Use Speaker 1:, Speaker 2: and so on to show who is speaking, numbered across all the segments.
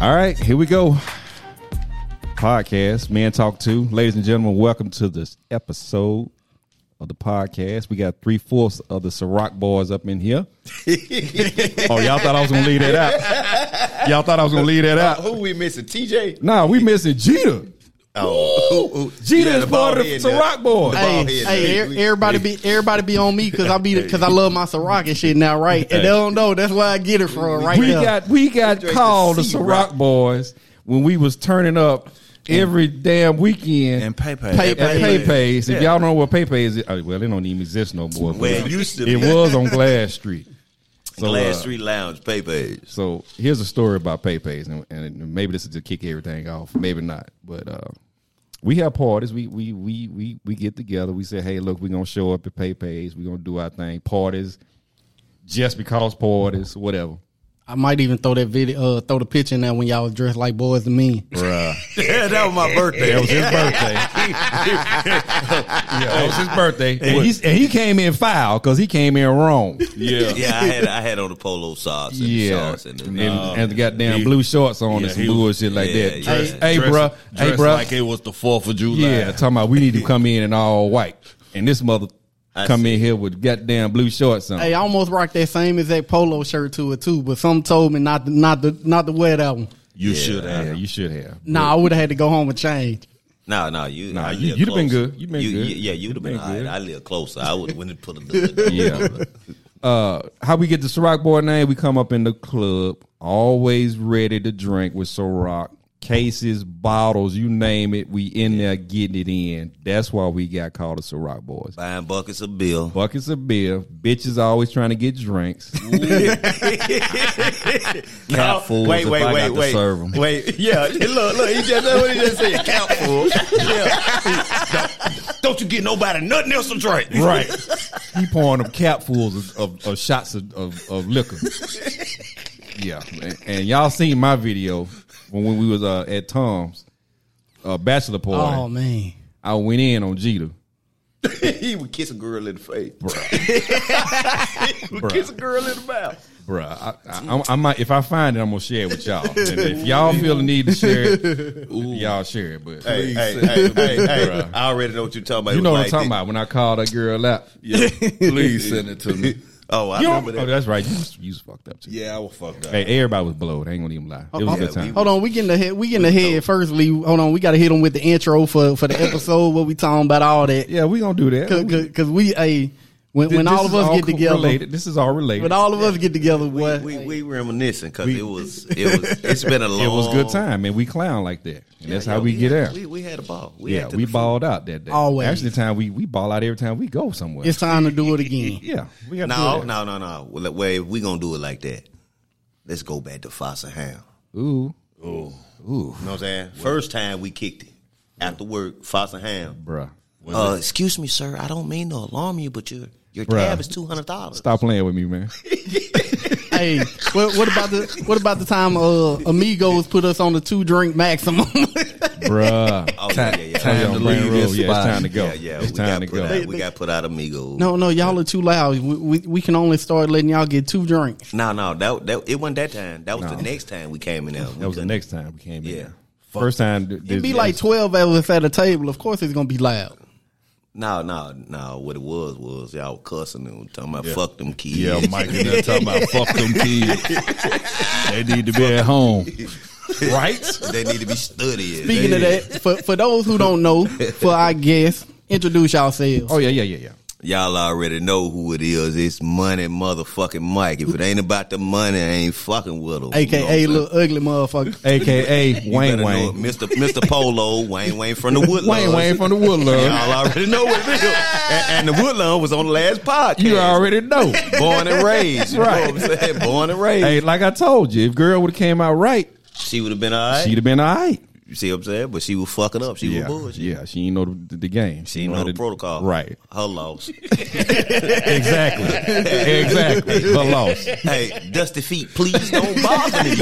Speaker 1: All right, here we go. Podcast, Man Talk 2. Ladies and gentlemen, welcome to this episode of the podcast. We got three fourths of the Ciroc boys up in here. oh, y'all thought I was going to leave that out. Y'all thought I was going to leave that out.
Speaker 2: Who we missing? TJ.
Speaker 1: Nah, we missing Jeter.
Speaker 2: Oh, who- who-
Speaker 1: Jeter
Speaker 2: yeah,
Speaker 1: is
Speaker 2: the bald
Speaker 1: part of the
Speaker 2: head now.
Speaker 1: Ciroc boys.
Speaker 2: The bald
Speaker 3: Hey,
Speaker 2: head
Speaker 3: hey,
Speaker 2: now.
Speaker 3: er-
Speaker 2: We-
Speaker 3: everybody be everybody be on me because I be because I love my Ciroc and shit now, right? And they don't know that's where I get it from, right?
Speaker 1: we
Speaker 3: there.
Speaker 1: got we got
Speaker 2: Drake
Speaker 1: called the
Speaker 2: the C-Rock.
Speaker 1: Ciroc boys when we was turning up every damn weekend
Speaker 4: and PayPal.
Speaker 3: Pay-
Speaker 1: at
Speaker 3: Pay-
Speaker 1: PayPay's. If y'all don't know what PayPay is, oh, well, they don't even exist no more. but
Speaker 4: Well, it used to
Speaker 1: it
Speaker 4: be.
Speaker 1: was on Glass Street. So, uh,
Speaker 4: Glass Street Lounge PayPal.
Speaker 1: So here's a story about PayPay's, and, and maybe this is to kick everything off. Maybe not, but uh, we have parties. We we we we we get together. We say, hey, look, we're gonna show up at PayPay's. We're gonna do our thing. Parties, just because parties, whatever.
Speaker 3: I might even throw that video, uh, throw the picture in there when y'all was dressed like boys to me.
Speaker 4: Yeah, that was my birthday.
Speaker 1: It was his birthday. yeah, it was his birthday, and, he's, and he came in foul because he came in wrong.
Speaker 2: Yeah.
Speaker 4: yeah, I had I had on the polo socks and
Speaker 1: Yeah,
Speaker 4: shorts and,
Speaker 1: and,
Speaker 4: the,
Speaker 1: and the goddamn blue shorts on and
Speaker 5: Um, yeah,
Speaker 1: some
Speaker 5: he was-
Speaker 1: bullshit like
Speaker 4: yeah,
Speaker 1: that.
Speaker 4: yeah.
Speaker 1: hey,
Speaker 5: Dress-
Speaker 1: bruh, hey,
Speaker 5: dress
Speaker 1: bruh,
Speaker 5: like it was the Fourth of July.
Speaker 1: Yeah, talking about we need to come in and all white, and this mother
Speaker 4: I
Speaker 1: come
Speaker 4: see.
Speaker 1: in here with goddamn blue shorts on.
Speaker 3: Hey, I almost rocked that same exact polo shirt to it too, but some told me not to, not to, not to wear that one.
Speaker 5: you should have.
Speaker 1: yeah, you should have.
Speaker 3: Nah, I would have had to go home and change.
Speaker 4: no, no, you,
Speaker 1: Nah,
Speaker 4: I
Speaker 1: you-
Speaker 4: live
Speaker 1: you'd have been
Speaker 4: close.
Speaker 1: good. You'd been
Speaker 4: you,
Speaker 1: good.
Speaker 4: you- yeah, you'd have been,
Speaker 1: Been
Speaker 4: all right.
Speaker 1: good.
Speaker 4: I live closer. I would have went and put them.
Speaker 1: Yeah. uh, how we get the Ciroc boy name? We come up in the club, always ready to drink with Ciroc. Cases, bottles, you name it, we in there getting it in. That's why we got called the Ciroc boys.
Speaker 4: buying buckets of bill.
Speaker 1: Buckets of beer, bitches always trying to get drinks.
Speaker 4: Cap fools
Speaker 2: wait,
Speaker 4: if
Speaker 2: wait,
Speaker 4: I got
Speaker 2: wait,
Speaker 4: to
Speaker 2: wait,
Speaker 4: serve 'em.
Speaker 2: wait. Yeah, look, look. He just that's what he just said. Count fool.
Speaker 5: Don't you get nobody nothing else to drink.
Speaker 1: Right. he pouring them capfuls of, of, of shots of, of, of liquor. yeah. And, and y'all seen my video when, when we was uh, at Tom's uh, bachelor party.
Speaker 3: Oh man,
Speaker 1: I went in on Jeter.
Speaker 2: He would kiss a girl in the face. he would kiss a girl in the mouth.
Speaker 1: Bruh, I, I, I, I might if I find it, I'm gonna share it with y'all. And if y'all feel the need to share it, y'all share it. But
Speaker 2: Hey, hey, hey, hey, hey.
Speaker 1: Bruh.
Speaker 2: I already know what you're talking about.
Speaker 1: you know what I'm
Speaker 2: It was
Speaker 1: talking
Speaker 2: like
Speaker 1: about when I called that girl out.
Speaker 5: Yeah, please send it to me.
Speaker 2: the- Oh, I
Speaker 1: You
Speaker 2: remember
Speaker 1: don't- oh,
Speaker 2: that.
Speaker 1: that's right. You was, you was fucked up too.
Speaker 5: Yeah, I will fuck that.
Speaker 1: Hey, everybody was blowed. I ain't gonna even lie. It was a good
Speaker 4: yeah, we
Speaker 1: time.
Speaker 3: hold on, Oh, we getting ahead. We getting ahead. Firstly, hold on, we got to hit them with the intro for for the episode. what we talking about? All that
Speaker 1: yeah, we gonna do that.
Speaker 3: because because we hey when,
Speaker 1: Th-
Speaker 3: when
Speaker 1: this
Speaker 3: all of
Speaker 1: is
Speaker 3: us get
Speaker 1: co-
Speaker 3: together,
Speaker 1: related. this is all related.
Speaker 3: when all of us get together, boy.
Speaker 4: We we reminiscing because it was it was it's been a long.
Speaker 1: it was a good time, and we clown like that, and that's how
Speaker 4: yo,
Speaker 1: we get
Speaker 4: had-
Speaker 1: out.
Speaker 4: Oh. We, we had a ball. We
Speaker 1: yeah,
Speaker 4: had to
Speaker 1: we
Speaker 4: the-
Speaker 1: balled out that day.
Speaker 3: Always.
Speaker 1: actually, the time we we ball out every time we go somewhere.
Speaker 3: It's time to do it again.
Speaker 1: yeah, we got
Speaker 4: No,
Speaker 1: to
Speaker 4: no, no, no. Well, like, well, if we gonna do it like that, let's go back to Foster Ham.
Speaker 1: no. Ooh,
Speaker 4: You know what I'm saying? First time we kicked it after work, Foster Ham.
Speaker 1: bruh,
Speaker 4: Uh, excuse me, sir. I don't mean to alarm you, but your your
Speaker 1: Bruh.
Speaker 4: tab is two hundred dollars.
Speaker 1: stop playing with me, man.
Speaker 3: hey, what, what about the what about the time uh, Amigos put us on the two drink maximum?
Speaker 1: bruh,
Speaker 4: Oh yeah, yeah, yeah.
Speaker 1: Time to leave this Yeah, it's
Speaker 5: spot.
Speaker 1: time to go.
Speaker 4: yeah, yeah.
Speaker 1: It's
Speaker 4: we
Speaker 1: time
Speaker 4: got
Speaker 1: to
Speaker 4: put
Speaker 1: go.
Speaker 4: out. We got put out amigo.
Speaker 3: no, no, y'all are too loud. We, we we can only start letting y'all get two drinks.
Speaker 4: no, no. That, that it wasn't that time. That was
Speaker 1: No.
Speaker 4: the next time we came in there.
Speaker 1: That was the next time we came in.
Speaker 4: Yeah.
Speaker 1: first time. th-
Speaker 3: It'd be
Speaker 1: this-
Speaker 3: like twelve of us at a table. Of course, it's gonna be loud.
Speaker 4: No, no, no. What it was was y'all cussing and talking about fuck them kids.
Speaker 5: Yeah, Mike and I talking about fuck them kids.
Speaker 1: they need to be at home, right?
Speaker 4: they need to be studying.
Speaker 3: Speaking of that, for for those who don't know, for our guests, introduce yourselves.
Speaker 1: Oh yeah, yeah, yeah, yeah.
Speaker 4: Y'all already know who it is. It's money, motherfucking Mike. If it ain't about the money, I ain't fucking with him.
Speaker 3: AKA little ugly motherfucker.
Speaker 1: AKA Wayne Wayne,
Speaker 4: Mr. Mr. Polo, Wayne Wayne from the Woodlands.
Speaker 1: Wayne Wayne from the Woodland.
Speaker 4: Y'all already know what it is. And, and the Woodland was on the last podcast.
Speaker 1: You already know.
Speaker 4: born and raised. You
Speaker 1: Right.
Speaker 4: know what I'm saying? Born and raised.
Speaker 1: Hey, like I told you, if girl would have came out right,
Speaker 4: She would have been all right.
Speaker 1: she'd have been all right.
Speaker 4: you see what I'm saying? But she was fucking up. She
Speaker 1: yeah,
Speaker 4: was bullshit.
Speaker 1: yeah, she ain't know the, the game.
Speaker 4: She didn't know the
Speaker 1: the-
Speaker 4: protocol.
Speaker 1: Right.
Speaker 4: Her loss.
Speaker 1: Exactly. exactly. The loss.
Speaker 4: hey, dusty feet, please don't bother me.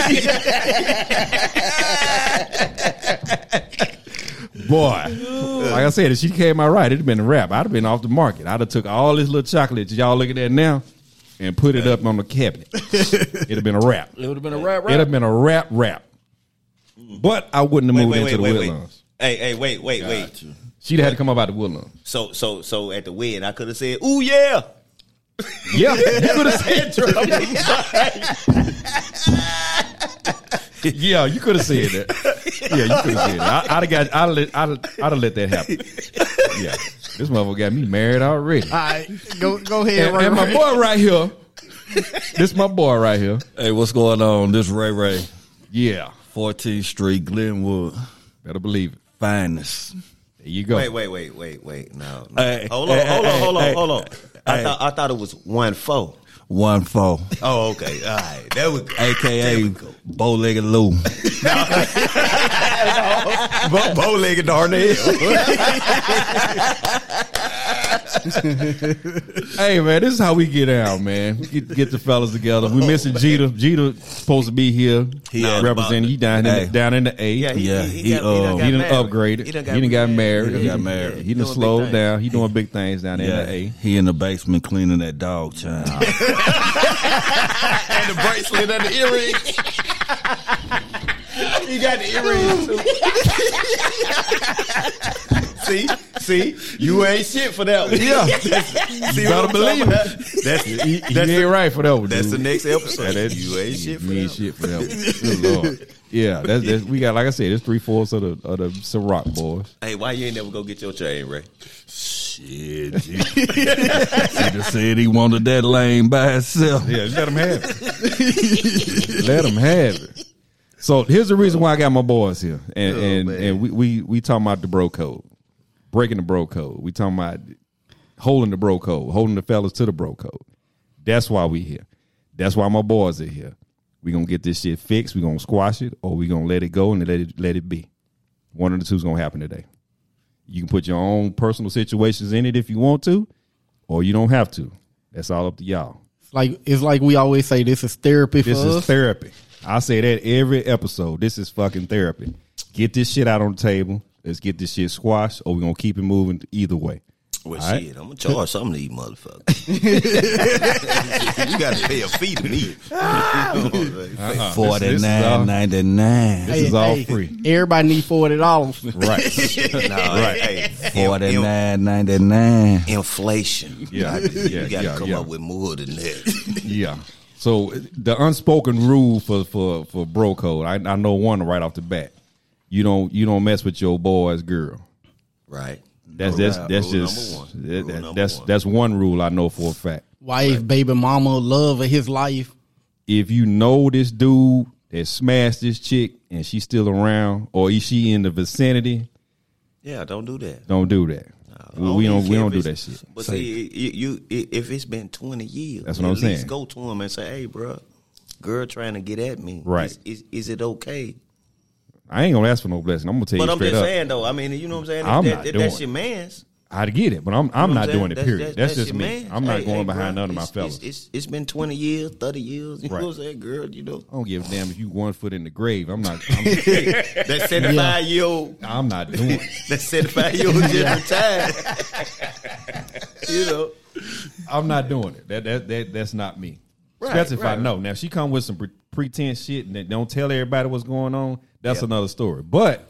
Speaker 1: Boy. Like I said, if she came out right, it'd have been a wrap. I'd have been off the market. I'd have took all this little chocolate that y'all looking at now and put it up on the cabinet. it'd have been a wrap.
Speaker 5: It would have been a rap
Speaker 1: It'd have been a wrap wrap. But I wouldn't have
Speaker 2: Wait,
Speaker 1: moved
Speaker 2: wait,
Speaker 1: into
Speaker 2: wait,
Speaker 1: the
Speaker 2: wait, wait.
Speaker 1: woodlands.
Speaker 2: Hey, hey, wait, wait, wait.
Speaker 5: Gotcha.
Speaker 1: She'd had to come up out the woodlands.
Speaker 2: So, so, so at the wedding, I could have said, "Ooh, yeah."
Speaker 1: Yeah, you could have said yeah, you could have said that. Yeah, you could have said that. I, I'd have got, I'd have, let, I'd, have, I'd have let that happen. Yeah, this motherfucker got me married already.
Speaker 3: All right, go go ahead.
Speaker 1: And,
Speaker 3: Ray
Speaker 1: and my
Speaker 3: Ray.
Speaker 1: boy right here, this my boy right here.
Speaker 5: Hey, what's going on? This Ray Ray,
Speaker 1: Yeah,
Speaker 5: 14th Street, Glenwood,
Speaker 1: better believe it.
Speaker 5: finest.
Speaker 1: There you go.
Speaker 2: Wait, wait, wait, wait, wait. No, no.
Speaker 5: Hey,
Speaker 2: hold on,
Speaker 5: hey,
Speaker 2: hold on,
Speaker 5: hey,
Speaker 2: hold on,
Speaker 5: hey,
Speaker 2: hold on. I
Speaker 5: hey.
Speaker 2: thought I thought it was one four.
Speaker 5: One four,
Speaker 2: Oh, okay. All right, that was
Speaker 5: aka bow legged Lou.
Speaker 2: bow legged Darnell.
Speaker 1: Hey man, this is how we get out, man. We get, get the fellas together. We missing Jeter. Jeter supposed to be here.
Speaker 4: He
Speaker 1: He
Speaker 4: out
Speaker 1: representing. He down in
Speaker 5: Hey.
Speaker 1: the, down in the A. Yeah,
Speaker 5: Yeah, he, uh,
Speaker 1: he done upgraded. He done got, married.
Speaker 5: He done got married.
Speaker 1: He done slowed down. He doing big things down there
Speaker 5: yeah,
Speaker 1: in the A.
Speaker 5: he in the basement cleaning that dog child.
Speaker 2: and the bracelet and the earrings. he got the earrings too. see, see, you ain't shit for that one.
Speaker 1: Yeah,
Speaker 2: See what
Speaker 1: better
Speaker 2: I'm talking
Speaker 1: believe it.
Speaker 2: about? That's
Speaker 1: he, he ain't right for that one.
Speaker 2: that's the
Speaker 1: dude.
Speaker 2: next episode.
Speaker 1: Yeah, that's-
Speaker 2: you ain't shit for
Speaker 1: you
Speaker 2: that.
Speaker 1: ain't shit for that one. Good Lord. Yeah, that's, that's we got. Like I said, it's three fourths of the of the Ciroc boys.
Speaker 2: Hey, why you ain't never go get your chain, Ray?
Speaker 5: Shit, he he just said he wanted that lane by himself.
Speaker 1: Yeah, let them have it. let them have it. So here's the reason why I got my boys here, and and, and we, we we talking about the bro code, breaking the bro code. We talking about holding the bro code, holding the fellas to the bro code. That's why we here. That's why my boys are here. We gonna get this shit fixed. We gonna squash it, or we gonna let it go and let it let it be. One of the two's gonna happen today. You can put your own personal situations in it if you want to, or you don't have to. That's all up to y'all.
Speaker 3: It's like it's like we always say, this is therapy for
Speaker 1: This
Speaker 3: us.
Speaker 1: is therapy. I say that every episode. This is fucking therapy. Get this shit out on the table. Let's get this shit squashed, or we're gonna keep it moving either way.
Speaker 4: Well,
Speaker 1: All right.
Speaker 4: shit, I'm gonna charge something to you, motherfucker. you gotta pay a fee to me.
Speaker 1: Ah. This-
Speaker 5: Forty
Speaker 1: this is uh, all-
Speaker 5: nine ninety nine.
Speaker 1: This is all free.
Speaker 3: Everybody need forty dollars.
Speaker 1: Right.
Speaker 4: right. Hey,
Speaker 5: Forty
Speaker 4: in- in-
Speaker 5: nine ninety nine.
Speaker 4: inflation.
Speaker 1: Yeah. I- Yeah.
Speaker 4: You gotta
Speaker 1: Yeah.
Speaker 4: come
Speaker 1: yeah,
Speaker 4: up with more than that.
Speaker 1: yeah. So the unspoken rule for for for bro code, I, I know one right off the bat. You don't you don't mess with your boy's girl.
Speaker 4: right.
Speaker 1: That's that's that's
Speaker 4: Rule
Speaker 1: just
Speaker 4: number one.
Speaker 1: that-
Speaker 4: Rule
Speaker 1: that-
Speaker 4: number
Speaker 1: that's
Speaker 4: one.
Speaker 1: that's one rule I know for a fact.
Speaker 3: Wife, baby, mama, love of his life.
Speaker 1: if you know this dude that smashed this chick and she's still around or is she in the vicinity,
Speaker 4: Yeah, don't do that.
Speaker 1: don't do that. we, we don't we don't do that shit.
Speaker 4: But see, you, you if it's been twenty years,
Speaker 1: That's what I'm
Speaker 4: at least
Speaker 1: saying.
Speaker 4: Go to him and say, "Hey, bro, girl, trying to get at me.
Speaker 1: Right.
Speaker 4: Is is, is it okay?"
Speaker 1: I ain't gonna ask for no blessing. I'm gonna tell
Speaker 4: But
Speaker 1: you
Speaker 4: I'm
Speaker 1: straight
Speaker 4: just
Speaker 1: up.
Speaker 4: saying though. I mean, you know what I'm saying. If
Speaker 1: I'm
Speaker 4: that,
Speaker 1: not
Speaker 4: if
Speaker 1: doing
Speaker 4: that's
Speaker 1: it.
Speaker 4: your man's.
Speaker 1: I'd get it, but I'm I'm
Speaker 4: you know
Speaker 1: not
Speaker 4: what
Speaker 1: doing it.
Speaker 4: saying?
Speaker 1: Period. That's, just
Speaker 4: your
Speaker 1: me.
Speaker 4: man's.
Speaker 1: I'm not
Speaker 4: Hey,
Speaker 1: going
Speaker 4: hey,
Speaker 1: behind
Speaker 4: bro,
Speaker 1: none of my
Speaker 4: it's-
Speaker 1: fellas.
Speaker 4: It's, it's, it's been twenty years, thirty years. You
Speaker 1: Right.
Speaker 4: know what I'm saying, girl? You know
Speaker 1: I don't give a damn if you one foot in the grave. I'm not. I'm,
Speaker 4: that seventy five year old,
Speaker 1: I'm not doing. it.
Speaker 4: that seventy five year old just retired. you know,
Speaker 1: I'm not doing it. That that, that that's not me.
Speaker 4: Right,
Speaker 1: That's if
Speaker 4: right.
Speaker 1: I know. Now if she come with some pre- pretense shit and they don't tell everybody what's going on. That's another story. But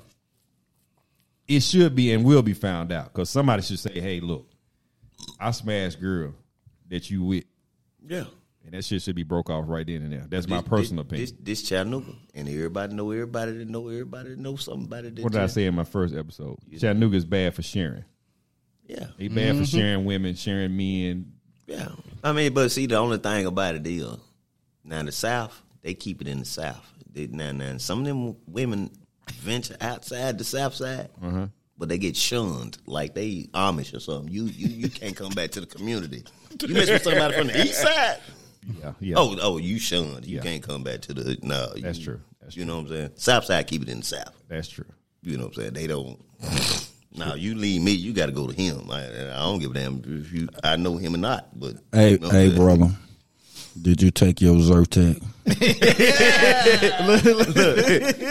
Speaker 1: it should be and will be found out because somebody should say, "Hey, look, I smashed girl that you with,"
Speaker 4: yeah.
Speaker 1: and that shit should be broke off right then and there. That's my personal
Speaker 4: this,
Speaker 1: opinion.
Speaker 4: This, this Chattanooga, and everybody know everybody that know everybody that know somebody. That
Speaker 1: what did I
Speaker 4: just-
Speaker 1: say in my first episode? Chattanooga's bad for sharing.
Speaker 4: Yeah,
Speaker 1: They bad for sharing women, sharing men.
Speaker 4: yeah. I mean, but see, the only thing about it is now the South they keep it in the South. They, now, now some of them women venture outside the South side.
Speaker 1: Mm-hmm.
Speaker 4: But they get shunned, like they Amish or something. You you, you can't come back to the community. You mess with somebody from the east side.
Speaker 1: Yeah, yeah.
Speaker 4: Oh, oh, you shunned. You
Speaker 1: Yeah.
Speaker 4: can't come back to the hood. No,
Speaker 1: That's
Speaker 4: you-
Speaker 1: true. That's
Speaker 4: you know what I'm saying? South side keep it in the South.
Speaker 1: that's true.
Speaker 4: You know what I'm saying? They don't. Now you leave me, you got to go to him. I, I don't give a damn if you I know him or not. But
Speaker 5: Hey,
Speaker 4: you know what I'm
Speaker 5: hey,
Speaker 4: saying?
Speaker 5: brother, did you take your Zyrtec?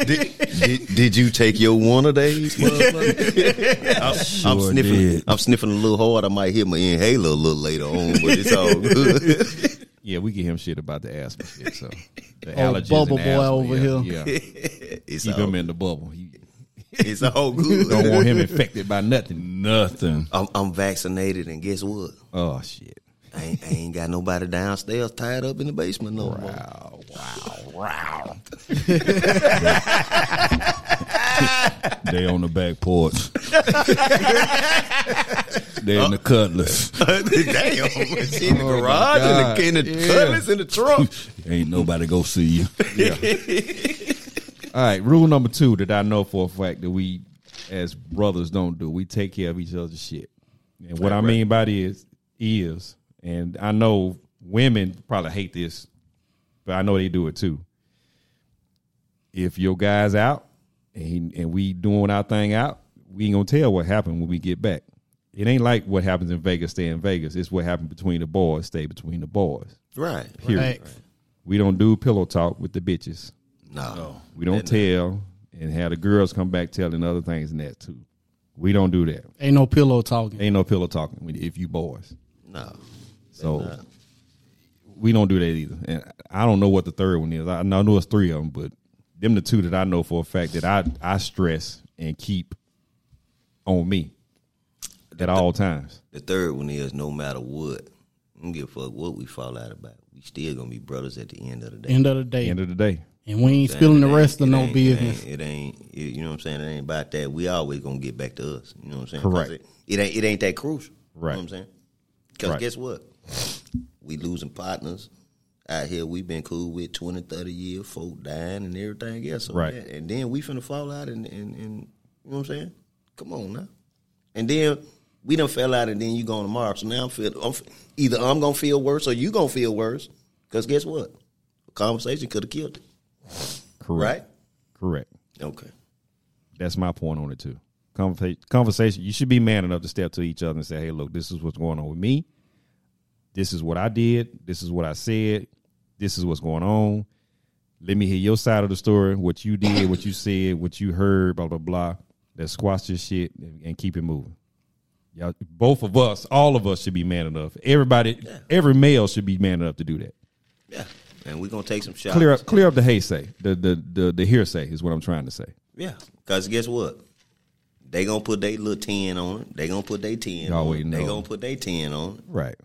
Speaker 4: did, did, did you take your one of days? motherfucker? I'm, I'm
Speaker 5: Sure
Speaker 4: sniffing.
Speaker 5: did.
Speaker 4: I'm sniffing a little hard. I might hit my inhaler a little later on, but it's all good.
Speaker 1: Yeah, we give him shit about the asthma shit. So the
Speaker 3: Old
Speaker 1: allergies
Speaker 3: bubble
Speaker 1: and
Speaker 3: boy
Speaker 1: asthma,
Speaker 3: over
Speaker 1: yeah,
Speaker 3: here.
Speaker 1: Yeah,
Speaker 4: it's,
Speaker 1: keep
Speaker 4: all,
Speaker 1: him in the bubble. You
Speaker 4: it's all good.
Speaker 1: don't want him infected by nothing.
Speaker 5: Nothing.
Speaker 4: I'm, I'm vaccinated, and guess what?
Speaker 1: Oh shit!
Speaker 4: I ain't, I ain't got nobody downstairs tied up in the basement no more.
Speaker 1: Wow! Wow! Wow!
Speaker 5: They on the back porch. they in the cutlass.
Speaker 4: Damn, it's in the
Speaker 1: my
Speaker 4: garage,
Speaker 1: God.
Speaker 4: in the, in the
Speaker 1: Yeah.
Speaker 4: cutlass, in the trunk.
Speaker 5: Ain't nobody go see you.
Speaker 1: All right, rule number two that I know for a fact that we as brothers don't do. We take care of each other's shit. And what I mean by this is, and I know women probably hate this, but I know they do it too. If your guy's out and he- and we doing our thing out, we ain't gonna tell what happened when we get back. It ain't like what happens in Vegas, stay in Vegas. It's what happened between the boys, stay between the boys.
Speaker 4: Right.
Speaker 1: Period.
Speaker 3: Facts.
Speaker 1: We don't do pillow talk with the bitches.
Speaker 4: No.
Speaker 1: We don't tell and have the girls come back telling other things and that too. We don't do that.
Speaker 3: Ain't no pillow talking.
Speaker 1: Ain't no pillow talking when- if you boys.
Speaker 4: No.
Speaker 1: So we don't do that either. And I don't know what the third one is. I know I know it's three of them, but them the two that I know for a fact that I I stress and keep on me at all times.
Speaker 4: The third one is no matter what, I don't give a fuck what we fall out about. We still gonna be brothers at the end of the day.
Speaker 3: End of the day.
Speaker 1: End of the day,
Speaker 3: and we ain't
Speaker 4: It
Speaker 3: spilling the
Speaker 4: ain't-
Speaker 3: rest of
Speaker 4: it
Speaker 3: no
Speaker 4: ain't-
Speaker 3: business.
Speaker 4: It ain't, it ain't it- you know what I'm saying. It ain't about that. We always gonna get back to us. You know what I'm saying? 'Cause
Speaker 1: Correct.
Speaker 4: It, it ain't it ain't that crucial.
Speaker 1: Right.
Speaker 4: You know what I'm saying? Because
Speaker 1: Right.
Speaker 4: guess what? We losing partners out here. We've been cool with 20, 30 years, folk dying and everything else. on
Speaker 1: Right.
Speaker 4: that. And then we finna fall out and, and and you know what I'm saying? Come on now. And then we done fell out, and then you going tomorrow. So now I'm feel I'm, f- either I'm gonna feel worse or you gonna feel worse. Because guess what? A conversation could have killed it.
Speaker 1: correct? Correct.
Speaker 4: Okay.
Speaker 1: That's my point on it too. Conversa- Conversation. You should be man enough to step to each other and say, "Hey, look, this is what's going on with me. This is what I did. This is what I said. This is what's going on. Let me hear your side of the story. What you did, what you said, what you heard. Blah blah blah. Let's squash this shit and, and keep it moving. Y'all, both of us, all of us, should be man enough. Everybody, every male should be man enough to do that.
Speaker 4: Yeah. And we're gonna take some shots.
Speaker 1: Clear up, clear up the hearsay. The the the, the hearsay is what I'm trying to say.
Speaker 4: Yeah. Because guess what? They gonna put their little ten on it. They gonna put their ten.
Speaker 1: Y'all
Speaker 4: on it.
Speaker 1: waiting
Speaker 4: They
Speaker 1: on.
Speaker 4: gonna put their ten on it.
Speaker 1: Right.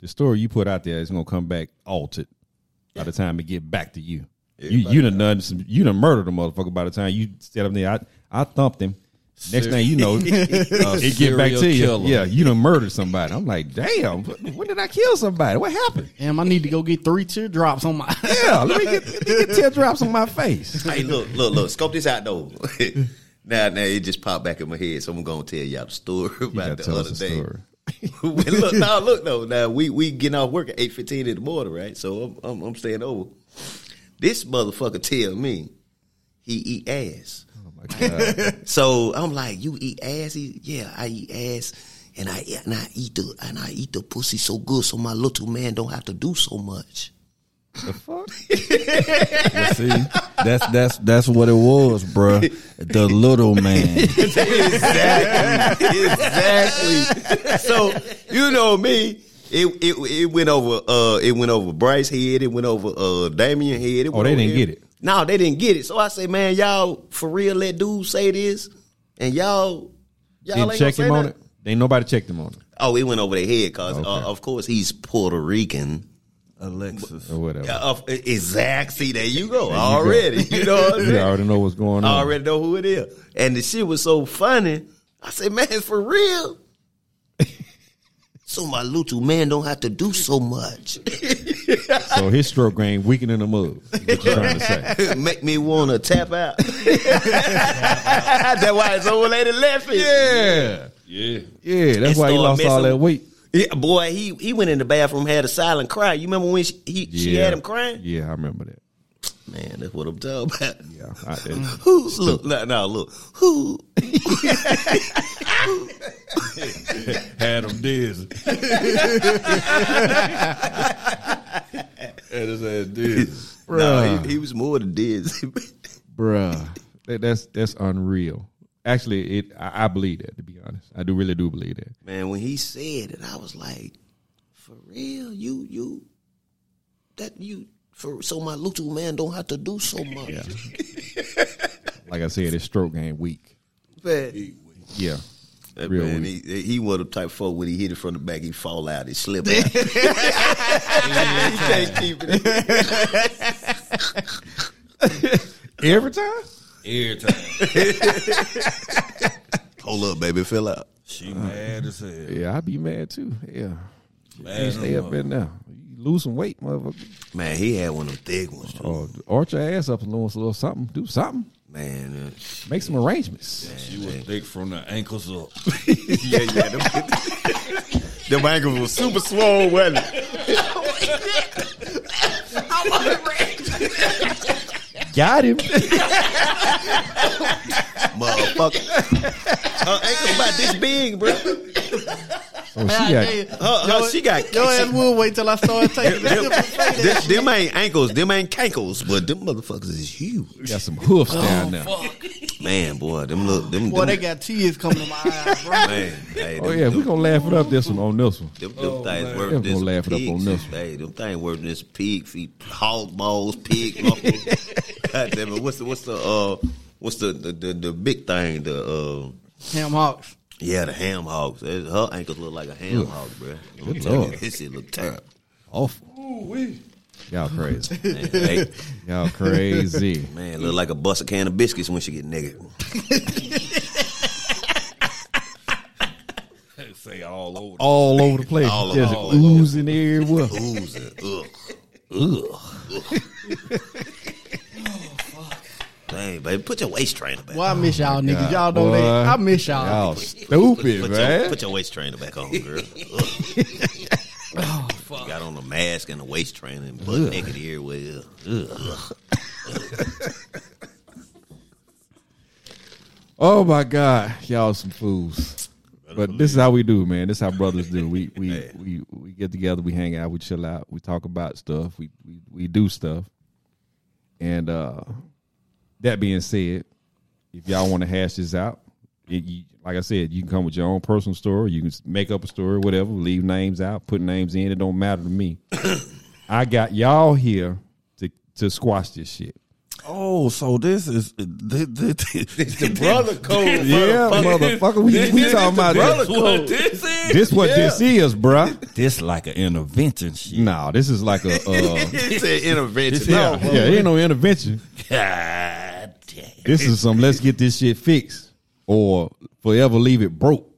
Speaker 1: The story you put out there is gonna come back altered by the time it get back to you. You you done done some you done murdered a motherfucker by the time you set up there. I I thumped him. Next thing you know, uh, it get back
Speaker 5: serial
Speaker 1: to you.
Speaker 5: killer.
Speaker 1: Yeah, you done murdered somebody. I'm like, damn, what- when did I kill somebody? What happened?
Speaker 3: Damn, I need to go get three teardrops on my.
Speaker 1: Yeah, let me get, let me get teardrops on my face.
Speaker 4: hey, look, look, look. Scope this out though. now, now it just popped back in my head, so I'm gonna tell y'all the story
Speaker 1: gotta
Speaker 4: about the
Speaker 1: tell us
Speaker 4: other
Speaker 1: the
Speaker 4: day.
Speaker 1: story.
Speaker 4: When- look, now, look, though. Now we we getting off work at eight fifteen in the morning, right? So I'm, I'm I'm staying over. This motherfucker tell me he eat ass.
Speaker 1: Oh my god.
Speaker 4: So I'm like, you eat ass? He, yeah, I eat ass, and I and I eat the and I eat the pussy so good, so my little man don't have to do so much.
Speaker 1: The fuck?
Speaker 5: Well, see, that's that's that's what it was, bruh. The little man.
Speaker 4: exactly, exactly. So you know me. It, it it went over uh it went over Bryce head, it went over uh Damien head. It went
Speaker 1: Oh, they
Speaker 4: over
Speaker 1: didn't
Speaker 4: every-
Speaker 1: get it.
Speaker 4: No, they didn't get it. So I say, man, y'all for real let dude say this and y'all y'all
Speaker 1: Didn't
Speaker 4: ain't
Speaker 1: check
Speaker 4: gonna
Speaker 1: him
Speaker 4: say
Speaker 1: on
Speaker 4: that?
Speaker 1: it. Ain't nobody checked him on it
Speaker 4: Oh, it went over their head because
Speaker 1: Okay.
Speaker 4: uh, of course he's Puerto Rican.
Speaker 5: Alexis.
Speaker 1: or whatever.
Speaker 4: Yeah, of- exactly. There you go. already. You know what I'm
Speaker 1: You
Speaker 4: saying?
Speaker 1: already know what's going on.
Speaker 4: I already know who it is. And the shit was so funny. I said, man, for real. so my little man don't have to do so much.
Speaker 1: So his stroke game weakening him up. is What you trying to say?
Speaker 4: Make me want to tap out. That's why his old lady laughing.
Speaker 1: Yeah.
Speaker 5: Yeah.
Speaker 1: Yeah, that's
Speaker 4: And
Speaker 1: why he
Speaker 4: start
Speaker 1: lost all
Speaker 4: messing-
Speaker 1: that weight.
Speaker 4: Yeah, boy, he he went in the bathroom, had a silent cry. You remember when she, he, she had him crying?
Speaker 1: Yeah, I remember that.
Speaker 4: Man, that's what I'm talking about.
Speaker 1: Yeah, I, that-
Speaker 4: Who look? No, no, look. Who
Speaker 5: Had him dizzy. Had his ass dizzy.
Speaker 4: No, he, he was more than dizzy.
Speaker 1: bruh, that- that's that's unreal. Actually, it I, I believe that to be honest, I do really do believe that.
Speaker 4: Man, when he said it, I was like, "For real, you you that you for so my little man don't have to do so much.
Speaker 1: Like I said, it's stroke game weak.
Speaker 4: Man,
Speaker 1: Yeah.
Speaker 4: that
Speaker 1: Real
Speaker 4: man,
Speaker 1: weak.
Speaker 4: he, he was the type of folk when he hit it from the back, he fall out, he slip out.
Speaker 2: You can't keep it.
Speaker 1: Every time?
Speaker 5: Every time.
Speaker 4: Hold up, baby, fill out.
Speaker 5: She mad as hell.
Speaker 1: Yeah, I'd be mad too. Yeah.
Speaker 5: Mad
Speaker 1: Can't
Speaker 5: as
Speaker 1: stay up
Speaker 4: Oh.
Speaker 5: mother.
Speaker 1: in there. You lose some weight, motherfucker.
Speaker 4: Man, he had one of them thick ones. too.
Speaker 1: Or arch your ass up and lose a little something. Do something.
Speaker 4: Man, uh,
Speaker 1: Make some arrangements.
Speaker 5: She was thick from the ankles up.
Speaker 2: yeah, yeah. Them, them ankles were super swole, wasn't it?
Speaker 1: Got him. Oh,
Speaker 4: motherfucker. Her ankle about this big, bro.
Speaker 1: Oh, she got,
Speaker 4: Her- her- she got
Speaker 3: Yo ass will wait till I start taking this
Speaker 4: them,
Speaker 3: sip and say that.
Speaker 4: them- them ain't ankles, them ain't cankles, but them motherfuckers is huge.
Speaker 1: got some hoofs
Speaker 4: Oh,
Speaker 1: down there.
Speaker 4: Man, boy, them look them.
Speaker 3: Boy,
Speaker 4: them
Speaker 3: they got tears coming to my eyes, bro.
Speaker 4: man, hey,
Speaker 1: Oh
Speaker 4: them-
Speaker 1: yeah,
Speaker 4: them-
Speaker 1: we gonna laugh it up this one on this one.
Speaker 4: Them, them things worth
Speaker 1: Them
Speaker 4: this
Speaker 1: gonna laugh it up
Speaker 4: pig
Speaker 1: on this
Speaker 4: feet. Hey, them things worth this pig feet, hog balls, pig muscles. God damn it! What's the what's the uh what's the the, the, the big thing? The uh
Speaker 3: Ham Hawks.
Speaker 4: yeah, the ham hogs. That's- Her ankles look like a ham hog, bro. I'm telling you, this shit look terrible.
Speaker 1: Awful. Y'all crazy.
Speaker 4: Man, they,
Speaker 1: Y'all crazy.
Speaker 4: man look like a bust a can of biscuits when she get naked.
Speaker 5: Say all over.
Speaker 1: All over the place.
Speaker 4: All
Speaker 1: Just
Speaker 4: over.
Speaker 1: oozing everywhere.
Speaker 4: Ooze and ugh. Dang, baby, put your waist trainer back.
Speaker 3: Boy, I miss
Speaker 4: Oh
Speaker 3: y'all niggas. Y'all know
Speaker 1: Boy.
Speaker 3: that. I miss y'all.
Speaker 1: Y'all stupid,
Speaker 4: Put your,
Speaker 1: man.
Speaker 4: put your waist trainer back on, girl. oh, You got on a mask and a waist trainer and butt naked everywhere. Ugh. Ugh.
Speaker 1: oh my God. Y'all some fools. But this is how we do, man. This is how brothers do. We we, we we get together, we hang out, we chill out, we talk about stuff, we we, we do stuff. And uh that being said, if y'all want to hash this out, it, you, like I said, you can come with your own personal story. You can s- make up a story, whatever. Leave names out, put names in. It don't matter to me. I got y'all here to to squash this shit.
Speaker 5: Oh, so this is this, this, this, this
Speaker 2: Brother code.
Speaker 1: Yeah, motherfucker. We, we talking about
Speaker 5: brother
Speaker 1: this.
Speaker 5: code. This is
Speaker 1: This what this is, bruh.
Speaker 5: this like an intervention shit.
Speaker 1: Nah, this is like a uh,
Speaker 4: It's an intervention.
Speaker 1: yeah, yeah. Ain't no intervention.
Speaker 4: God damn.
Speaker 1: This is some. Let's get this shit fixed, or forever leave it broke.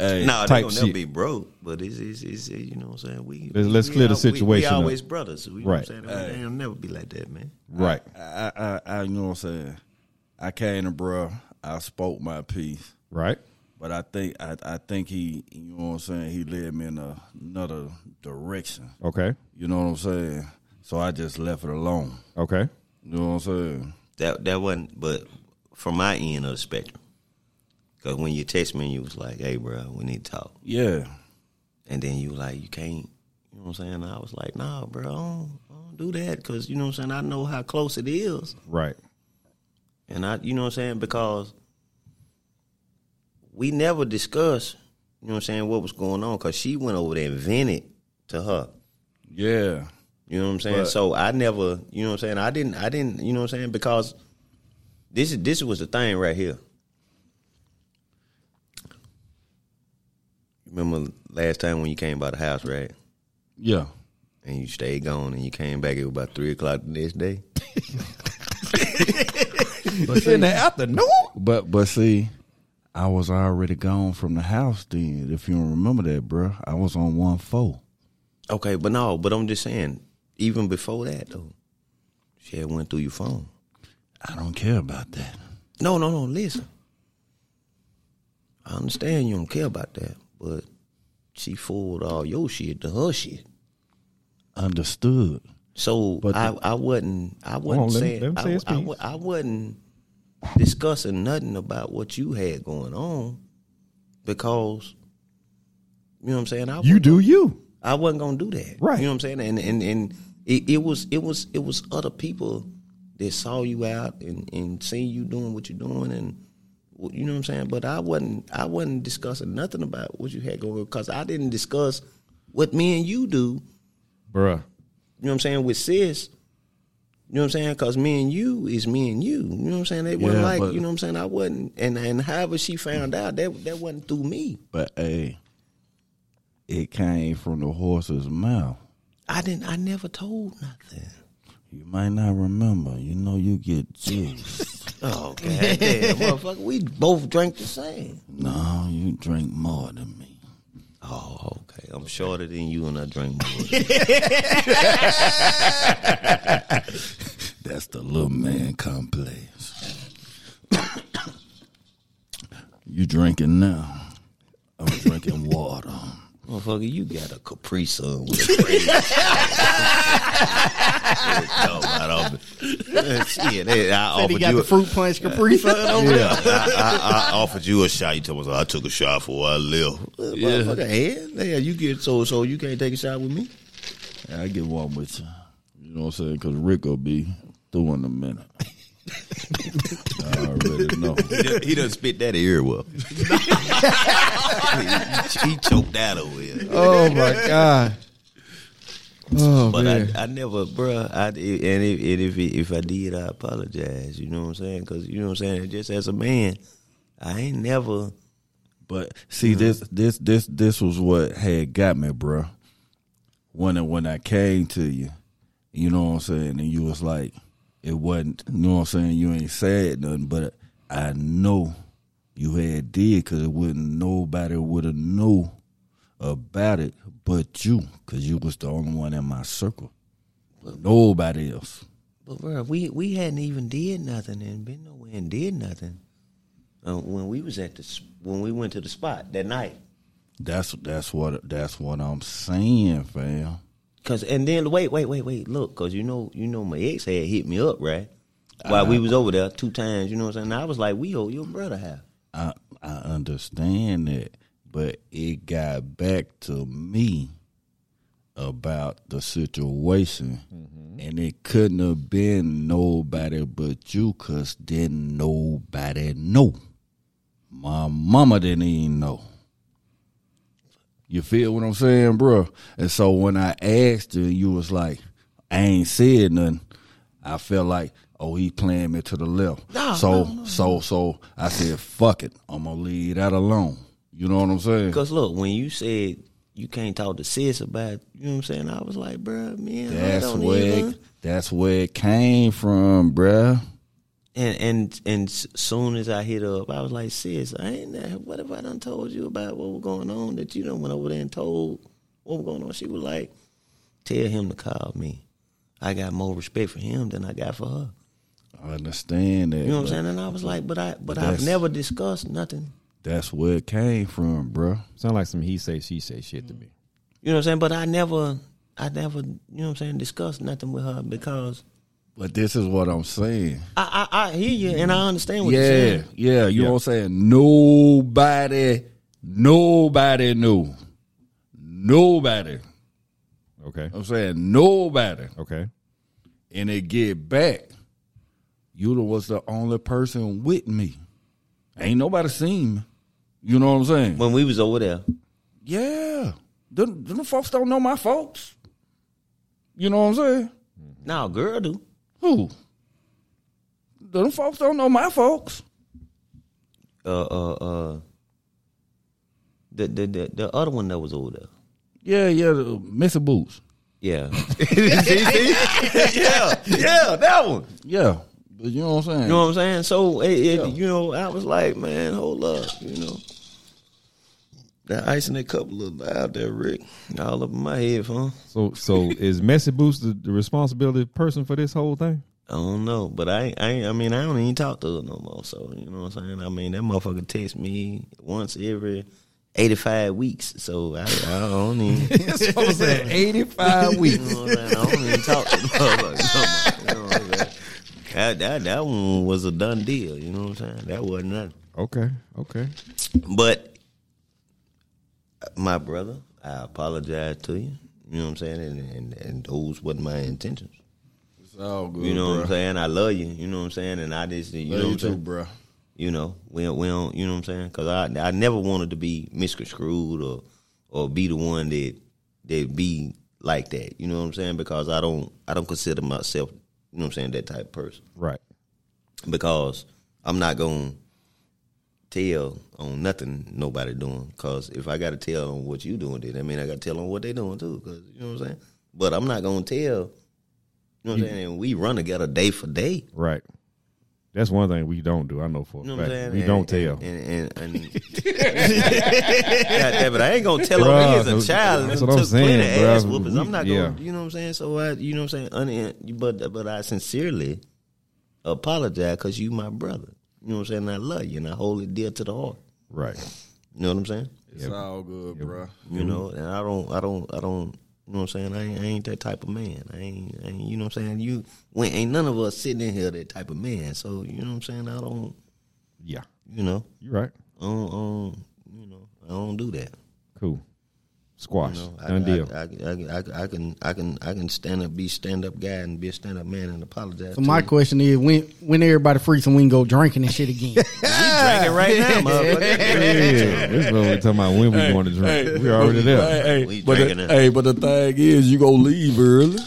Speaker 4: No, they
Speaker 1: type
Speaker 4: gonna never
Speaker 1: shit.
Speaker 4: be broke, but it's, it's, it's you know what I'm saying. We
Speaker 1: Let's- let's
Speaker 4: we
Speaker 1: clear the
Speaker 4: al- we- We,
Speaker 1: situation up.
Speaker 4: always brothers. We,
Speaker 1: Right.
Speaker 4: right. You know what I'm saying? They'll never be like that, man.
Speaker 1: Right.
Speaker 5: I, I, I, you know what I'm saying. I came to bro. I spoke my piece,
Speaker 1: Right.
Speaker 5: but I think I, I think he, you know what I'm saying. He led me in a, another direction.
Speaker 1: Okay.
Speaker 5: You know what I'm saying. So I just left it alone.
Speaker 1: Okay.
Speaker 5: You know what I'm saying.
Speaker 4: That that wasn't, but from my end of the spectrum, because when you text me, you was like, "Hey, bro, we need to talk,"
Speaker 5: Yeah,
Speaker 4: and then you like, "You can't," you know what I'm saying? I was like, "Nah, bro, I don't, I don't do that," because you know what I'm saying. I know how close it is,
Speaker 1: Right.
Speaker 4: and I, you know what I'm saying, because we never discussed, you know what I'm saying, what was going on, because she went over there and vented to her.
Speaker 5: yeah.
Speaker 4: You know what I'm saying?
Speaker 5: But-
Speaker 4: so I never, you know what I'm saying? I didn't I didn't, you know what I'm saying? Because this is this was the thing right here. Remember last time when you came by the house, right?
Speaker 5: Yeah.
Speaker 4: And you stayed gone and you came back, it was about three o'clock the next day.
Speaker 1: But in the afternoon.
Speaker 5: But but see, I was already gone from the house then. If you don't remember that, bro, I was on one four.
Speaker 4: Okay, but no, but I'm just saying, even before that though, she had went through your phone.
Speaker 5: I don't care about that.
Speaker 4: No, no, no, listen. I understand you don't care about that, but she forwarded all your shit to her shit.
Speaker 5: Understood.
Speaker 4: So
Speaker 5: But
Speaker 4: I, I wasn't I wasn't
Speaker 1: on, let me-
Speaker 4: saying
Speaker 1: let him say
Speaker 4: I,
Speaker 1: his
Speaker 4: I,
Speaker 1: piece.
Speaker 4: wa- I wasn't discussing nothing about what you had going on because you know what I'm saying. I
Speaker 1: You
Speaker 4: wa-
Speaker 1: do you.
Speaker 4: I wasn't gonna do that.
Speaker 1: Right.
Speaker 4: You know what I'm saying. And and and it, it was it was it was other people that saw you out and and seen you doing what you're doing and. well, You know what I'm saying, but I wasn't. I wasn't discussing nothing about what you had going because I didn't discuss what me and you do
Speaker 1: Bruh.
Speaker 4: You know what I'm saying? With sis, you know what I'm saying? Cause me and you is me and you. You know what I'm saying? They wasn't
Speaker 5: Yeah,
Speaker 4: like,
Speaker 5: but-
Speaker 4: you know what I'm saying? I wasn't and and however she found out, that that wasn't through me.
Speaker 5: But hey, it came from the horse's mouth.
Speaker 4: I didn't I never told nothing.
Speaker 5: You might not remember. You know you get juice.
Speaker 4: Oh god damn, motherfucker, we both drank the same.
Speaker 5: no, you drink more than me.
Speaker 4: Oh, okay. I'm shorter than you and I drink more.
Speaker 5: That's the little man complex. you drinking now. I'm drinking water.
Speaker 4: Motherfucker, you got a Capri Sun with a braid.
Speaker 3: Oh,
Speaker 4: Shit, hey, I
Speaker 3: Said he
Speaker 4: offered
Speaker 3: got
Speaker 4: you
Speaker 3: the
Speaker 4: a,
Speaker 3: fruit punch Capri Sun over there.
Speaker 4: I, I, I offered you a shot. You told me I took a shot for I live. Yeah. Motherfucker, and yeah, you get so so you can't take a shot with me.
Speaker 5: I get one with you. You know what I'm saying? Because Rick will be through in a minute. I already know.
Speaker 4: He done, he done spit that ear well. he, he choked that away.
Speaker 1: Oh my god. Oh
Speaker 4: But
Speaker 1: man.
Speaker 4: I, I never, bruh. I, and if, and if if I did, I apologize. You know what I'm saying? Because you know what I'm saying. Just as a man, I ain't never.
Speaker 5: But see, this this this this was what had got me, bro. When when I came to you, you know what I'm saying, and you was like, it wasn't. You know what I'm saying? You ain't said nothing, but I know you had did because it wouldn't nobody would have know about it but you, because you was the only one in my circle. Nobody else.
Speaker 4: But bro, we we hadn't even did nothing and been nowhere and did nothing uh, when we was at the s- when we went to the spot that night.
Speaker 5: That's that's what that's what I'm saying, fam.
Speaker 4: Cause and then wait wait wait wait look, cause you know you know my ex had hit me up right while we was over there two times. You know what I'm saying? And I was like, we owe your brother half.
Speaker 5: I I understand that, but it got back to me about the situation, and it couldn't have been nobody but you, cause didn't nobody know. My mama didn't even know. You feel what I'm saying, bro? And so when I asked you, you was like, "I ain't said nothing." I felt like, "Oh, he playing me to the left." so, so, so I said, "Fuck it, I'm gonna leave that alone." You know what I'm saying?
Speaker 4: Cause look, when you said you can't talk to sis about, you know what I'm saying? I was like, bruh, man, I
Speaker 5: That's
Speaker 4: don't
Speaker 5: where
Speaker 4: even.
Speaker 5: it, that's where it came from, bruh.
Speaker 4: And and and s- soon as I hit up, I was like, sis, I ain't that. What if I done told you about what was going on that you done went over there and told what was going on? She was like, tell him to call me. I got more respect for him than I got for her.
Speaker 5: I understand that.
Speaker 4: You know what I'm
Speaker 5: but
Speaker 4: saying? And I was like, but I but
Speaker 5: that's-
Speaker 4: I've never discussed nothing.
Speaker 5: That's where it came from, bruh.
Speaker 1: Sound like some he say she say shit to me.
Speaker 4: You know what I'm saying? But I never I never, you know what I'm saying, discussed nothing with her because
Speaker 5: But this is what I'm saying.
Speaker 4: I I, I hear you and I understand what you're
Speaker 5: Yeah,
Speaker 4: saying.
Speaker 5: yeah. You know what I'm saying? Nobody, nobody knew. Nobody.
Speaker 1: Okay.
Speaker 5: I'm saying nobody.
Speaker 1: Okay.
Speaker 5: And it get back. You the- was the only person with me. Ain't nobody seen me. You know what I'm saying?
Speaker 4: When we was over there.
Speaker 5: yeah. Them, them folks don't know my folks. You know what I'm saying?
Speaker 4: Now girl do.
Speaker 5: Who? Them folks don't know my folks.
Speaker 4: uh uh uh the the the, the other one that was over there.
Speaker 5: Yeah, yeah. the- Mr. Boots.
Speaker 4: Yeah.
Speaker 2: yeah, that one.
Speaker 5: Yeah. But you know what I'm saying?
Speaker 4: You know what I'm saying? So it, it, you know, I was like, man, hold up, you know. That icing that cup a little loud there, Rick. All up in my head, huh?
Speaker 1: So so is Messi Boost the, the responsibility person for this whole thing?
Speaker 4: I don't know, but I, I, I mean, I don't even talk to her no more. So you know what I'm saying? I mean, that motherfucker text me once every eighty five weeks. So I, I don't even.
Speaker 1: That's what I'm saying. Eighty five
Speaker 4: You know what I'm saying? I don't even talk to the motherfuckers no more. You know what I'm saying? That, that, that one was a done deal. You know what I'm saying? That wasn't nothing.
Speaker 1: Okay. Okay.
Speaker 4: But my brother, I apologize to you. You know what I'm saying? And, and, and those wasn't my intentions.
Speaker 5: It's all good.
Speaker 4: You know what
Speaker 5: bruh.
Speaker 4: I'm saying? I love you. You know what I'm saying? And I just, you know
Speaker 5: Love
Speaker 4: what
Speaker 5: you
Speaker 4: I'm
Speaker 5: too,
Speaker 4: saying?
Speaker 5: bro.
Speaker 4: You know, we, don't- we don't, you know what I'm saying? Because I, I never wanted to be misconstrued or, or be the one that, that be like that. You know what I'm saying? Because I don't I don't consider myself, you know what I'm saying, that type of person.
Speaker 1: Right.
Speaker 4: Because I'm not gonna tell on nothing nobody doing. Cause if I gotta tell on what you doing, then I mean I gotta tell on what they doing too. Cause you know what I'm saying? But I'm not gonna tell. You know what I'm saying? And we run together day for day.
Speaker 1: Right. That's one thing we don't do. I know for a
Speaker 4: You know what
Speaker 1: fact.
Speaker 4: I'm saying?
Speaker 1: We
Speaker 4: And-
Speaker 1: don't tell.
Speaker 4: And, and, and, and God damn it, I ain't gonna tell
Speaker 1: Bruh,
Speaker 4: her me as
Speaker 1: that's-
Speaker 4: a child.
Speaker 1: that's
Speaker 4: and
Speaker 1: what I'm
Speaker 4: took plenty of
Speaker 1: saying,
Speaker 4: ass
Speaker 1: bruh.
Speaker 4: whoopings.
Speaker 1: We-
Speaker 4: I'm not
Speaker 1: yeah.
Speaker 4: gonna, you know what I'm saying. So I, you know what I'm saying. Un- but but I sincerely apologize because you my brother. You know what I'm saying. and I love you and I hold it dear to the heart.
Speaker 1: right.
Speaker 4: You know what I'm saying.
Speaker 5: It's all good, bro.
Speaker 4: You
Speaker 1: Mm-hmm.
Speaker 4: know, and I don't, I don't, I don't. You know what I'm saying? I ain't, I ain't that type of man. I ain't, I ain't, you know what I'm saying? You, we ain't none of us sitting in here that type of man. So you know what I'm saying? I don't,
Speaker 1: Yeah.
Speaker 4: you know,
Speaker 1: You're right.
Speaker 4: I don't, I don't you know, I don't do that.
Speaker 1: Cool. Squash.
Speaker 4: You know, I,
Speaker 1: Done
Speaker 4: I-
Speaker 1: deal.
Speaker 4: I, I- I- I can I can I can stand up, be stand up guy, and be a stand up man, and apologize.
Speaker 3: So my
Speaker 4: to
Speaker 3: question is, when when everybody freaks and we can go drinking and shit again?
Speaker 4: you. right now, motherfucker.
Speaker 1: yeah, this is what we're talking about when we going to drink. We're already there.
Speaker 5: Hey,
Speaker 4: We
Speaker 5: hey, but
Speaker 4: drinking
Speaker 5: the,
Speaker 4: it.
Speaker 5: hey, but the thing is, you gonna leave early.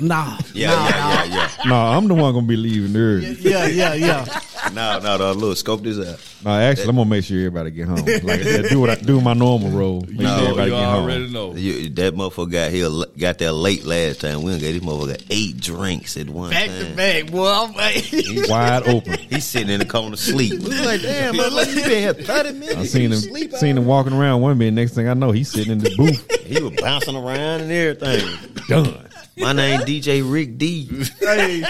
Speaker 3: nah,
Speaker 4: Yeah, yeah, yeah,
Speaker 1: No, I'm the one gonna be leaving early.
Speaker 3: yeah, yeah, yeah.
Speaker 4: yeah. No, no, no. Look, scope this out.
Speaker 1: No, actually, I'm gonna make sure everybody get home. Like I said, do what I do my normal role. Make
Speaker 4: No,
Speaker 1: sure everybody
Speaker 4: you
Speaker 1: get
Speaker 5: already
Speaker 1: home.
Speaker 5: know.
Speaker 4: You, that motherfucker got here, l- got there late last time. We done gave this motherfucker eight drinks at one
Speaker 3: Back
Speaker 4: time.
Speaker 3: to back, boy. I'm like,
Speaker 1: Wide open.
Speaker 4: He's sitting in the corner sleep. We like, damn, motherfucker, you been here thirty minutes.
Speaker 1: I seen him, seen him walking around one minute. Next thing I know, he's sitting in the booth.
Speaker 4: He was bouncing around and everything.
Speaker 1: Done,
Speaker 4: My name DJ Rick D.
Speaker 3: hey,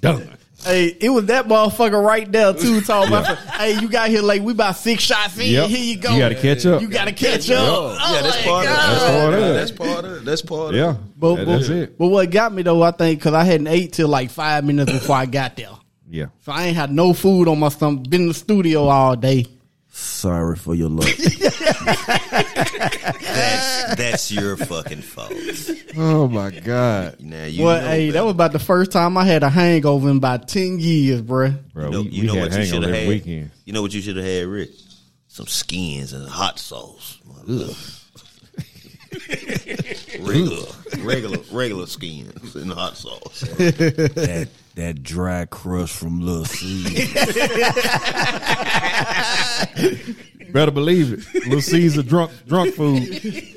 Speaker 1: done.
Speaker 3: hey, it was that motherfucker right there too. Talking about, hey, you got here late. We about six shots in.
Speaker 1: Yep.
Speaker 3: Here you go.
Speaker 1: You gotta catch up.
Speaker 3: You gotta catch up. Oh
Speaker 4: yeah, that's
Speaker 3: my
Speaker 4: part, of it.
Speaker 3: God.
Speaker 1: That's part of it.
Speaker 4: That's part of it. That's part of it.
Speaker 1: Yeah,
Speaker 3: But,
Speaker 1: that-
Speaker 3: but-
Speaker 1: that's it.
Speaker 3: But what got me though, I think, because I hadn't ate till like five minutes before I got there.
Speaker 1: Yeah,
Speaker 3: So I ain't had no food on my stomach. Been in the studio all day.
Speaker 5: Sorry for your luck.
Speaker 4: That's that's your fucking fault.
Speaker 1: Oh my God,
Speaker 4: Now you
Speaker 3: Well,
Speaker 4: know
Speaker 3: hey,
Speaker 4: better.
Speaker 3: that was about the first time I had a hangover in about ten years, bruh.
Speaker 1: bro.
Speaker 4: you know,
Speaker 1: we
Speaker 4: you
Speaker 1: we
Speaker 4: know
Speaker 1: had
Speaker 4: what you should
Speaker 1: hangover
Speaker 4: have
Speaker 1: every
Speaker 4: had.
Speaker 1: weekend.
Speaker 4: You know what you should have had, Rick? Some skins and hot sauce. Ugh. regular, regular, regular skins and hot sauce.
Speaker 5: that that dry crust from Lil C.
Speaker 1: Better believe it. Little Caesar drunk, drunk food.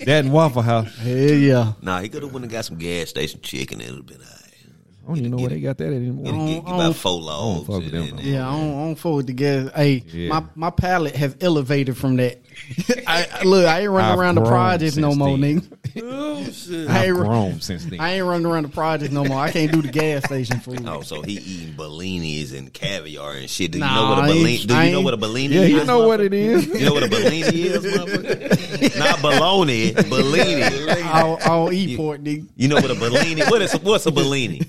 Speaker 1: That and Waffle House. I
Speaker 3: Hell yeah.
Speaker 4: Nah, he could have went and got some gas station chicken. It'd have been all right.
Speaker 1: don't even know where they got that
Speaker 4: Get,
Speaker 1: anymore.
Speaker 4: get, get
Speaker 3: I don't-
Speaker 4: about four logs.
Speaker 1: fuck with
Speaker 4: and
Speaker 1: them
Speaker 4: then-
Speaker 1: no
Speaker 3: Yeah, I don't, I don't fuck with the gas. Hey,
Speaker 1: Yeah.
Speaker 3: my, my palate has elevated from that. I, I- look, I ain't running
Speaker 1: I've
Speaker 3: around the
Speaker 1: grown
Speaker 3: projects no
Speaker 1: since
Speaker 3: more,
Speaker 1: then.
Speaker 3: nigga. I
Speaker 1: I've
Speaker 3: ain't, run-
Speaker 1: grown since then.
Speaker 3: I ain't running around the projects no more. I can't do the gas station food.
Speaker 4: Oh, so he eating bellinis and caviar and shit. Do you
Speaker 3: Nah,
Speaker 4: know what a
Speaker 3: I ain't-
Speaker 4: bellini? Do
Speaker 3: I
Speaker 4: you know
Speaker 3: ain't-
Speaker 4: what a bellini?
Speaker 1: Yeah,
Speaker 4: is?
Speaker 1: you know what it is.
Speaker 4: You know what a bellini is, motherfucker? Not bologna, bellini.
Speaker 3: I'll, I'll eat pork, nigga.
Speaker 4: You know what a bellini? What is what's a bellini?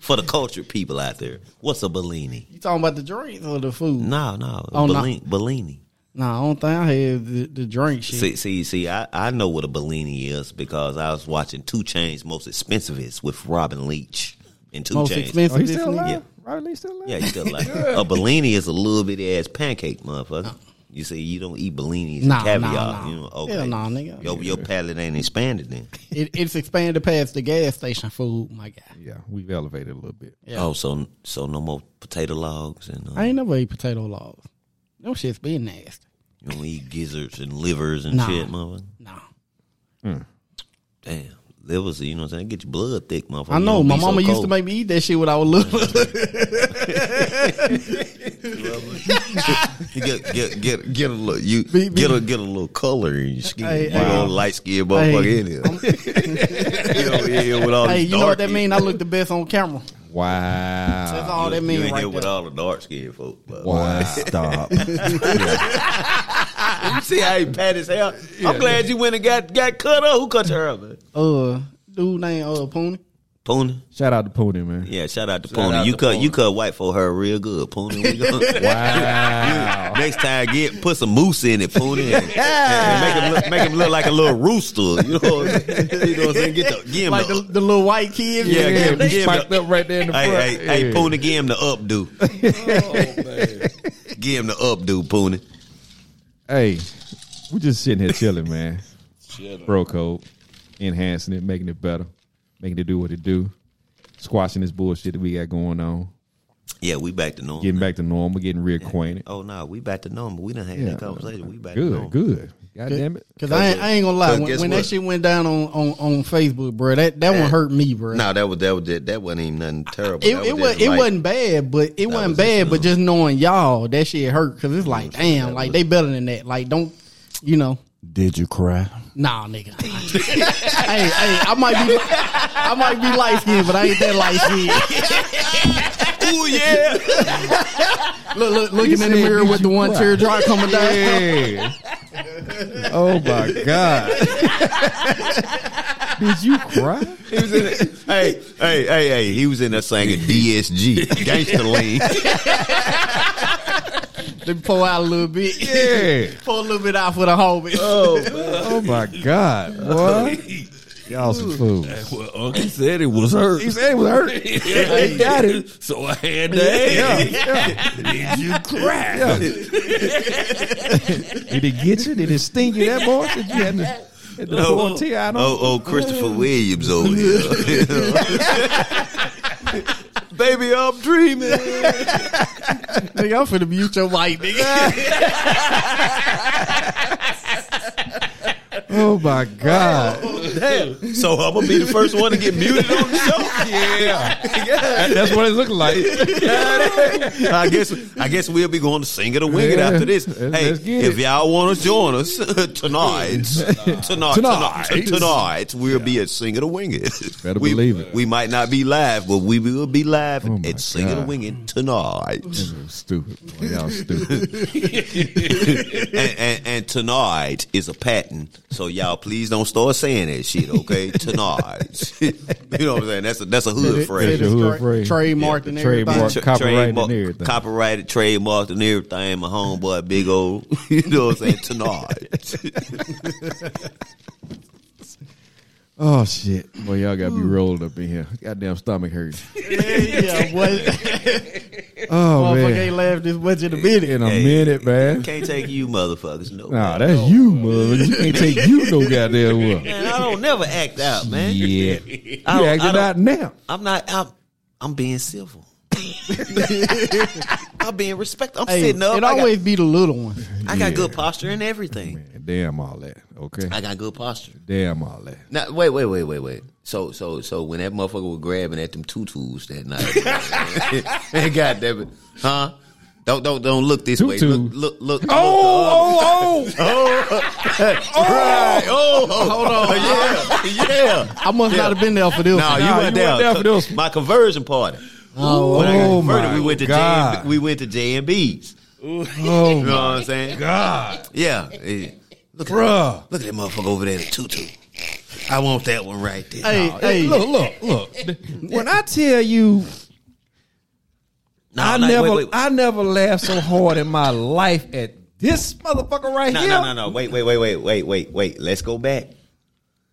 Speaker 4: For the cultured people out there, what's a bellini?
Speaker 3: You talking about the drinks or the food?
Speaker 4: No, no,
Speaker 3: Oh,
Speaker 4: oh,
Speaker 3: no.
Speaker 4: bellini. bellini.
Speaker 3: Nah, I don't think I had the, the drink shit.
Speaker 4: See, see, see. I, I know what a bellini is because I was watching Two Chains' Most Expensivest with Robin Leach and Two
Speaker 3: Most
Speaker 4: Chains.
Speaker 1: Oh,
Speaker 3: expensive.
Speaker 1: he's
Speaker 3: this
Speaker 1: still
Speaker 3: nigga.
Speaker 1: alive.
Speaker 4: Yeah.
Speaker 1: Robert Lee still alive.
Speaker 4: Yeah, you still like a bellini is a little bitty ass pancake, motherfucker. You see, you don't eat bellinis
Speaker 3: Nah,
Speaker 4: and caviar.
Speaker 3: nah, nah.
Speaker 4: You know, okay.
Speaker 3: Hell nah, nigga.
Speaker 4: Your, your palate ain't expanded then.
Speaker 3: It, it's expanded past the gas station food, my guy.
Speaker 1: Yeah, we've elevated a little bit.
Speaker 3: Yeah.
Speaker 4: Oh, so so no more potato logs and uh,
Speaker 3: I ain't never ate potato logs. Them shit's been nasty.
Speaker 4: you don't eat gizzards and livers and
Speaker 3: Nah.
Speaker 4: shit, motherfucker.
Speaker 3: Nah.
Speaker 4: Damn, there was you know what I'm saying. Get your blood thick, motherfucker.
Speaker 3: I
Speaker 4: You
Speaker 3: know.
Speaker 4: don't
Speaker 3: My
Speaker 4: be so
Speaker 3: mama used to
Speaker 4: cold.
Speaker 3: make me eat that shit when I was little.
Speaker 4: You get get get get a little you
Speaker 3: Be- be-
Speaker 4: get a get a little color in your skin.
Speaker 3: Hey,
Speaker 4: you
Speaker 3: hey.
Speaker 4: know, light skinned motherfucker
Speaker 3: Hey.
Speaker 4: in here. you know, in here with all
Speaker 3: hey,
Speaker 4: this
Speaker 3: you know what
Speaker 4: dark
Speaker 3: that
Speaker 4: skin.
Speaker 3: mean? I look the best on camera. That's
Speaker 1: Wow.
Speaker 3: all that
Speaker 4: Ah,
Speaker 3: mean
Speaker 4: you in
Speaker 3: right
Speaker 4: here
Speaker 3: there.
Speaker 4: with all the dark skinned folk. motherfucker.
Speaker 1: Wow.
Speaker 5: Stop.
Speaker 4: You see how he pat his hair? I'm glad you went and got, got cut up. Who cut your hair, man?
Speaker 3: uh, dude named uh Pony.
Speaker 4: Pony.
Speaker 1: Shout out to Pony, man.
Speaker 4: Yeah, shout out to Pony. You cut you cut white for her real good, Pony. We gonna-
Speaker 1: Wow.
Speaker 4: Next time, get put some moose in it, Pony, and, and make him look, make him look like a little rooster. You know, what I'm saying? you know what I'm saying? Get the, give him
Speaker 3: Like the,
Speaker 4: the,
Speaker 3: the little white kid.
Speaker 4: Yeah,
Speaker 1: Yeah,
Speaker 4: give him,
Speaker 1: he
Speaker 4: give him
Speaker 1: spiked
Speaker 4: the,
Speaker 1: up right there in the front.
Speaker 4: hey, hey, hey,
Speaker 1: Yeah.
Speaker 4: Pony, give him the updo. Oh, Give him the updo, Pony.
Speaker 1: Hey, we just sitting here chilling, man. Bro code. enhancing it, making it better, making it do what it do, squashing this bullshit that we got going on,
Speaker 4: Yeah, we back to normal.
Speaker 1: getting back to normal, getting reacquainted.
Speaker 4: Oh no, we back to normal. We done had
Speaker 1: Yeah.
Speaker 4: that conversation. We
Speaker 6: Oh,
Speaker 4: back to
Speaker 1: Good,
Speaker 4: normal.
Speaker 1: good. God damn it.
Speaker 3: Cause I ain't, I ain't gonna lie,
Speaker 2: Cause
Speaker 3: when,
Speaker 2: guess
Speaker 3: when that
Speaker 2: what?
Speaker 3: shit went down on, on, on Facebook, bro, that, that one hurt me, bro.
Speaker 4: No, that was that was that, that wasn't even nothing terrible.
Speaker 3: it,
Speaker 4: That
Speaker 3: it
Speaker 4: was
Speaker 3: was
Speaker 4: just
Speaker 3: it
Speaker 4: like-
Speaker 3: wasn't bad, but it wasn't
Speaker 4: was just
Speaker 3: bad. But
Speaker 4: little.
Speaker 3: just knowing y'all, that shit hurt because it's like, damn, like they better than that. Like, don't you know?
Speaker 5: Did you cry?
Speaker 3: Nah, nigga. hey, hey, I might be, I might be light skinned, but I ain't that light skinned.
Speaker 4: Ooh yeah.
Speaker 3: look, look, looking in the mirror with the one teardrop coming down.
Speaker 1: Yeah. oh my God. Did you cry?
Speaker 4: He was in it. Hey, hey, hey, hey. He was in there singing DSG, Gangsta Lean.
Speaker 3: They pull out a little bit,
Speaker 1: Yeah.
Speaker 3: pull a little bit out for the homies.
Speaker 4: Uh.
Speaker 1: Oh my God. What? Y'all some fools.
Speaker 6: Well, Uncle said it was hurt.
Speaker 1: He said it was hurt.
Speaker 6: They got it. So I had to ask. Did you cry?
Speaker 1: Yeah. Did it get you? Did it sting you that much? Did you have to, had to pour a tear out on
Speaker 4: Oh, oh, Christopher Williams over here. Baby, I'm dreaming.
Speaker 3: nigga, I'm finna mute your mic, nigga.
Speaker 1: Oh my God.
Speaker 4: So I'm gonna be the first one to get muted on the show.
Speaker 1: That's what it looked like.
Speaker 4: I guess I guess we'll be going to sing it or wing it
Speaker 1: Yeah.
Speaker 4: after this.
Speaker 1: Let's-
Speaker 4: Hey,
Speaker 1: let's get
Speaker 4: if
Speaker 1: it.
Speaker 4: y'all want to join us tonight, tonight, tonight,
Speaker 1: Tonight.
Speaker 4: tonight, we'll be at sing it or wing it.
Speaker 1: Better
Speaker 4: we,
Speaker 1: believe it.
Speaker 4: We might not be live, but we will be live
Speaker 1: Oh my
Speaker 4: at sing it or
Speaker 1: God.
Speaker 4: wing it tonight.
Speaker 1: Stupid. Boy, y'all stupid.
Speaker 4: and, and, and tonight is a patent, so y'all please don't start saying that shit, okay? tonight, you know what I'm saying? That's a that's a hood phrase.
Speaker 1: That's your hood phrase.
Speaker 3: Trademarked
Speaker 4: Yeah,
Speaker 3: and
Speaker 1: the
Speaker 3: everything.
Speaker 1: trademark. Copyrighted and
Speaker 4: trademark-
Speaker 1: everything.
Speaker 4: Copyrighted, trademarked, and everything. My homeboy, big old, you know what I'm saying? Tonight.
Speaker 1: Oh shit. Oh. Well, y'all gotta be rolled up in here. Goddamn stomach hurts.
Speaker 3: Yeah, boy.
Speaker 1: Oh
Speaker 3: Motherfucker
Speaker 1: man.
Speaker 3: ain't laughed this much in a minute.
Speaker 1: In a minute, man.
Speaker 4: Can't take you motherfuckers, no.
Speaker 1: Nah, that's you, mother. You can't take you no goddamn well.
Speaker 4: Man, I don't never act out, man.
Speaker 1: Yeah. You
Speaker 4: I don't- I
Speaker 1: acting
Speaker 4: don't-
Speaker 1: out now.
Speaker 4: I'm not. I'm, I'm being civil. I'm being respectful. I'm
Speaker 3: Hey,
Speaker 4: sitting up.
Speaker 3: it
Speaker 4: I got,
Speaker 3: always be the little one.
Speaker 4: I got good posture and everything.
Speaker 1: Damn all that. Okay.
Speaker 4: I got good posture.
Speaker 1: Damn all that.
Speaker 4: Now, wait, wait, wait, wait, wait. So, so, so when that motherfucker was grabbing at them tutus that night, and goddamn it, huh? Don't, don't, don't look this way.
Speaker 1: Tutu.
Speaker 4: Look, look, look.
Speaker 1: Oh, oh, oh.
Speaker 4: right. oh, oh, hold on, yeah, yeah.
Speaker 3: I must not have been there for this.
Speaker 4: No, you
Speaker 1: you
Speaker 4: went
Speaker 1: went
Speaker 4: down.
Speaker 1: down for this.
Speaker 4: My conversion party.
Speaker 3: Oh,
Speaker 4: When I got
Speaker 1: Oh,
Speaker 4: converted,
Speaker 1: my
Speaker 4: we went to J
Speaker 1: God.
Speaker 4: and, we went to J and B's.
Speaker 1: Oh,
Speaker 4: You know what I'm saying?
Speaker 1: God.
Speaker 4: Yeah. yeah. Look, at,
Speaker 1: Bruh.
Speaker 4: look at that motherfucker over there in the tutu. I want that one right there.
Speaker 3: hey, hey,
Speaker 1: Look, look, look. When I tell you
Speaker 4: No,
Speaker 5: Ah,
Speaker 1: I
Speaker 4: like, wait,
Speaker 1: never,
Speaker 4: wait, wait.
Speaker 1: I never laughed so hard in my life at this motherfucker right
Speaker 4: No,
Speaker 1: here,
Speaker 4: no, no, no. Wait, wait, wait, wait, wait, wait, wait. Let's go back.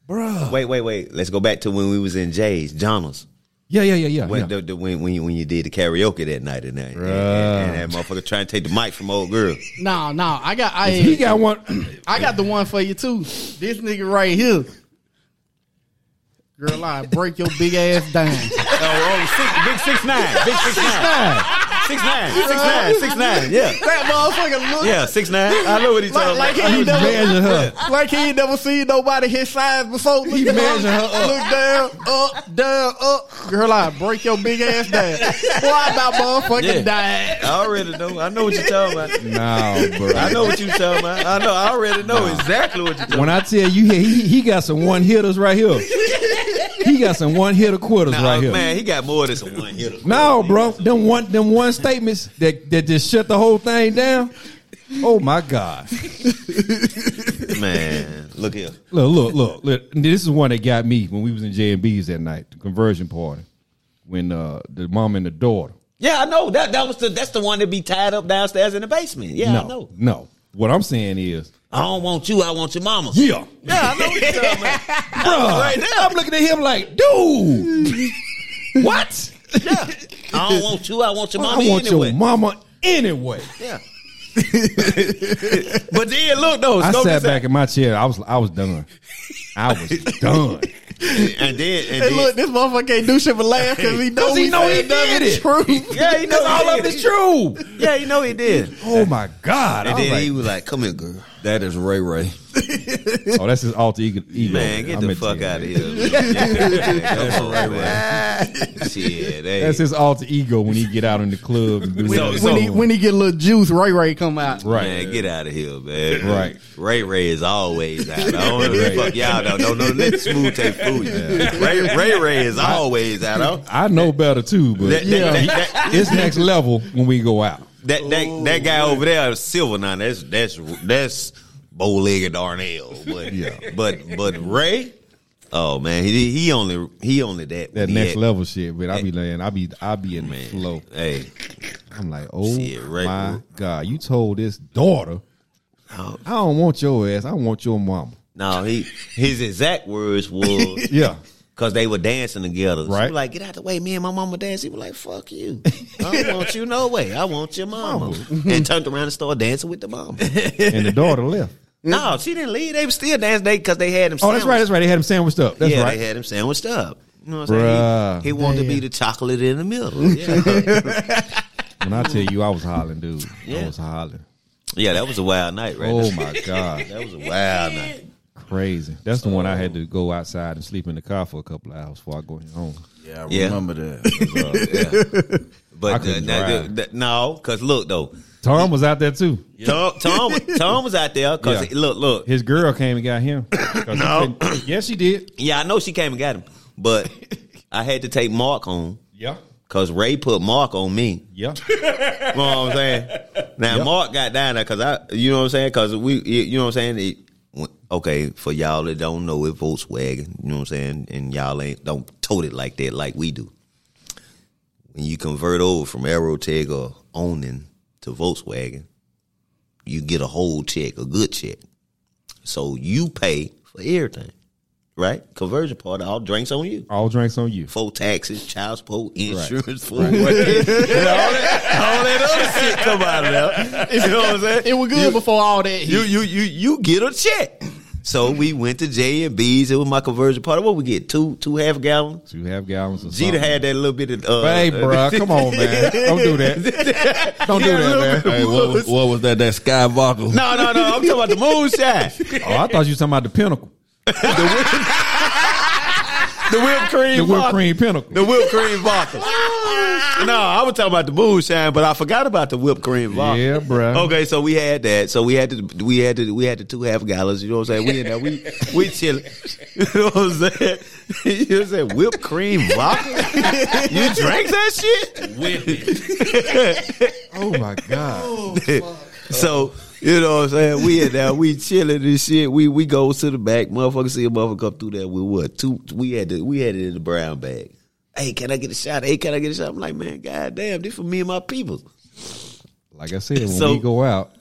Speaker 1: Bruh.
Speaker 4: Wait, wait, wait. Let's go back to when we was in Jay's, Jonas.
Speaker 1: Yeah, yeah, yeah, yeah.
Speaker 4: When,
Speaker 1: yeah.
Speaker 4: the, the, when, when, you, when you did the karaoke that night and that, and, and, and that motherfucker trying to take the mic from old girl.
Speaker 3: nah, nah. I got, I,
Speaker 1: he got one.
Speaker 3: I got the one for you too. This nigga right here. Girl, I break your big ass
Speaker 4: Oh,
Speaker 3: down.
Speaker 4: oh six, big six nine, big six nine, six nine, six nine, six nine. Yeah,
Speaker 3: That motherfucker look
Speaker 4: yeah, six nine. I know what he's
Speaker 3: like,
Speaker 4: talking
Speaker 3: like he
Speaker 4: about.
Speaker 3: ain't
Speaker 1: measuring her.
Speaker 3: never, like he ain't never seen nobody his size before. Look, he
Speaker 1: measuring her
Speaker 3: up. Look down, up, down, up. Girl, I break your big ass down. Boy, I about motherfucking died.
Speaker 4: I already know. I know what you're talking about.
Speaker 1: no, bro.
Speaker 4: I know what you're talking about. I know. I already know exactly what you're talking. about.
Speaker 1: When I tell you, he, he, he got some one hitters right here. he got some one hitter quarters
Speaker 4: Nah,
Speaker 1: right here.
Speaker 4: man, he got more than some one hitter.
Speaker 1: No, bro. Them one, them one statements that that just shut the whole thing down. Oh my God.
Speaker 4: man, look here.
Speaker 1: Look, look, look, look. This is one that got me when we was in J and B's that night, the conversion party, when uh, the mom and the daughter.
Speaker 4: Yeah, I know that. That was the. That's the one that be tied up downstairs in the basement. Yeah, I know.
Speaker 1: no, no. What I'm saying is,
Speaker 4: I don't want you. I want your mama.
Speaker 1: yeah,
Speaker 4: Yeah, I know what you're talking about.
Speaker 1: bro.
Speaker 4: Right there.
Speaker 1: I'm looking at him like, dude, what?
Speaker 4: I don't want you. I want your
Speaker 1: I
Speaker 4: mama
Speaker 1: want
Speaker 4: anyway.
Speaker 1: your mama anyway.
Speaker 4: yeah.
Speaker 2: But then look though,
Speaker 1: I
Speaker 2: Scope
Speaker 1: sat
Speaker 2: just said-
Speaker 1: back in my chair. I was I was done. I was done.
Speaker 4: and then and
Speaker 3: Hey,
Speaker 4: then,
Speaker 3: look, this motherfucker can't do shit but laugh because he know
Speaker 1: Cause he
Speaker 3: we
Speaker 1: know he
Speaker 3: said nothing
Speaker 1: did it.
Speaker 3: True.
Speaker 4: yeah, you know
Speaker 1: Because all of it's true.
Speaker 4: Yeah, you know he did.
Speaker 1: Oh my god! I
Speaker 4: And
Speaker 1: was
Speaker 4: then
Speaker 1: like,
Speaker 4: he was like, "Come here, girl,
Speaker 5: That is Ray Ray.
Speaker 1: oh, that's his alter ego. ego.
Speaker 4: man, get
Speaker 1: I
Speaker 4: the
Speaker 1: meant to
Speaker 4: fuck
Speaker 1: you.
Speaker 4: out of here." man. Come on, man. Shit, hey.
Speaker 1: That's his alter ego when he get out in the club and do
Speaker 4: So-
Speaker 1: that.
Speaker 3: When he when he get a little juice, Ray Ray come out.
Speaker 1: right.
Speaker 4: Man, get out of here, man.
Speaker 1: Right.
Speaker 4: Ray Ray is always out. I don't know the fuck y'all don't know. No, let smooth tape fool you. Ray Ray Ray is always out. I don't-
Speaker 1: I know better too, but
Speaker 4: That, that,
Speaker 3: Yeah.
Speaker 4: that, that,
Speaker 1: it's next level when we go out.
Speaker 4: That that that guy over there, Silver Nine, that's that's that's bow legged Darnell. But
Speaker 1: Yeah.
Speaker 4: but but Ray, oh man, he he only he only that
Speaker 1: That
Speaker 4: when he
Speaker 1: next
Speaker 4: at-
Speaker 1: level shit, but I be laying, I be, I be in the
Speaker 4: Man,
Speaker 1: flow.
Speaker 4: Hey,
Speaker 1: I'm like, oh
Speaker 4: Shit, right.
Speaker 1: my god, you told this daughter,
Speaker 4: Oh.
Speaker 1: I don't want your ass, I want your mama.
Speaker 4: no, he his exact words was
Speaker 1: Yeah,
Speaker 4: because they were dancing together. She
Speaker 1: Right.
Speaker 4: was like, get out the way, me and my mama dance. He was like, fuck you, I don't want you no way. I want your mama, and turned around and started dancing with the mama.
Speaker 1: and the daughter left.
Speaker 4: no, she didn't leave. They were still dancing they because they had them.
Speaker 1: Oh, that's right,
Speaker 4: sandwiches.
Speaker 1: that's right. They had him sandwiched up. That's
Speaker 4: yeah,
Speaker 1: right.
Speaker 4: they had him sandwiched up. You know what I'm saying?
Speaker 1: Bruh.
Speaker 4: He, he wanted to be the chocolate in the middle. Yeah,
Speaker 1: when I tell you, I was hollering, dude. I
Speaker 4: Yeah.
Speaker 1: was hollering.
Speaker 4: yeah that was a wild night, right?
Speaker 1: Oh
Speaker 4: there.
Speaker 1: my god,
Speaker 4: That was a wild night.
Speaker 1: crazy. That's the one I
Speaker 4: Oh.
Speaker 1: had to go outside and sleep in the car for a couple of hours before I go home.
Speaker 5: Yeah, I
Speaker 4: Yeah.
Speaker 5: remember that.
Speaker 1: I
Speaker 4: But uh,
Speaker 1: couldn't
Speaker 4: now,
Speaker 1: drive.
Speaker 4: the- the- no, because look though,
Speaker 1: Tom was out there too.
Speaker 4: Tom, Tom, Tom was out there because
Speaker 1: Yeah.
Speaker 4: look, look,
Speaker 1: His girl came and got him. 'Cause he
Speaker 4: No.
Speaker 1: couldn't- yes, she did.
Speaker 4: yeah, I know she came and got him, but I had to take Mark home
Speaker 1: Yeah,
Speaker 4: because Ray put Mark on me.
Speaker 1: yeah.
Speaker 4: You know what I'm saying? Now Mark got down there because I, you know what I'm saying? Because we, you know what I'm saying? It, okay, for y'all that don't know, it Volkswagen. You know what I'm saying? And y'all ain't don't tote it like that like we do. When you convert over from Aerotech or owning to Volkswagen, you get a whole check, a good check. So you pay for everything, right? Conversion part, all drinks on you
Speaker 1: All drinks on you.
Speaker 4: for taxes, child support, insurance, for food, and all that, all that other shit come out of there. You know what I'm saying?
Speaker 3: It was good before all that.
Speaker 4: You you you you get a check. So we went to J and B's. It was my conversion party. What we get two two half gallons.
Speaker 1: Two half gallons of
Speaker 4: Jeter
Speaker 1: something.
Speaker 4: had that little bit of. Uh,
Speaker 1: But hey, bruh, come on, man. Don't do that. Don't do that, man. oh,
Speaker 5: hey, what was, what was that? That Sky Vodka.
Speaker 4: No no no. I'm talking about the moonshine,
Speaker 1: Oh, I thought you were talking about the pinnacle.
Speaker 4: the whipped cream,
Speaker 1: The whipped
Speaker 4: vodka.
Speaker 1: cream pinnacle.
Speaker 4: the whipped cream vodka. no, I was talking about the moonshine, but I forgot about the whipped cream vodka.
Speaker 1: yeah, bruh.
Speaker 4: Okay, so we had that. So we had to, we had to, we had the two half gallons. You know what I'm saying? We in there, we we chilling. You know what I'm saying? You know what I'm saying? Whipped cream vodka. You drank that shit.
Speaker 1: Oh my God.
Speaker 4: So you know what I'm saying? We in there, we chilling and shit. We we go to the back, motherfucker. See a motherfucker come through there with what? Two? We had to, we had it in the brown bag. Hey, can I get a shot? Hey, can I get a shot? I'm like, man, goddamn, this for me and my people.
Speaker 1: Like I said, when
Speaker 4: So-
Speaker 1: we go out,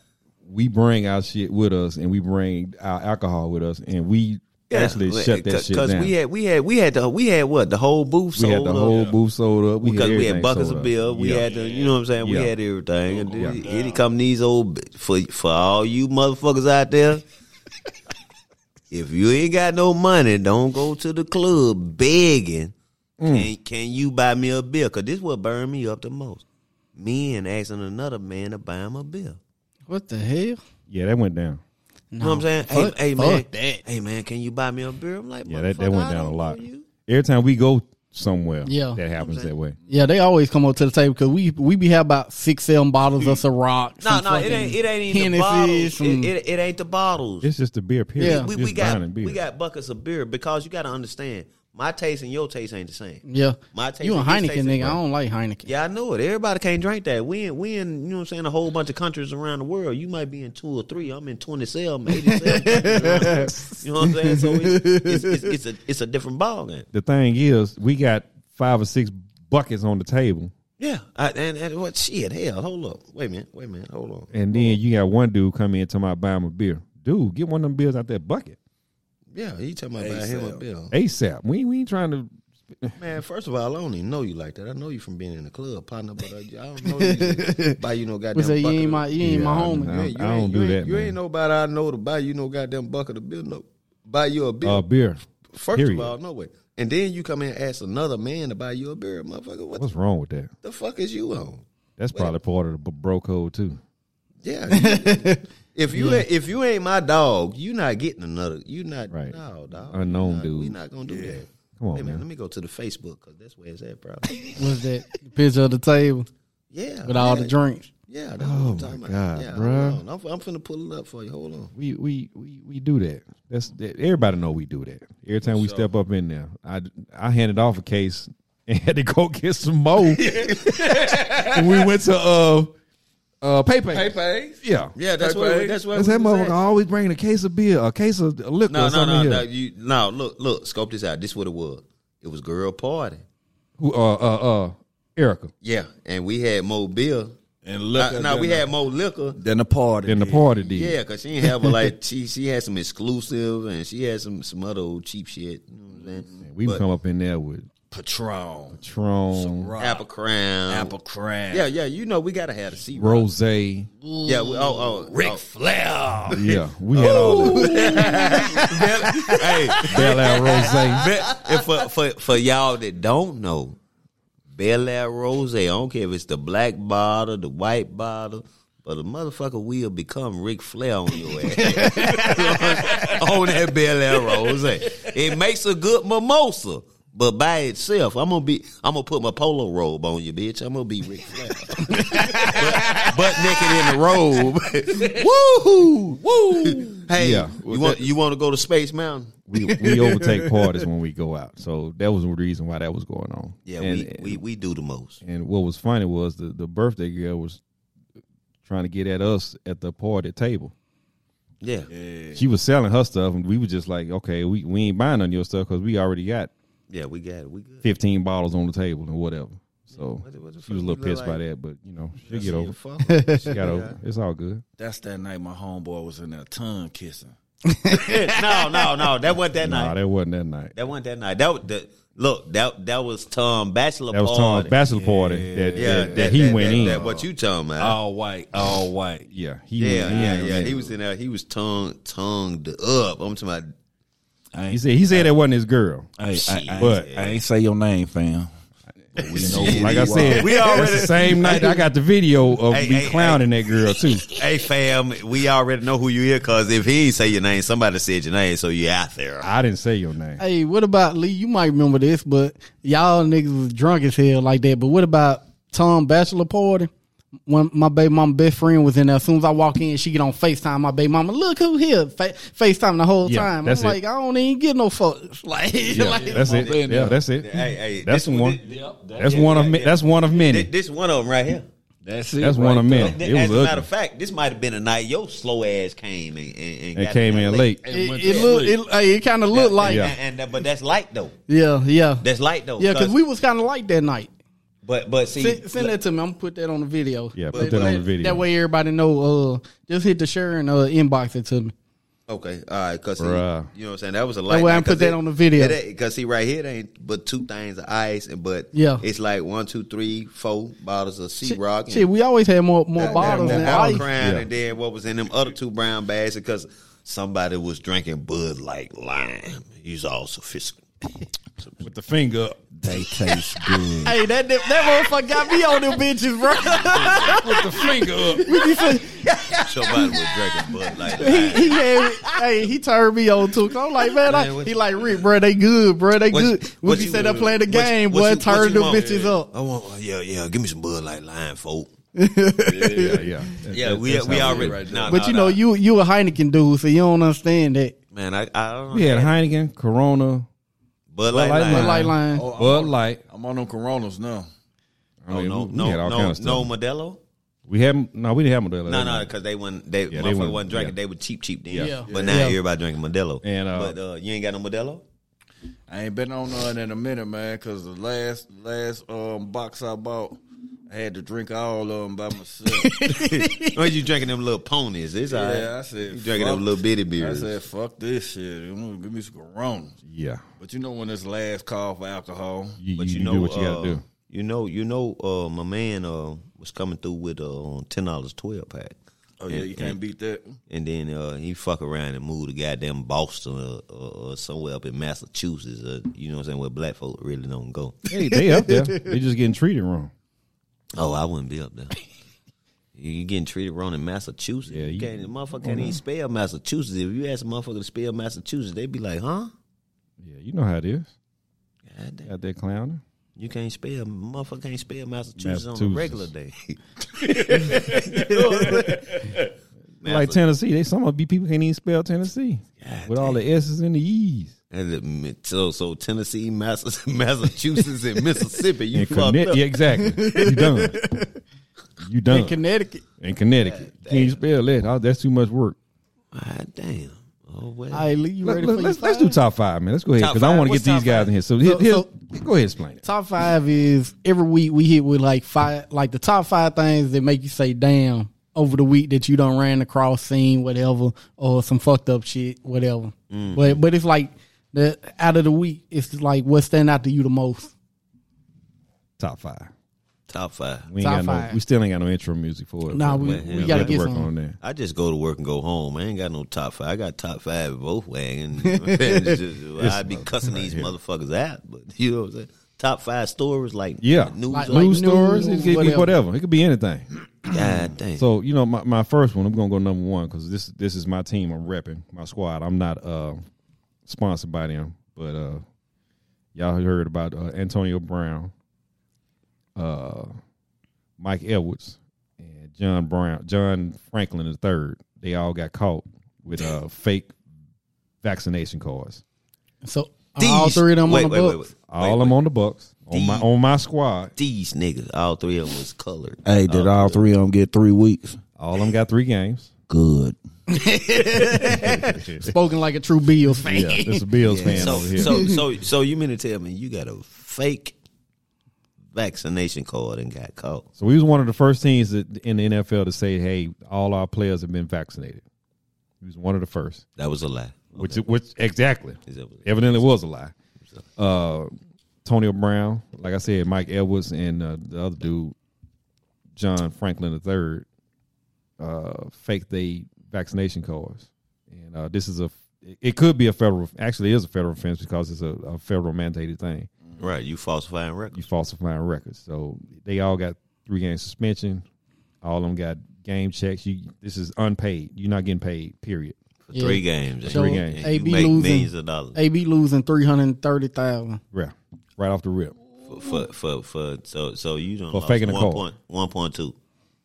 Speaker 1: we bring our shit with us and we bring our alcohol with us and we actually
Speaker 4: like,
Speaker 1: shut that shit down.
Speaker 4: we had we had we had the we had what the whole booth
Speaker 1: We had
Speaker 4: sold
Speaker 1: the
Speaker 4: up.
Speaker 1: whole booth sold up. We
Speaker 4: because we
Speaker 1: everything
Speaker 4: had buckets
Speaker 1: sold
Speaker 4: of
Speaker 1: up.
Speaker 4: bill. We
Speaker 1: Yeah.
Speaker 4: had the, you know what I'm saying.
Speaker 1: Yeah.
Speaker 4: We had everything. And then here come these old b- for for all you motherfuckers out there. if you ain't got no money, don't go to the club begging. Can,
Speaker 1: Mm.
Speaker 4: can you buy me a beer? Cause this what burned me up the most. Me and asking another man to buy him a beer.
Speaker 3: What the hell?
Speaker 1: yeah, that went down.
Speaker 4: You know what I'm saying?
Speaker 3: fuck-
Speaker 4: hey, hey
Speaker 3: fuck
Speaker 4: man,
Speaker 3: that.
Speaker 4: hey man, can you buy me a beer? I'm like,
Speaker 1: Yeah, that, that
Speaker 4: motherfucker,
Speaker 1: went
Speaker 4: I
Speaker 1: down a
Speaker 4: don't
Speaker 1: lot.
Speaker 4: know you.
Speaker 1: Every time we go somewhere,
Speaker 3: Yeah.
Speaker 1: that happens that way.
Speaker 3: Yeah, they always come up to the table because we we be have about six, seven bottles of Ciroc.
Speaker 4: No,
Speaker 3: some
Speaker 4: no, Mm-hmm. it
Speaker 3: fucking
Speaker 4: ain't. It ain't even the
Speaker 3: Hennessy,
Speaker 4: bottles. It,
Speaker 3: some-
Speaker 4: it, it ain't the bottles.
Speaker 1: It's just the beer
Speaker 3: Yeah.
Speaker 1: period.
Speaker 4: we,
Speaker 1: Just
Speaker 4: we got
Speaker 1: buying beer.
Speaker 4: we got buckets of beer because you got to understand my taste and your taste ain't the same.
Speaker 3: yeah,
Speaker 4: My taste
Speaker 3: you a
Speaker 4: and his
Speaker 3: Heineken
Speaker 4: taste
Speaker 3: nigga?
Speaker 4: is
Speaker 3: I don't like Heineken.
Speaker 4: Yeah, I know it. Everybody can't drink that. We in we in you know what I'm saying a whole bunch of countries around the world. You might be in two or three. I'm in twenty seven, eighty seven. countries around the world. you know what I'm saying? So it's, it's, it's, it's a it's a different ball game.
Speaker 1: the thing is, we got five or six buckets on the table,
Speaker 4: Yeah, I, and and what shit? Hell, hold up. Wait a minute. Wait a minute. Hold on.
Speaker 1: and then you got one dude come in talking about buy him a beer. Dude, get one of them beers out that bucket
Speaker 4: Yeah, he talking about buying him a bill.
Speaker 1: ASAP. We we ain't trying to
Speaker 4: Man, first of all, I don't even know you like that. I know you from being in the club, partner, but I, I don't know you. buy you no
Speaker 3: We
Speaker 4: goddamn
Speaker 3: say you
Speaker 4: bucket
Speaker 3: ain't
Speaker 4: of-
Speaker 3: my you ain't my homie.
Speaker 1: I
Speaker 4: Yeah, you
Speaker 1: don't
Speaker 4: ain't-
Speaker 1: do
Speaker 4: you ain't-
Speaker 1: that,
Speaker 4: You
Speaker 1: man.
Speaker 4: ain't nobody I know to buy you no goddamn bucket of beer. No, buy you a beer.
Speaker 1: Uh, beer.
Speaker 4: First
Speaker 1: period.
Speaker 4: of all, no way. And then you come in and ask another man to buy you a beer, motherfucker. What
Speaker 1: What's wrong with that?
Speaker 4: the fuck is you on?
Speaker 1: That's probably part of the b- bro code too.
Speaker 4: Yeah. if you ain't if you ain't my dog, you not getting another. You not
Speaker 1: Right.
Speaker 4: no dog.
Speaker 1: Unknown
Speaker 4: we not,
Speaker 1: dude.
Speaker 4: We not gonna do that.
Speaker 1: Come on,
Speaker 4: Wait a minute,
Speaker 1: man.
Speaker 4: Let me go to the Facebook because that's where it's at, probably.
Speaker 3: What's that The picture of the table
Speaker 4: yeah.
Speaker 3: with all
Speaker 4: yeah,
Speaker 3: the drinks?
Speaker 4: Yeah. That's oh what I'm talking
Speaker 1: my
Speaker 4: about.
Speaker 1: God,
Speaker 4: yeah,
Speaker 1: bruh.
Speaker 4: Hold on. I'm, I'm finna pull it up for you. Hold on.
Speaker 1: We we we, we do that. That's that, everybody know we do that. Every time we step up in there, I I handed off a case and had to go get some more. and we went to uh uh PayPay.
Speaker 2: PayPays?
Speaker 1: Yeah.
Speaker 4: Yeah, that's where. That's where.
Speaker 1: That's
Speaker 4: we
Speaker 1: that
Speaker 4: was at.
Speaker 1: motherfucker always bringing a case of beer, a case of liquor,
Speaker 4: No,
Speaker 1: or
Speaker 4: no,
Speaker 1: something
Speaker 4: no,
Speaker 1: here.
Speaker 4: no. You no. Look, look. Scope this out. This what it was. It was girl party.
Speaker 1: Who, uh, uh, uh, Erica
Speaker 4: Yeah, and we had more beer.
Speaker 5: And
Speaker 4: Uh,
Speaker 5: look,
Speaker 4: no, we had more liquor.
Speaker 5: then the party.
Speaker 1: in the party did.
Speaker 4: Yeah, cause she didn't have a, like she she had some exclusive and she had some some other old cheap shit. You know what I'm saying?
Speaker 1: We come up in there with
Speaker 5: Patron,
Speaker 1: Tron,
Speaker 5: rock,
Speaker 4: Apple Crown,
Speaker 5: apple crab,
Speaker 4: Yeah, yeah, you know we gotta have a seat.
Speaker 1: Rose.
Speaker 4: Yeah, we, oh, oh,
Speaker 6: Ric
Speaker 4: oh.
Speaker 6: Flair.
Speaker 1: Yeah, we had all the
Speaker 4: hey,
Speaker 1: Bel Air Rose.
Speaker 4: and for, for for y'all that don't know, Bel Air Rose. I don't care if it's the black bottle, the white bottle. But a motherfucker will become Ric Flair on your ass. on that Bel Air Rose. It makes a good mimosa. But by itself, I'm gonna be I'm gonna put my polo robe on you, bitch. I'm gonna be Ric Flair. but, butt naked in the robe. Woo! Woo! Hey,
Speaker 1: Yeah.
Speaker 4: you want you wanna go to Space Mountain?
Speaker 1: we we overtake parties when we go out. So that was the reason why that was going on.
Speaker 4: Yeah,
Speaker 1: and,
Speaker 4: we, we we do the most.
Speaker 1: and what was funny was the, the birthday girl was trying to get at us at the party table.
Speaker 4: Yeah.
Speaker 1: She was selling her stuff, and we were just like, okay, we, we ain't buying none of your stuff because we already got
Speaker 4: Yeah, we got it. We good.
Speaker 1: 15 bottles on the table and whatever. So
Speaker 4: What the- what the
Speaker 1: she was a little
Speaker 4: fuck you look
Speaker 1: pissed by
Speaker 4: like?
Speaker 1: that, but you know, she'll get over. it.
Speaker 4: Fuck.
Speaker 1: She got over. it. It's all good.
Speaker 5: That's that night my homeboy was in there tongue kissing.
Speaker 4: no, no, no. That wasn't that
Speaker 1: Nah,
Speaker 4: night.
Speaker 1: that wasn't that night.
Speaker 4: That wasn't that night. That was the look. That that was Tom Bachelor
Speaker 1: That was Tom's
Speaker 4: party.
Speaker 1: bachelor party that,
Speaker 4: Yeah,
Speaker 1: that, that, he went
Speaker 4: that-
Speaker 1: in. Oh,
Speaker 4: That what you talking about?
Speaker 5: All white, all white.
Speaker 1: yeah, he
Speaker 4: yeah,
Speaker 1: went in
Speaker 4: yeah,
Speaker 1: on
Speaker 4: yeah.
Speaker 1: that.
Speaker 4: He was in there. He was tongue tongued up. I'm talking about.
Speaker 5: I
Speaker 1: He
Speaker 5: ain't,
Speaker 1: said he said that wasn't his girl.
Speaker 5: I, I, I,
Speaker 1: But-
Speaker 5: I ain't say your name, fam.
Speaker 1: Like I said,
Speaker 4: We
Speaker 1: that's the
Speaker 4: already.
Speaker 1: same night I got the video of
Speaker 4: Hey,
Speaker 1: me
Speaker 4: hey,
Speaker 1: clowning that girl too.
Speaker 4: Hey fam, we already know who you is. Cause if he ain't say your name, somebody said your name, so you out there.
Speaker 1: I didn't say your name.
Speaker 3: Hey, what about Lee? You might remember this, but y'all niggas was drunk as hell like that. But what about Tom Bachelor Party? When my baby mama best friend was in there, as soon as I walk in, she get on FaceTime. My baby mama, look who here, Fa- FaceTime the whole
Speaker 1: Yeah,
Speaker 3: time. I'm
Speaker 1: that's it.
Speaker 3: like, I don't even get no fucks. Like,
Speaker 1: Yeah,
Speaker 3: like
Speaker 1: that's it. Yeah, that's it.
Speaker 4: Hey, hey,
Speaker 1: that's
Speaker 4: this-
Speaker 1: one.
Speaker 4: thi- yep, that-
Speaker 1: that's
Speaker 4: yeah,
Speaker 1: one of
Speaker 4: yeah,
Speaker 1: ma-
Speaker 4: yeah.
Speaker 1: that's one of many.
Speaker 4: Th- This one of them right here.
Speaker 5: That's it.
Speaker 1: That's one of
Speaker 5: there.
Speaker 1: many.
Speaker 4: Th-
Speaker 1: It
Speaker 4: As
Speaker 1: was
Speaker 4: a matter
Speaker 1: ugly.
Speaker 4: of fact, this might have been a night your slow ass came and and, and
Speaker 1: It
Speaker 4: got
Speaker 1: came
Speaker 4: there
Speaker 1: in late.
Speaker 3: it, it look, it, hey, it kind of looked like,
Speaker 1: Yeah.
Speaker 3: yeah,
Speaker 4: And, and- but that's light though.
Speaker 3: yeah, yeah,
Speaker 4: That's light though.
Speaker 3: Because we was kind of like that night.
Speaker 4: But but see,
Speaker 3: Send, send that to me. I'm gonna put that on the video.
Speaker 1: Yeah, put that on the video.
Speaker 3: That way, everybody know. Uh, just hit the share and uh, inbox it to me.
Speaker 4: okay, all right, cause see, you know
Speaker 1: Bruh.
Speaker 4: what I'm saying. That was a light.
Speaker 3: way I
Speaker 4: night,
Speaker 3: put
Speaker 4: 'cause
Speaker 3: that
Speaker 4: it-
Speaker 3: on the video.
Speaker 4: it ain't- Cause see, right here, it ain't but two things of ice, and but
Speaker 3: Yeah.
Speaker 4: it's like one, two, three, four bottles of Sea Rock. and-
Speaker 3: Shit, we always had more more
Speaker 4: that-
Speaker 3: bottles
Speaker 4: that
Speaker 3: than
Speaker 4: Apple
Speaker 3: ice.
Speaker 4: Crown
Speaker 1: Yeah.
Speaker 4: and then what was in them other two brown bags because somebody was drinking Bud like lime. He's all sophisticated.
Speaker 1: With the finger up.
Speaker 5: They taste good.
Speaker 3: Hey, that that, that motherfucker got me on them bitches, bro.
Speaker 1: With the finger up.
Speaker 4: Somebody was drinking Bud like
Speaker 3: he,
Speaker 4: lime.
Speaker 3: he had, hey, he turned me on too. i I'm like, man, I,
Speaker 4: Man, what-
Speaker 3: he like Rick, bro. They good, bro. They
Speaker 4: What-
Speaker 3: good. We
Speaker 4: what
Speaker 3: be
Speaker 4: you-
Speaker 3: sitting up playing the
Speaker 4: what-
Speaker 3: game,
Speaker 4: what
Speaker 3: boy.
Speaker 4: you- what
Speaker 3: Turn
Speaker 4: you
Speaker 3: them
Speaker 4: want?
Speaker 3: bitches up.
Speaker 4: I want, yeah, yeah. Give me some Bud Light Lime, folk.
Speaker 1: Yeah, yeah.
Speaker 4: Yeah, we we already. nah,
Speaker 3: But
Speaker 4: nah,
Speaker 3: you know,
Speaker 4: nah.
Speaker 3: you you a Heineken dude, so you don't understand that.
Speaker 4: man, I, I don't.
Speaker 1: We had Heineken,
Speaker 4: Oh,
Speaker 1: Corona,
Speaker 4: Bud Light
Speaker 1: Light
Speaker 4: Lime.
Speaker 1: Lime.
Speaker 3: Like line.
Speaker 5: Oh, I'm
Speaker 1: Bud
Speaker 5: on-
Speaker 1: Light.
Speaker 5: I'm on them Coronas now.
Speaker 1: I
Speaker 4: No,
Speaker 1: mean,
Speaker 4: oh, no,
Speaker 1: we,
Speaker 4: no,
Speaker 1: we had all
Speaker 4: no,
Speaker 1: kinds of stuff.
Speaker 4: no Modelo.
Speaker 1: We had no, we didn't have Modelo.
Speaker 4: No, no, because they weren't. They,
Speaker 1: Yeah,
Speaker 4: yeah,
Speaker 1: they weren't-
Speaker 4: wasn't drinking.
Speaker 1: yeah.
Speaker 4: They were cheap, cheap then.
Speaker 1: Yeah.
Speaker 3: Yeah.
Speaker 4: But now
Speaker 3: Yeah.
Speaker 4: everybody drinking Modelo.
Speaker 1: And, uh,
Speaker 4: but uh, you ain't got no Modelo.
Speaker 5: I ain't been on none in a minute, man, because the last last um box I bought, I had to drink all of them by myself.
Speaker 4: Or you drinking them little ponies? It's all right.
Speaker 5: yeah, I said
Speaker 4: You drinking
Speaker 5: fuck-
Speaker 4: them little bitty
Speaker 5: I
Speaker 4: beers.
Speaker 5: said fuck this shit. I'm gonna give me some Corona.
Speaker 1: Yeah.
Speaker 5: But you know when it's last call for alcohol,
Speaker 1: You,
Speaker 4: but
Speaker 1: you,
Speaker 4: you,
Speaker 1: you
Speaker 4: know
Speaker 1: do what you
Speaker 4: uh,
Speaker 1: got to do.
Speaker 4: You know, you know, uh, my man uh, was coming through with uh, ten dollars twelve pack.
Speaker 5: oh yeah, you can't beat that.
Speaker 4: And then uh, he fuck around and move to goddamn Boston or, or, or somewhere up in Massachusetts. Or, you know what I'm saying? Where black folk really don't go.
Speaker 1: Hey, they up there. They just getting treated wrong.
Speaker 4: Oh, I wouldn't be up there. You you getting treated wrong in Massachusetts.
Speaker 1: Yeah,
Speaker 4: you,
Speaker 1: you-
Speaker 4: can't, the motherfucker can't even spell Massachusetts. If you ask a motherfucker to spell Massachusetts, they be like, huh?
Speaker 1: Yeah, you know how it is.
Speaker 4: Goddamn.
Speaker 1: Out there clowning.
Speaker 4: You can't spell, motherfucker can't spell Massachusetts, on
Speaker 1: Massachusetts.
Speaker 4: a regular day.
Speaker 1: Like Tennessee, they some of be people can't even spell Tennessee
Speaker 4: God
Speaker 1: with all the S's and the E's.
Speaker 4: And it mi- so, so Tennessee, Massa- Massachusetts, and Mississippi, you
Speaker 1: In
Speaker 4: fucked
Speaker 1: Connecticut,
Speaker 4: up.
Speaker 1: yeah, exactly. You done. You
Speaker 4: Oh.
Speaker 1: done. In,
Speaker 3: in Connecticut.
Speaker 1: Connecticut, can you spell that? Oh, that's too much work.
Speaker 4: Ah, damn. Oh well.
Speaker 3: All right, Lee, you
Speaker 1: Let,
Speaker 3: ready for
Speaker 1: us
Speaker 3: your
Speaker 1: do top five, man. Let's go ahead
Speaker 4: Top
Speaker 1: because I
Speaker 4: five?
Speaker 1: want to get
Speaker 4: What's
Speaker 1: these
Speaker 4: top
Speaker 1: guys
Speaker 4: five?
Speaker 1: in here. So, here-
Speaker 3: So-
Speaker 1: here-
Speaker 3: so-
Speaker 1: go ahead, explain it.
Speaker 3: Top five is every week we hit with like five, like the top five things that make you say "damn" over the week that you done ran across, seen whatever, or some fucked up shit, whatever.
Speaker 4: Mm.
Speaker 3: But but it's like the out of the week, it's like what stand out to you the most.
Speaker 1: Top five.
Speaker 4: Top five.
Speaker 1: We, ain't
Speaker 3: Top
Speaker 1: got no-
Speaker 3: five.
Speaker 1: we still ain't got no intro music for it.
Speaker 3: Nah,
Speaker 1: but
Speaker 3: we-
Speaker 1: we'll
Speaker 3: we
Speaker 1: have
Speaker 3: gotta
Speaker 1: to
Speaker 3: get
Speaker 1: work
Speaker 3: some.
Speaker 1: on that.
Speaker 4: I just go to work and go home. I ain't got no top five. I got top five in both ways. I'd be cussing these motherfuckers out, but you know what I'm saying. Top five stories like
Speaker 1: Yeah,
Speaker 4: news.
Speaker 3: Like-
Speaker 4: on-
Speaker 1: news
Speaker 3: news,
Speaker 1: stories. It could be
Speaker 3: whatever.
Speaker 1: whatever. It could be anything.
Speaker 4: God damn.
Speaker 1: So you know, my, my first one, I'm gonna go number one because this this is my team. I'm repping my squad. I'm not uh sponsored by them, but uh y'all heard about uh, Antonio Brown, uh Mike Edwards, and John Brown, John Franklin the third. They all got caught with uh fake vaccination cards.
Speaker 3: So all three of them
Speaker 4: wait,
Speaker 3: on the
Speaker 4: wait,
Speaker 3: book.
Speaker 4: Wait, wait,
Speaker 1: All them on the Bucks on my
Speaker 4: These-
Speaker 1: on my squad.
Speaker 4: These niggas, all three of them was colored.
Speaker 5: Hey, did all three of them get three weeks?
Speaker 1: All them got three games.
Speaker 5: Good.
Speaker 3: Spoken like a true Bills fan.
Speaker 1: Yeah, this is a Bills fan
Speaker 4: So,
Speaker 1: over here.
Speaker 4: so, so, so you mean to tell me you got a fake vaccination card and got caught?
Speaker 1: So we was one of the first teams that, in the NFL to say, "Hey, all our players have been vaccinated." He was one of the first,
Speaker 4: That was a lie.
Speaker 1: which which exactly,
Speaker 4: Is that what-
Speaker 1: evidently was a lie. Uh, Antonio Brown, like I said, Mike Edwards, and uh, the other dude, John Franklin III, uh, faked they vaccination cards, and uh, this is a it could be a federal actually it is a federal offense because it's a, a federal mandated thing
Speaker 4: Right, you falsifying
Speaker 1: you
Speaker 4: records.
Speaker 1: falsifying records. So they all got three game suspension. All of them got game checks. You this is unpaid. You're not getting paid. Period.
Speaker 4: For
Speaker 3: Yeah.
Speaker 4: three games. and
Speaker 1: Three
Speaker 4: you-
Speaker 1: games.
Speaker 4: and You
Speaker 3: AB
Speaker 4: make
Speaker 3: losing.
Speaker 4: millions of dollars.
Speaker 3: AB losing three hundred thirty thousand.
Speaker 1: Yeah, right off the rip.
Speaker 4: for, for, for, for so so you don't
Speaker 1: For faking a call.
Speaker 4: one point two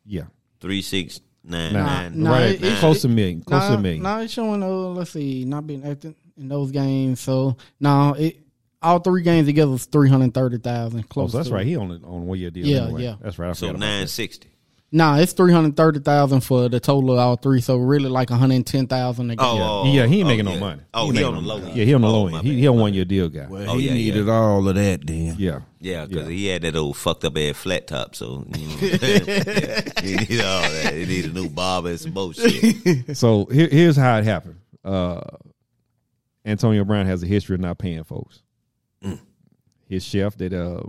Speaker 1: Yeah,
Speaker 4: three six nine
Speaker 1: nah,
Speaker 4: nine.
Speaker 3: Nah,
Speaker 1: right,
Speaker 3: it-
Speaker 1: close to a million, close to a million.
Speaker 3: Now it's showing. Uh, let's see, not being active in those games. So now it all three games together is three hundred thirty thousand.
Speaker 1: oh,
Speaker 3: Close.
Speaker 1: so that's
Speaker 3: to-
Speaker 1: right. He on it on one year deal.
Speaker 3: Yeah,
Speaker 1: anyway.
Speaker 3: yeah.
Speaker 1: That's right. I
Speaker 4: So
Speaker 1: forgot about
Speaker 4: nine sixty.
Speaker 3: Nah, it's three hundred thirty thousand for the total of all three. So really, like one hundred ten thousand a game.
Speaker 4: Oh,
Speaker 1: that.
Speaker 4: oh,
Speaker 1: yeah, he ain't
Speaker 4: oh,
Speaker 1: making
Speaker 4: yeah.
Speaker 1: no money.
Speaker 4: Oh, he,
Speaker 1: making
Speaker 4: on the
Speaker 1: no
Speaker 4: low.
Speaker 1: money.
Speaker 4: end.
Speaker 1: Yeah, he on the
Speaker 4: Oh,
Speaker 1: low
Speaker 4: my
Speaker 1: end. He
Speaker 4: bad.
Speaker 1: he on one year deal guy.
Speaker 5: Well,
Speaker 4: Oh,
Speaker 5: he
Speaker 4: yeah, yeah.
Speaker 5: needed all of that then.
Speaker 1: Yeah,
Speaker 4: Yeah, because he had that old fucked up ass flat top, so you know, he need all that. He need a new bob and some bullshit.
Speaker 1: So here, here's how it happened. Uh, Antonio Brown has a history of not paying folks.
Speaker 5: Mm.
Speaker 1: His chef that uh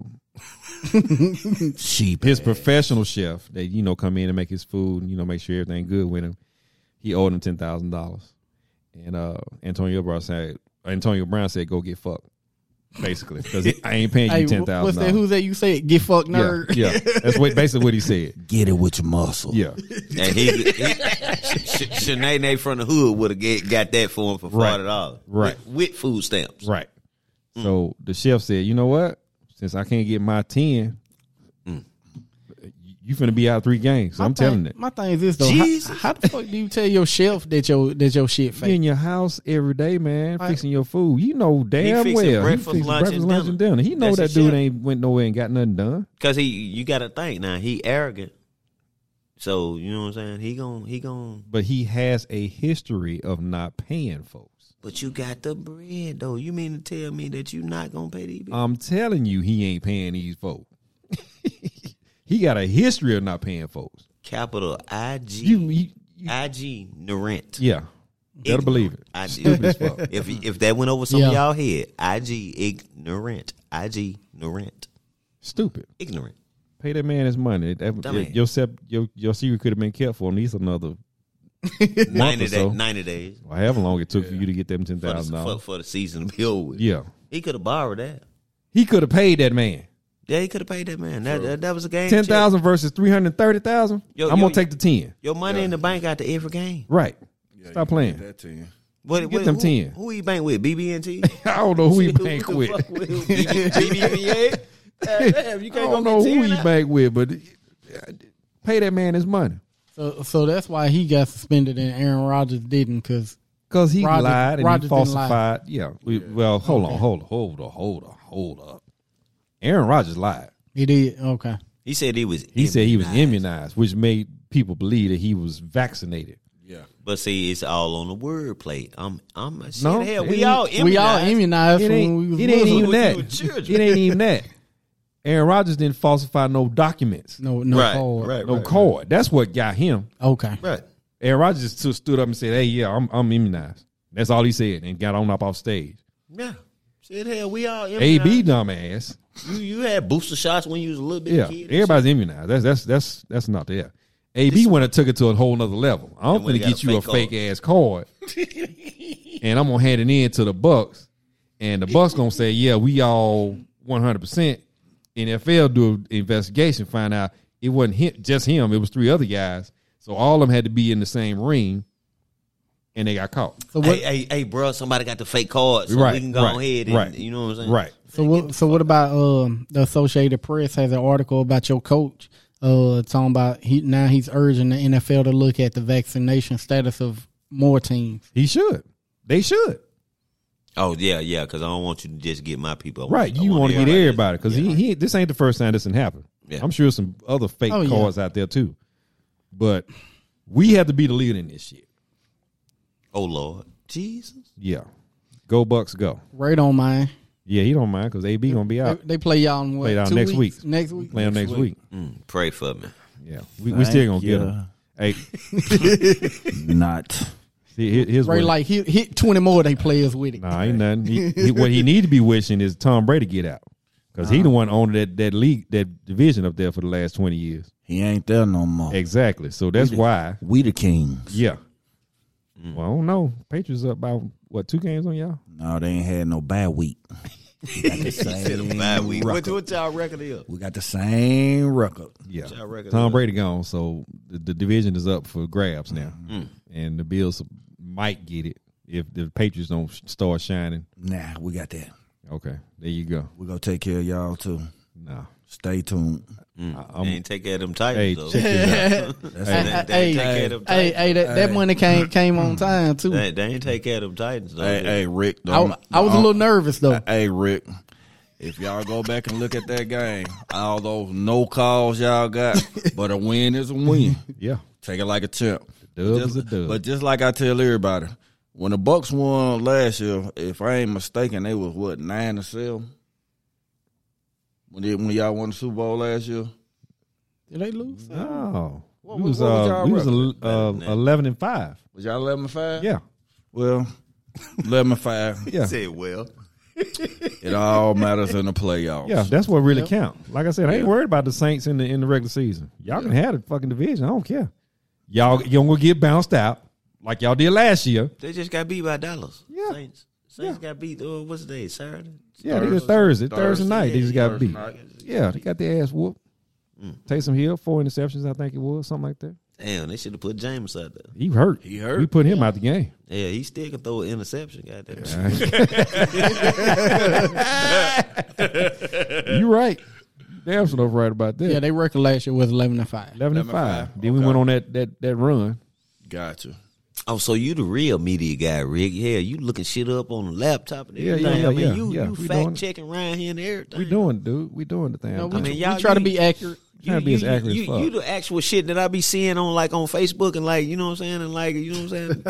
Speaker 5: Sheep.
Speaker 1: his professional chef that you know come in and make his food and you know make sure everything good with him. He owed him ten thousand dollars, and uh, Antonio Brown said, Antonio Brown said, "Go get fucked," basically because I ain't paying
Speaker 3: Hey,
Speaker 1: you ten
Speaker 3: wh- what's
Speaker 1: thousand
Speaker 3: that?
Speaker 1: dollars.
Speaker 3: Who's that? You said get fucked
Speaker 1: Yeah,
Speaker 3: nerd.
Speaker 1: yeah, that's what basically what he said.
Speaker 5: Get it with your muscle.
Speaker 1: Yeah,
Speaker 4: and he, he Sh- Sh- Shanae from the hood would have get got that for him for
Speaker 1: Right.
Speaker 4: forty dollars,
Speaker 1: Right.
Speaker 4: With, with food stamps.
Speaker 1: right.
Speaker 4: Mm.
Speaker 1: So the chef said, "You know what? Since I can't get my ten,
Speaker 4: Mm.
Speaker 1: you, you finna be out three games. I'm
Speaker 3: thing-
Speaker 1: telling it.
Speaker 3: My thing is this though. How, how the fuck do you tell your shelf that your that your shit
Speaker 1: You
Speaker 3: fake?
Speaker 1: in your house every day, man, fixing your food. You know damn
Speaker 4: fixing
Speaker 1: well. He
Speaker 4: breakfast,
Speaker 1: fixing
Speaker 4: lunch, and dinner.
Speaker 1: He know
Speaker 4: That's
Speaker 1: that
Speaker 4: his
Speaker 1: dude
Speaker 4: shit.
Speaker 1: ain't went nowhere and got nothing done.
Speaker 4: Cause he, you got to think now. He arrogant, so you know what I'm saying. He gon' he gon'
Speaker 1: But he has a history of not paying folks.
Speaker 4: But you got the bread though. You mean to tell me that you not gonna pay these bills?
Speaker 1: I'm telling you, he ain't paying these folks. He got a history of not paying folks.
Speaker 4: Capital I
Speaker 1: You,
Speaker 4: G
Speaker 1: you, you-
Speaker 4: I G Narent.
Speaker 1: yeah, gotta believe it.
Speaker 4: I
Speaker 1: Stupid as fuck.
Speaker 4: If if that went over some of
Speaker 3: Yeah.
Speaker 4: y'all head, I G ignorant. I G ignorant.
Speaker 1: Stupid.
Speaker 4: Ignorant.
Speaker 1: Pay that man his money. That-
Speaker 4: Dumbass.
Speaker 1: your, sep- your your secret could have been kept for at least another month or
Speaker 4: Ninety
Speaker 1: so.
Speaker 4: days. Ninety days.
Speaker 1: However long it took for you to get them ten
Speaker 4: For the,
Speaker 1: thousand
Speaker 4: for,
Speaker 1: dollars.
Speaker 4: for the season to be over with.
Speaker 1: Yeah,
Speaker 4: He could have borrowed that.
Speaker 1: he could have paid that man
Speaker 4: Yeah, he could have paid that man. That, that, that was a game.
Speaker 1: ten
Speaker 4: check.
Speaker 1: thousand versus three hundred thirty thousand.
Speaker 4: Yo,
Speaker 1: I'm
Speaker 4: yo,
Speaker 1: gonna take the ten.
Speaker 4: Your money in the bank after every game.
Speaker 1: Right. Stop playing.
Speaker 5: That ten.
Speaker 4: What,
Speaker 1: Get them
Speaker 4: who,
Speaker 1: 10.
Speaker 4: Who he bank with? BB&T?
Speaker 1: I don't know who he
Speaker 4: Who
Speaker 1: bank
Speaker 4: the
Speaker 1: with.
Speaker 4: fuck with? BBVA? God damn, you
Speaker 1: I
Speaker 4: can't
Speaker 1: don't
Speaker 4: go
Speaker 1: know
Speaker 4: get
Speaker 1: who
Speaker 4: 10
Speaker 1: he
Speaker 4: out.
Speaker 1: bank with, but pay that man his money
Speaker 3: So, so that's why he got suspended and Aaron Rodgers didn't because
Speaker 1: because he
Speaker 3: Roger-
Speaker 1: lied and
Speaker 3: Roger
Speaker 1: he
Speaker 3: didn't lie.
Speaker 1: falsified. Yeah. We, well, hold on, hold on, hold on, hold on, hold up. Aaron Rodgers lied.
Speaker 3: he did. Okay.
Speaker 4: He said he was.
Speaker 1: He said he was immunized, which made people believe that he was vaccinated.
Speaker 4: But see, it's all on the word play. I'm, I'm a shit.
Speaker 1: No,
Speaker 4: hell,
Speaker 1: it
Speaker 4: we
Speaker 1: ain't-
Speaker 4: all
Speaker 1: we
Speaker 4: immunized.
Speaker 3: We all immunized
Speaker 1: It
Speaker 3: from when we
Speaker 1: ain't,
Speaker 3: was
Speaker 1: it ain't
Speaker 3: little.
Speaker 1: even that.
Speaker 4: we were
Speaker 1: It
Speaker 4: children.
Speaker 1: ain't even that. Aaron Rodgers didn't falsify no documents,
Speaker 3: No, no
Speaker 4: Right,
Speaker 3: card.
Speaker 4: right,
Speaker 1: no card. That's what got him.
Speaker 3: Okay.
Speaker 4: right.
Speaker 1: Aaron Rodgers just stood- stood up and said, "Hey, yeah, I'm, I'm immunized." That's all he said, and got on up off stage.
Speaker 4: Yeah. Shit, hell, we all immunized.
Speaker 1: AB dumbass.
Speaker 4: You, you had booster shots when you was a little bit
Speaker 1: Yeah,
Speaker 4: kid.
Speaker 1: everybody's immunized. That's that's that's that's not there. AB went and took it to a whole nother level. I'm
Speaker 4: went
Speaker 1: gonna
Speaker 4: and got
Speaker 1: get
Speaker 4: a
Speaker 1: you a
Speaker 4: fake
Speaker 1: fake ass card, and I'm gonna hand it in to the Bucks, and the Bucks gonna say, "Yeah, we all 100." percent NFL do an investigation, find out it wasn't him, just him. It was three other guys, so all of them had to be in the same ring, and they got caught.
Speaker 3: So what?
Speaker 4: Hey, hey, hey, bro, somebody got the fake cards. So
Speaker 1: Right,
Speaker 4: we can go
Speaker 1: right,
Speaker 4: ahead and,
Speaker 1: right,
Speaker 4: you know what I'm saying?
Speaker 1: Right?
Speaker 3: So what? So what about um, the Associated Press has an article about your coach. Uh, talking about he now he's urging the NFL to look at the vaccination status of more teams.
Speaker 1: He should. They should.
Speaker 4: Oh, yeah, yeah, because I don't want you to just get my people. I want-
Speaker 1: Right,
Speaker 4: I
Speaker 1: you want to get everybody because
Speaker 4: Yeah.
Speaker 1: he, he this ain't the first time this done happened.
Speaker 4: Yeah.
Speaker 1: I'm sure some other fake
Speaker 3: Oh, yeah.
Speaker 1: cars out there too, but we have to be the leader in this shit.
Speaker 4: Oh, Lord. Jesus.
Speaker 1: Yeah, go Bucks, go.
Speaker 3: Right on mine.
Speaker 1: Yeah, he don't mind because AB gonna be out
Speaker 3: They, they play y'all in what?
Speaker 1: Uh, Play y'all
Speaker 3: two
Speaker 1: next
Speaker 3: weeks?
Speaker 1: week.
Speaker 3: Next week.
Speaker 1: playing next week.
Speaker 4: Mm, pray for me.
Speaker 1: Yeah, we, we still gonna get
Speaker 5: Thank
Speaker 1: him. Hey,
Speaker 5: Not.
Speaker 1: see, here- here's
Speaker 3: Right,
Speaker 1: what.
Speaker 3: like hit, hit twenty more. They players with it.
Speaker 1: nah, ain't nothing. He, he- what he need to be wishing is Tom Brady get out because he the one owned that that league that division up there for the last twenty years.
Speaker 5: He ain't there no more.
Speaker 1: Exactly. So that's why.
Speaker 5: We the kings.
Speaker 1: Yeah.
Speaker 5: Mm.
Speaker 1: Well, I don't know. Patriots up by what two games on y'all?
Speaker 5: No, they ain't had no bad week. We got the same record.
Speaker 4: y'all record is?
Speaker 5: We got the same record.
Speaker 1: Yeah,
Speaker 4: Y'all record
Speaker 1: Tom
Speaker 4: up.
Speaker 1: Brady gone, so the, the division is up for grabs now,
Speaker 5: Mm.
Speaker 1: Mm. and the Bills might get it if the Patriots don't sh- start shining.
Speaker 5: Nah, we got that.
Speaker 1: Okay, there you go.
Speaker 5: We're gonna take care of y'all too.
Speaker 1: Nah,
Speaker 5: Stay tuned.
Speaker 4: They ain't take care of them titles,
Speaker 1: hey,
Speaker 4: though.
Speaker 1: check this out.
Speaker 5: That's
Speaker 3: Hey,
Speaker 4: They,
Speaker 5: it.
Speaker 3: hey,
Speaker 4: they
Speaker 3: hey,
Speaker 4: ain't take care
Speaker 3: hey,
Speaker 4: of them
Speaker 3: hey,
Speaker 4: Titans.
Speaker 3: that, that money came came on time too.
Speaker 4: They, they ain't take care of them Titans, though.
Speaker 5: Hey, hey, Rick.
Speaker 3: I,
Speaker 5: though,
Speaker 3: I was a
Speaker 5: uh,
Speaker 3: little nervous though.
Speaker 5: Hey, Rick. If y'all go back and look at that game, all those no calls y'all got, but a win is a win.
Speaker 1: Yeah,
Speaker 5: Take it like a champ.
Speaker 1: dub is
Speaker 5: Just-
Speaker 1: a dub.
Speaker 5: But just like I tell everybody, when the Bucks won last year, if I ain't mistaken, they was what nine to seven. When they, when y'all won the Super Bowl last year,
Speaker 3: Did they lose?
Speaker 1: oh,
Speaker 5: What-
Speaker 1: we
Speaker 5: what-
Speaker 1: was
Speaker 5: what was
Speaker 1: uh,
Speaker 5: y'all
Speaker 1: we was
Speaker 5: record?
Speaker 1: uh, eleven and five.
Speaker 5: was y'all eleven and five?
Speaker 1: Yeah,
Speaker 5: Well, eleven and five.
Speaker 1: yeah,
Speaker 4: Said, well.
Speaker 5: It all matters in the playoffs.
Speaker 1: yeah. That's what really count. Like I said, I ain't worried about the Saints in the in the regular season. Y'all can have the fucking division. I don't care. Y'all y'all gonna get bounced out like y'all did last year.
Speaker 4: They just got beat by Dallas.
Speaker 1: Yeah.
Speaker 4: Saints. Saints got beat, uh, what's the day, Saturday?
Speaker 1: Yeah, they got Thursday. Thursday,
Speaker 5: Thursday,
Speaker 1: night, they just got
Speaker 5: Thursday
Speaker 1: beat.
Speaker 5: night. Mm.
Speaker 1: Yeah, they got their ass whooped. Taysom Hill, four interceptions, I think it was, something like that.
Speaker 4: Damn, they should have put James out there.
Speaker 1: He hurt.
Speaker 5: He hurt.
Speaker 1: We put him out the game.
Speaker 4: Yeah, he still can throw an interception, goddamn.
Speaker 1: you right. Damn sure right about that.
Speaker 3: Yeah, they record last year was eleven and five.
Speaker 1: 11 and 5.
Speaker 5: 5.
Speaker 1: Then we
Speaker 5: Okay.
Speaker 1: went on that that that run.
Speaker 5: Gotcha.
Speaker 4: Oh, so you the real media guy, Rick. Yeah, you looking shit up on the laptop and
Speaker 1: Yeah,
Speaker 4: everything.
Speaker 1: yeah, yeah,
Speaker 4: I mean,
Speaker 1: yeah,
Speaker 4: you,
Speaker 1: yeah.
Speaker 4: you
Speaker 1: We
Speaker 4: fact
Speaker 1: doing-
Speaker 4: checking around here and everything.
Speaker 1: We doing, dude. We doing the thing.
Speaker 3: No, we,
Speaker 1: I mean,
Speaker 4: mean, y'all-
Speaker 3: we try to be accurate.
Speaker 1: trying to be as accurate as
Speaker 4: you,
Speaker 1: fuck.
Speaker 4: you the actual shit that I be seeing on like on Facebook and like you know what I'm saying and like you know what I'm saying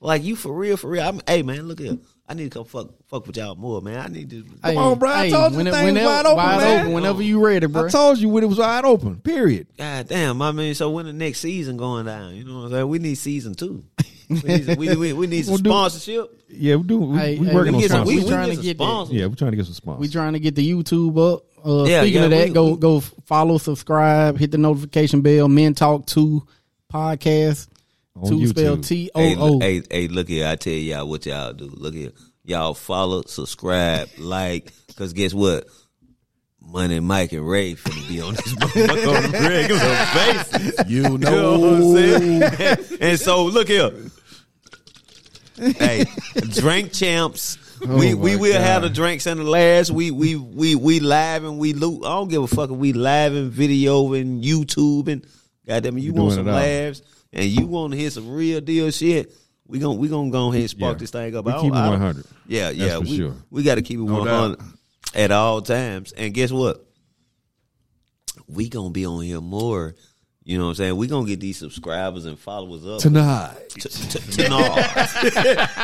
Speaker 4: like you for real for real. I'm hey man, look here. I need to come fuck fuck with y'all more, man. I need to.
Speaker 3: Hey,
Speaker 1: on, bro, I told you the thing was wide open, man.
Speaker 3: whenever you ready, bro.
Speaker 1: I told you when it was wide open. Period.
Speaker 4: God damn, I mean, so when the next season going down? You know what I'm saying? We need season two. We need some, we, we, we need some
Speaker 1: We'll do-
Speaker 4: sponsorship.
Speaker 1: Yeah, we do. We,
Speaker 3: Hey,
Speaker 1: we
Speaker 3: hey,
Speaker 1: working
Speaker 3: we
Speaker 1: on
Speaker 4: Get some,
Speaker 1: something.
Speaker 4: we,
Speaker 3: We
Speaker 4: we
Speaker 3: trying
Speaker 4: get
Speaker 3: to
Speaker 4: some
Speaker 3: get that.
Speaker 4: sponsors.
Speaker 1: yeah, we're trying to get some sponsors.
Speaker 3: we trying to get the YouTube up. Uh,
Speaker 4: Yeah,
Speaker 3: speaking
Speaker 4: yeah,
Speaker 3: of that,
Speaker 4: we-
Speaker 3: go
Speaker 4: we-
Speaker 3: go follow, subscribe, hit the notification bell. Men Talk Two podcast.
Speaker 1: On
Speaker 3: Two spell
Speaker 1: YouTube.
Speaker 3: T
Speaker 4: Hey,
Speaker 3: O O.
Speaker 4: hey, hey, look here. I tell y'all what y'all do. Look here. Y'all follow, subscribe, like, because guess what? Money, Mike, and Ray finna be on this motherfucker on a regular basis.
Speaker 5: You
Speaker 4: You know what I'm saying? and so, look here. Hey, drink champs.
Speaker 1: Oh
Speaker 4: we we will have the drinks and the last. We we we we live and we loot. I don't give a fuck if we live and video and YouTube and goddamn it, you want
Speaker 1: doing
Speaker 4: some
Speaker 1: it all.
Speaker 4: laughs and you want to hear some real deal shit. We gon' we gonna go ahead and spark
Speaker 1: Yeah.
Speaker 4: this thing up.
Speaker 1: We
Speaker 4: I don't-
Speaker 1: keep it
Speaker 4: I don't-
Speaker 1: 100.
Speaker 4: Yeah,
Speaker 1: That's
Speaker 4: yeah,
Speaker 1: for
Speaker 4: we
Speaker 1: sure.
Speaker 4: we got to keep it one hundred at all times. And guess what? We gonna be on here more. You know what I'm saying? We gonna get these subscribers and followers up
Speaker 1: tonight.
Speaker 4: T- t- Tenard.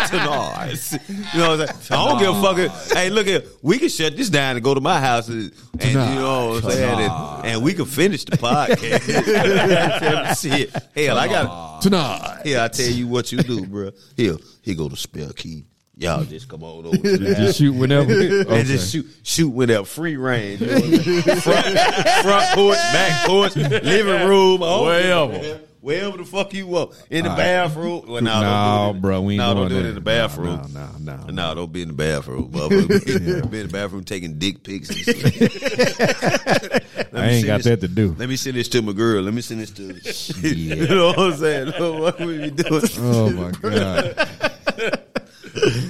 Speaker 4: Tenard. You know what I'm saying? I don't give a fuck. if- Hey, look here. We can shut this down and go to my house and, and you know what I'm saying? And, and we can finish the podcast. Shit. Hell, I got
Speaker 1: Tonight.
Speaker 4: Here, I tell you what you do, bro. Here, here go the spell key. Y'all just come on over to the house
Speaker 1: Just shoot whenever. Okay.
Speaker 4: and just shoot shoot with that free range. you know what I'm saying? front, front porch, back porch, living room, all wherever. Wherever the fuck you want. In the bathroom. Well,
Speaker 1: Nah,
Speaker 4: nah, don't do it in-
Speaker 1: bro, we ain't
Speaker 4: nah,
Speaker 1: doing
Speaker 4: don't do
Speaker 1: that.
Speaker 4: it in the bathroom.
Speaker 1: Nah, nah, nah,
Speaker 4: Nah, don't be in the bathroom. motherfucker. Be in the bathroom taking dick pics. And shit. Let me
Speaker 1: I ain't
Speaker 4: send
Speaker 1: got
Speaker 4: this-
Speaker 1: that to do.
Speaker 4: Let me send this to my girl. Let me send this to. you know what I'm saying? What we be doing?
Speaker 1: Oh my god!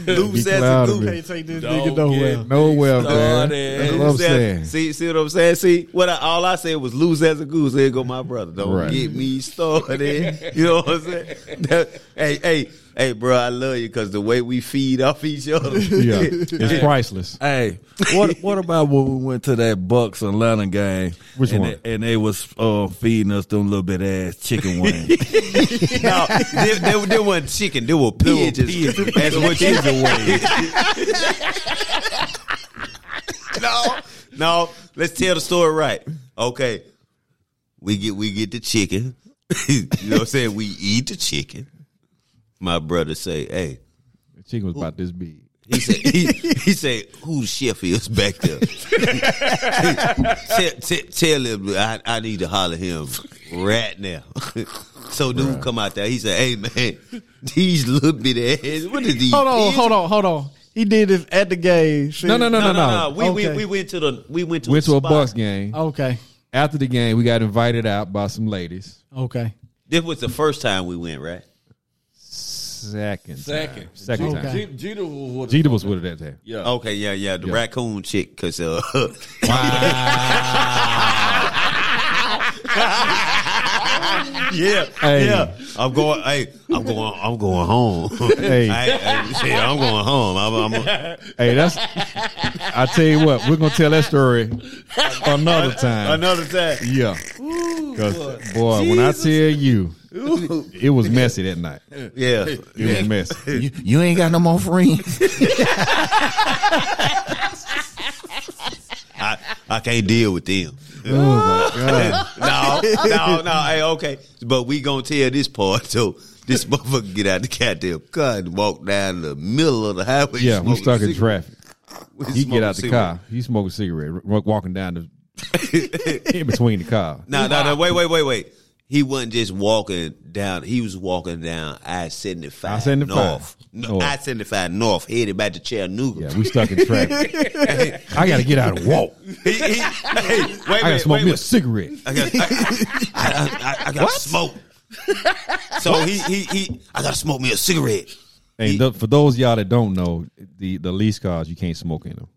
Speaker 4: Loose ass
Speaker 1: cloud
Speaker 4: and
Speaker 1: of
Speaker 4: goop.
Speaker 1: it.
Speaker 3: Can't take this
Speaker 6: Don't
Speaker 3: nigga nowhere.
Speaker 6: get-
Speaker 1: Nowhere, man.
Speaker 6: Started.
Speaker 1: That's what I'm saying.
Speaker 4: eh, See, see what I'm saying? See, what I, all I said was lose as a goose. There go my brother. Don't
Speaker 1: Right.
Speaker 4: get me started. you know what I'm saying? That- hey, hey, hey, bro, I love you because the way we feed off each other.
Speaker 1: Yeah, it's priceless.
Speaker 5: Hey, what what about when we went to that Bucks Atlanta game?
Speaker 1: Which
Speaker 5: and
Speaker 1: one?
Speaker 5: They, and they was uh, feeding us them little bit ass chicken wings.
Speaker 4: no, they, they, they weren't chicken. They were pigeons. That's what you no, no. Let's tell the story right. Okay, we get we get the chicken. you know what I'm saying? We eat the chicken. My brother say, "Hey,
Speaker 1: The chicken was about this big.
Speaker 4: He said, he, he said, who the chef is back there? tell, tell, tell him I, I need to holler him right now. so dude come out there. He said, hey man, these little bit ass. What is these?
Speaker 3: Hold on,
Speaker 4: pigeons?"
Speaker 3: hold on, hold on. He did this at the game.
Speaker 1: No, no, no, no,
Speaker 4: No, no, no.
Speaker 1: no.
Speaker 4: We,
Speaker 3: Okay.
Speaker 4: we we went to the we went to
Speaker 1: Went to a
Speaker 4: spot.
Speaker 1: Bucks game.
Speaker 3: Okay,
Speaker 1: After the game, we got invited out by some ladies.
Speaker 3: okay.
Speaker 4: This was the first time we went, right?
Speaker 1: Second,
Speaker 6: Second.
Speaker 1: time. second
Speaker 3: Okay.
Speaker 1: time.
Speaker 6: Jeter- Jeter was
Speaker 1: Jeter was with it that time.
Speaker 6: Yeah.
Speaker 4: Okay, yeah, yeah. The raccoon chick, cause uh, yeah,
Speaker 1: Hey.
Speaker 4: yeah. I'm going. Hey, I'm going. I'm going home.
Speaker 1: Hey.
Speaker 4: I, am going home. I'm, I'm,
Speaker 1: Hey, that's. I tell you what, we're gonna tell that story another time.
Speaker 4: another time.
Speaker 1: Yeah, 'Cause, boy, when I tell you, it was messy that night. It
Speaker 4: Yeah,
Speaker 1: was messy.
Speaker 5: you, you ain't got no more friends.
Speaker 4: I, I can't deal with them.
Speaker 1: Oh my god!
Speaker 4: no, no, no. Hey, okay, but we gonna tell this part so this motherfucker get out the goddamn car and walk down the middle of the highway.
Speaker 1: Yeah, we
Speaker 4: smoking
Speaker 1: stuck in
Speaker 4: cigarettes.
Speaker 1: traffic.
Speaker 4: We
Speaker 1: He
Speaker 4: smoking
Speaker 1: get out the
Speaker 4: cigarettes.
Speaker 1: car. He smoking a cigarette, r- walking down the in between the car.
Speaker 4: No, no, no. Wait, wait, wait, wait. He wasn't just walking down. He was walking down I seventy five
Speaker 1: I-75
Speaker 4: north. No,
Speaker 1: north.
Speaker 4: I seventy five north, headed back to Chattanooga.
Speaker 1: Yeah, we stuck in traffic. I gotta get out and walk.
Speaker 4: He- he- hey, wait,
Speaker 1: I
Speaker 4: wait,
Speaker 1: gotta smoke
Speaker 4: wait,
Speaker 1: me a
Speaker 4: wait.
Speaker 1: cigarette.
Speaker 4: I got, I, I, I, I got smoke. So he, he, he, I got to smoke me a cigarette.
Speaker 1: And th- for those of y'all that don't know, the the lease cars you can't smoke in them,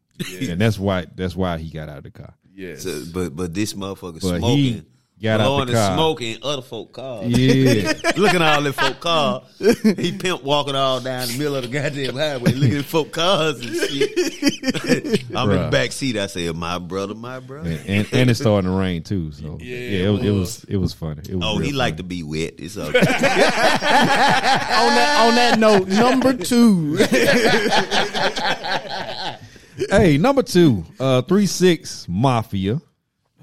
Speaker 1: and that's why that's why he got out of the car.
Speaker 4: So, but, but this motherfucker
Speaker 1: But
Speaker 4: smoking.
Speaker 1: he Got out
Speaker 4: blowing
Speaker 1: the
Speaker 4: the
Speaker 1: car.
Speaker 4: smoke in other folk cars.
Speaker 1: Yeah,
Speaker 4: Look at all them folk cars. He pimp walking all down the middle of the goddamn highway looking at folk cars and shit. I'm in the
Speaker 1: Bruh.
Speaker 4: back seat. I said, my brother, my brother.
Speaker 1: and, and and it's starting to rain too. So yeah, it, was, it was it was funny. It was
Speaker 4: Oh,
Speaker 1: real
Speaker 4: he
Speaker 1: funny.
Speaker 4: like to be wet. It's okay.
Speaker 3: on that on
Speaker 1: Ah!
Speaker 3: that note, number two.
Speaker 1: Hey, number two, uh, three six mafia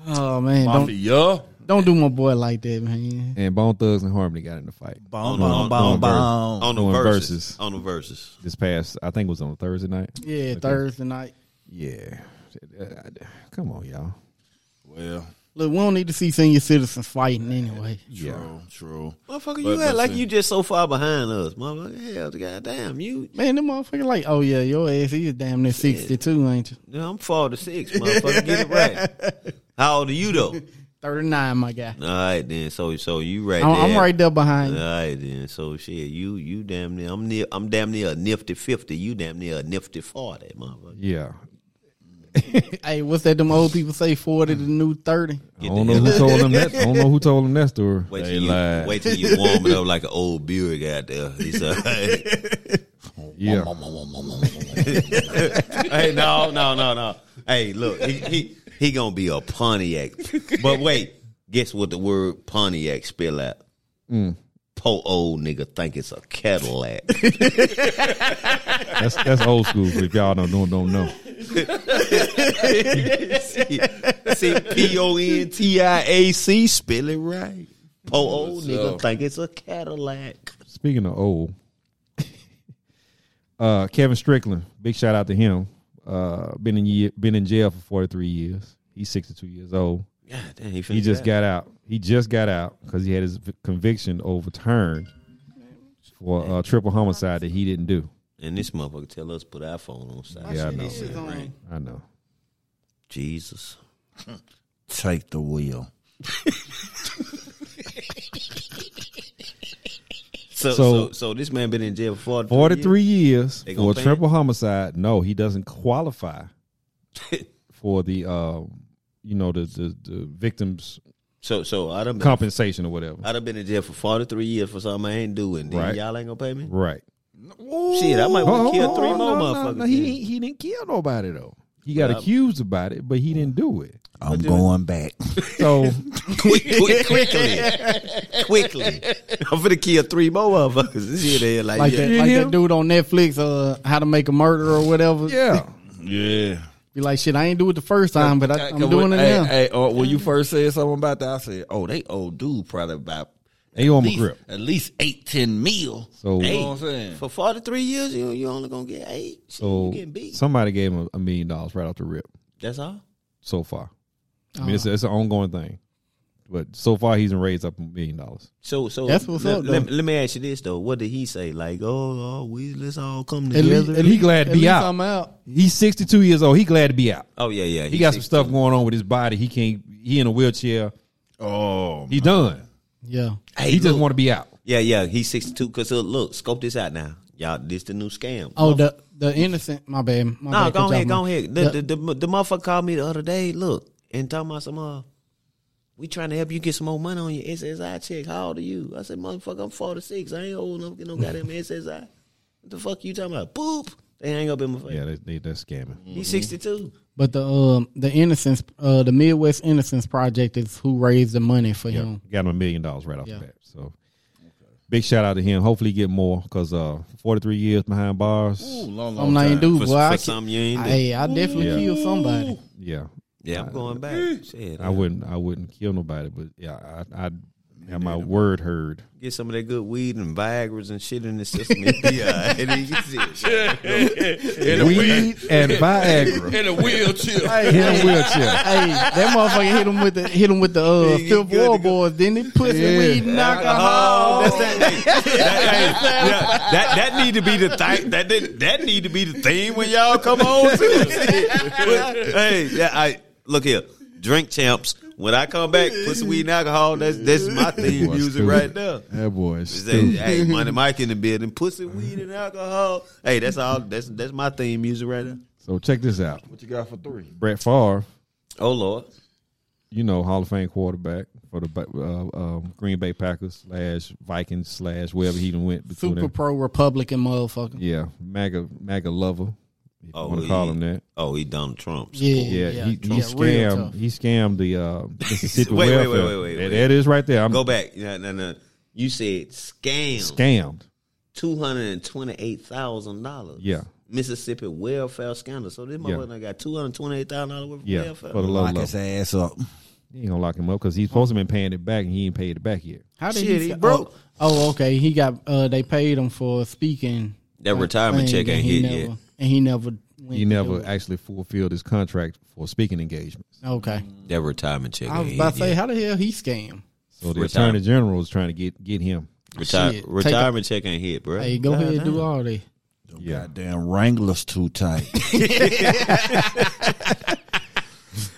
Speaker 3: Oh man, don't
Speaker 6: Mafia.
Speaker 3: don't do my boy like that, man.
Speaker 1: and Bone Thugs and Harmony got in the fight
Speaker 5: Boom,
Speaker 4: on,
Speaker 5: boom,
Speaker 4: on,
Speaker 5: boom,
Speaker 1: on,
Speaker 5: boom.
Speaker 4: on the
Speaker 1: Doing
Speaker 4: verses.
Speaker 1: verses.
Speaker 4: On the verses.
Speaker 1: this past. I think it was on Thursday night.
Speaker 3: Yeah,
Speaker 1: Okay.
Speaker 3: Thursday night.
Speaker 1: Yeah, Uh, come on, y'all.
Speaker 5: Well,
Speaker 3: Look, we don't need to see senior citizens fighting anyway.
Speaker 5: true, true.
Speaker 4: Motherfucker,
Speaker 5: But
Speaker 4: you act like
Speaker 5: listen.
Speaker 4: you just so far behind us. Motherfucker, hell, goddamn, you.
Speaker 3: Man, them motherfucker like, oh yeah, your ass is damn near sixty two, ain't you?
Speaker 4: I'm 46, motherfucker. Get it right. How old are you, though?
Speaker 3: Thirty nine, my guy.
Speaker 4: All right, then. So, so you right
Speaker 3: I'm,
Speaker 4: there.
Speaker 3: I'm right there behind
Speaker 4: All
Speaker 3: you.
Speaker 4: right, then. So, shit, you, you damn near, I'm near, I'm damn near a nifty 50. You damn near a nifty 40, motherfucker.
Speaker 1: Yeah,
Speaker 3: Hey, what's that? Them old people say forty to the new thirty.
Speaker 1: I
Speaker 4: Get
Speaker 1: don't
Speaker 4: the
Speaker 1: know who
Speaker 4: hell
Speaker 1: told him that. I don't know who told him that story.
Speaker 4: Wait
Speaker 1: They
Speaker 4: till, you,
Speaker 1: lied.
Speaker 4: wait till you warm it up like an old Buick out there. He's like, hey,
Speaker 1: Yeah,
Speaker 4: no, no, no, no. Hey, look, he, he, he gonna be a Pontiac. But wait, guess what the word Pontiac spell out? Mm. Po old nigga think it's a Cadillac.
Speaker 1: that's that's old school. If y'all don't know, don't know.
Speaker 4: See, P O N T I A C, spell it right. Po old nigga think it's a Cadillac.
Speaker 1: Speaking of old, uh, Kevin Strickland, big shout out to him. Uh, been in year, been in jail for forty three years. He's sixty two years old.
Speaker 4: God damn, he,
Speaker 1: He just got out. He just got out because he had his v- conviction overturned for uh, triple homicide that he didn't do.
Speaker 4: And this motherfucker tell us put our phone on silent.
Speaker 1: Yeah, I know.
Speaker 3: This is on.
Speaker 1: I know.
Speaker 4: Jesus.
Speaker 5: Take the wheel.
Speaker 1: So-
Speaker 4: So, so, so, this man been in jail for 43
Speaker 1: Forty three years
Speaker 4: They gonna
Speaker 1: for
Speaker 4: pay him?
Speaker 1: triple homicide. No, he doesn't qualify for the uh, you know the the, the victims
Speaker 4: So, so I done been,
Speaker 1: compensation or whatever.
Speaker 4: I done been in jail for 43 years for something I ain't doing. Then
Speaker 1: Right.
Speaker 4: Y'all ain't gonna pay me?
Speaker 1: Right.
Speaker 4: Shit, I might want
Speaker 1: Oh,
Speaker 4: to kill
Speaker 1: oh,
Speaker 4: three
Speaker 1: oh,
Speaker 4: more
Speaker 1: no, no,
Speaker 4: motherfuckers.
Speaker 1: no, he ain't- he didn't kill nobody though. He got
Speaker 4: Well, I-
Speaker 1: accused about it, but he didn't do it.
Speaker 5: I'm going back.
Speaker 1: So
Speaker 4: quick, quick, quickly. quickly. I'm finna kill three more motherfuckers. This shit ain't like,
Speaker 3: Like
Speaker 4: yeah.
Speaker 3: that, like
Speaker 1: Yeah.
Speaker 3: that dude on Netflix, uh, How to Make a Murder or whatever.
Speaker 1: yeah,
Speaker 5: Yeah.
Speaker 3: Be like, shit, I ain't do it the first time, but I, I'm doing it
Speaker 5: hey,
Speaker 3: now.
Speaker 5: Hey, uh, when you first said something about that, I said, "Oh, they old dude probably about
Speaker 1: they on my
Speaker 5: least,
Speaker 1: grip.
Speaker 5: at least eight ten mil."
Speaker 1: So
Speaker 5: you know what I'm saying?
Speaker 4: For 43 years, you, you only gonna get eight. Shit,
Speaker 1: so
Speaker 4: you getting beat.
Speaker 1: somebody gave him a, a million dollars right off the rip
Speaker 4: That's all?
Speaker 1: so far. I mean, it's,
Speaker 4: Ah.
Speaker 1: a, it's an ongoing thing, but so far he's done raised up a million dollars.
Speaker 4: So, so
Speaker 3: That's what's
Speaker 4: let,
Speaker 3: up,
Speaker 4: Let,
Speaker 3: though.
Speaker 4: let me ask you this though: What did he say? Like, oh, oh we let's all come
Speaker 3: At
Speaker 4: together.
Speaker 3: lea- at
Speaker 1: He
Speaker 3: lea-
Speaker 1: glad to
Speaker 3: at
Speaker 1: be
Speaker 3: least
Speaker 1: out.
Speaker 3: I'm out.
Speaker 1: He's sixty two years old. He glad to be out.
Speaker 4: oh yeah, yeah.
Speaker 1: He got some stuff going on with his body. He can't. He in a wheelchair.
Speaker 5: Oh,
Speaker 1: He done.
Speaker 3: Yeah.
Speaker 4: Hey,
Speaker 1: he just
Speaker 4: look.
Speaker 1: want to be out.
Speaker 4: Yeah, yeah. He's sixty two. Cause uh, look, scope this out now, y'all. This the new scam.
Speaker 3: Oh, the the innocent. My bad.
Speaker 4: no,
Speaker 3: My bad.
Speaker 4: go
Speaker 3: Good
Speaker 4: ahead,
Speaker 3: job,
Speaker 4: go
Speaker 3: man.
Speaker 4: ahead. The, the, the, the motherfucker called me the other day. Look, and talking about some uh, we trying to help you get some more money on your SSI check. How old are you? I said, motherfucker, I'm forty six. I ain't old enough to get no goddamn SSI. What the fuck you talking about? Boop. They hang up in my face.
Speaker 1: Yeah, they, they, that's scamming.
Speaker 4: He's sixty two.
Speaker 3: But the um the innocence uh the Midwest Innocence Project is who raised the money for him.
Speaker 1: Got him a million dollars right off
Speaker 3: Mm. Yeah.
Speaker 1: the bat. So big shout out to him. Hopefully he get more because uh, 43 years behind bars.
Speaker 5: long, long
Speaker 3: Something I ain't
Speaker 5: time.
Speaker 3: do,
Speaker 4: For,
Speaker 3: boy. I,
Speaker 4: for
Speaker 3: ki-
Speaker 4: something you ain't do.
Speaker 3: hey, I definitely
Speaker 1: Yeah.
Speaker 3: killed somebody.
Speaker 1: Yeah.
Speaker 4: Yeah, I'm going back. Shit,
Speaker 1: I wouldn't I wouldn't kill nobody, but yeah, I I have my word heard.
Speaker 4: get some of that good weed and Viagra's and shit in the system. It'd be all right. You can see it.
Speaker 6: In a wheel.
Speaker 1: Weed and Viagra
Speaker 6: In a wheelchair.
Speaker 1: in a wheelchair.
Speaker 3: hey, that motherfucker hit him with the hit him with the uh Phil War boys, didn't he? Pussy
Speaker 1: Yeah.
Speaker 3: weed and
Speaker 4: uh-huh.
Speaker 3: alcohol.
Speaker 4: Oh. That's that, hey, that, hey, yeah, that that need to be the thing. That did- that need to be the theme when y'all come on. too. But, hey, yeah, I look here. Drink champs. When I come back, pussy weed and alcohol. That's that's my theme
Speaker 1: Boy,
Speaker 4: music
Speaker 1: stupid.
Speaker 4: right there.
Speaker 1: That boy
Speaker 4: Just say, hey, money Mike in the building. Pussy weed and alcohol. Hey, that's all. That's that's my theme music right there.
Speaker 1: So check this out.
Speaker 5: What you got for three?
Speaker 1: Brett Favre
Speaker 4: Oh Lord.
Speaker 1: you know, Hall of Fame quarterback for the uh, um, Green Bay Packers slash Vikings slash wherever he done went. between
Speaker 3: Super
Speaker 1: them.
Speaker 3: pro Republican motherfucker.
Speaker 1: Yeah, MAGA MAGA lover. If
Speaker 4: Oh,
Speaker 1: you want to
Speaker 4: he-
Speaker 1: call him that.
Speaker 4: Oh, he Donald Trump.
Speaker 3: Yeah,
Speaker 1: Yeah, he, he
Speaker 3: yeah, real
Speaker 1: scammed.
Speaker 3: tough.
Speaker 1: He scammed the uh, Mississippi
Speaker 4: Wait, wait, wait,
Speaker 1: welfare.
Speaker 4: wait, wait,
Speaker 1: That-
Speaker 4: wait.
Speaker 1: that is right there. I'm
Speaker 4: Go back. No, no, no. You said scam.
Speaker 1: scammed.
Speaker 4: Two hundred and twenty-eight thousand dollars.
Speaker 1: Yeah.
Speaker 4: Mississippi welfare scandal. So this
Speaker 1: Yeah.
Speaker 4: motherfucker done got two hundred twenty-eight thousand dollars worth of
Speaker 1: Yeah,
Speaker 4: welfare.
Speaker 1: for the low
Speaker 5: Lock
Speaker 1: low.
Speaker 5: his ass up.
Speaker 1: He ain't gonna lock him up because he's supposed to been paying it back and he ain't paid it back yet.
Speaker 3: How did
Speaker 4: Shit,
Speaker 3: he,
Speaker 4: he
Speaker 3: oh,
Speaker 4: broke.
Speaker 3: Oh, okay. He got uh they paid him for speaking.
Speaker 4: That retirement
Speaker 3: thing,
Speaker 4: check ain't
Speaker 3: and he
Speaker 4: hit
Speaker 3: never,
Speaker 4: yet.
Speaker 3: And he never went
Speaker 1: He never
Speaker 3: to it.
Speaker 1: actually fulfilled his contract for speaking engagements.
Speaker 3: Okay.
Speaker 4: That retirement check.
Speaker 3: I was
Speaker 4: ain't
Speaker 3: about to
Speaker 4: hit
Speaker 3: say,
Speaker 4: yet.
Speaker 3: how the hell he scammed?
Speaker 1: So the
Speaker 4: Retire-
Speaker 1: attorney general is trying to get get him.
Speaker 4: Retire-
Speaker 3: Shit, take
Speaker 4: retirement check ain't hit, Uh-huh. bro.
Speaker 3: Hey, go ahead and do all that.
Speaker 1: Yeah.
Speaker 5: Goddamn Wranglers too tight.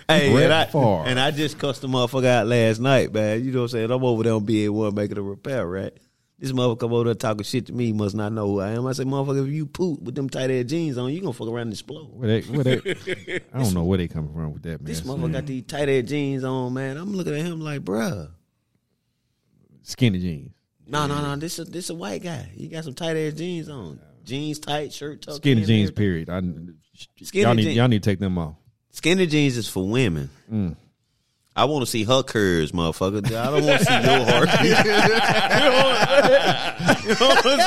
Speaker 4: Hey,
Speaker 1: Brett
Speaker 4: and I,
Speaker 1: Favre.
Speaker 4: and I just cussed the motherfucker out last night, man. You know what I'm saying? I'm over there on BA1 making a repair, right? This motherfucker come over there talking shit to me. He must not know who I am. I said, motherfucker, if you poop with them tight ass jeans on, you gonna fuck around and explode.
Speaker 1: Where they, where they, I don't know where they coming from with that man.
Speaker 4: This motherfucker got these tight ass jeans on, man. I'm looking at him like, bruh.
Speaker 1: Skinny jeans,
Speaker 4: No, no, no. This a this a white guy. He got some tight ass jeans on. Jeans tight, shirt tucked.
Speaker 1: skinny
Speaker 4: in,
Speaker 1: jeans.
Speaker 4: everything.
Speaker 1: Period. I,
Speaker 4: Skinny
Speaker 1: y'all need
Speaker 4: jean-
Speaker 1: y'all Mm. need to take them off.
Speaker 4: Skinny jeans is for women. I want to see her curves, motherfucker. I don't want to see your heart. you know what I'm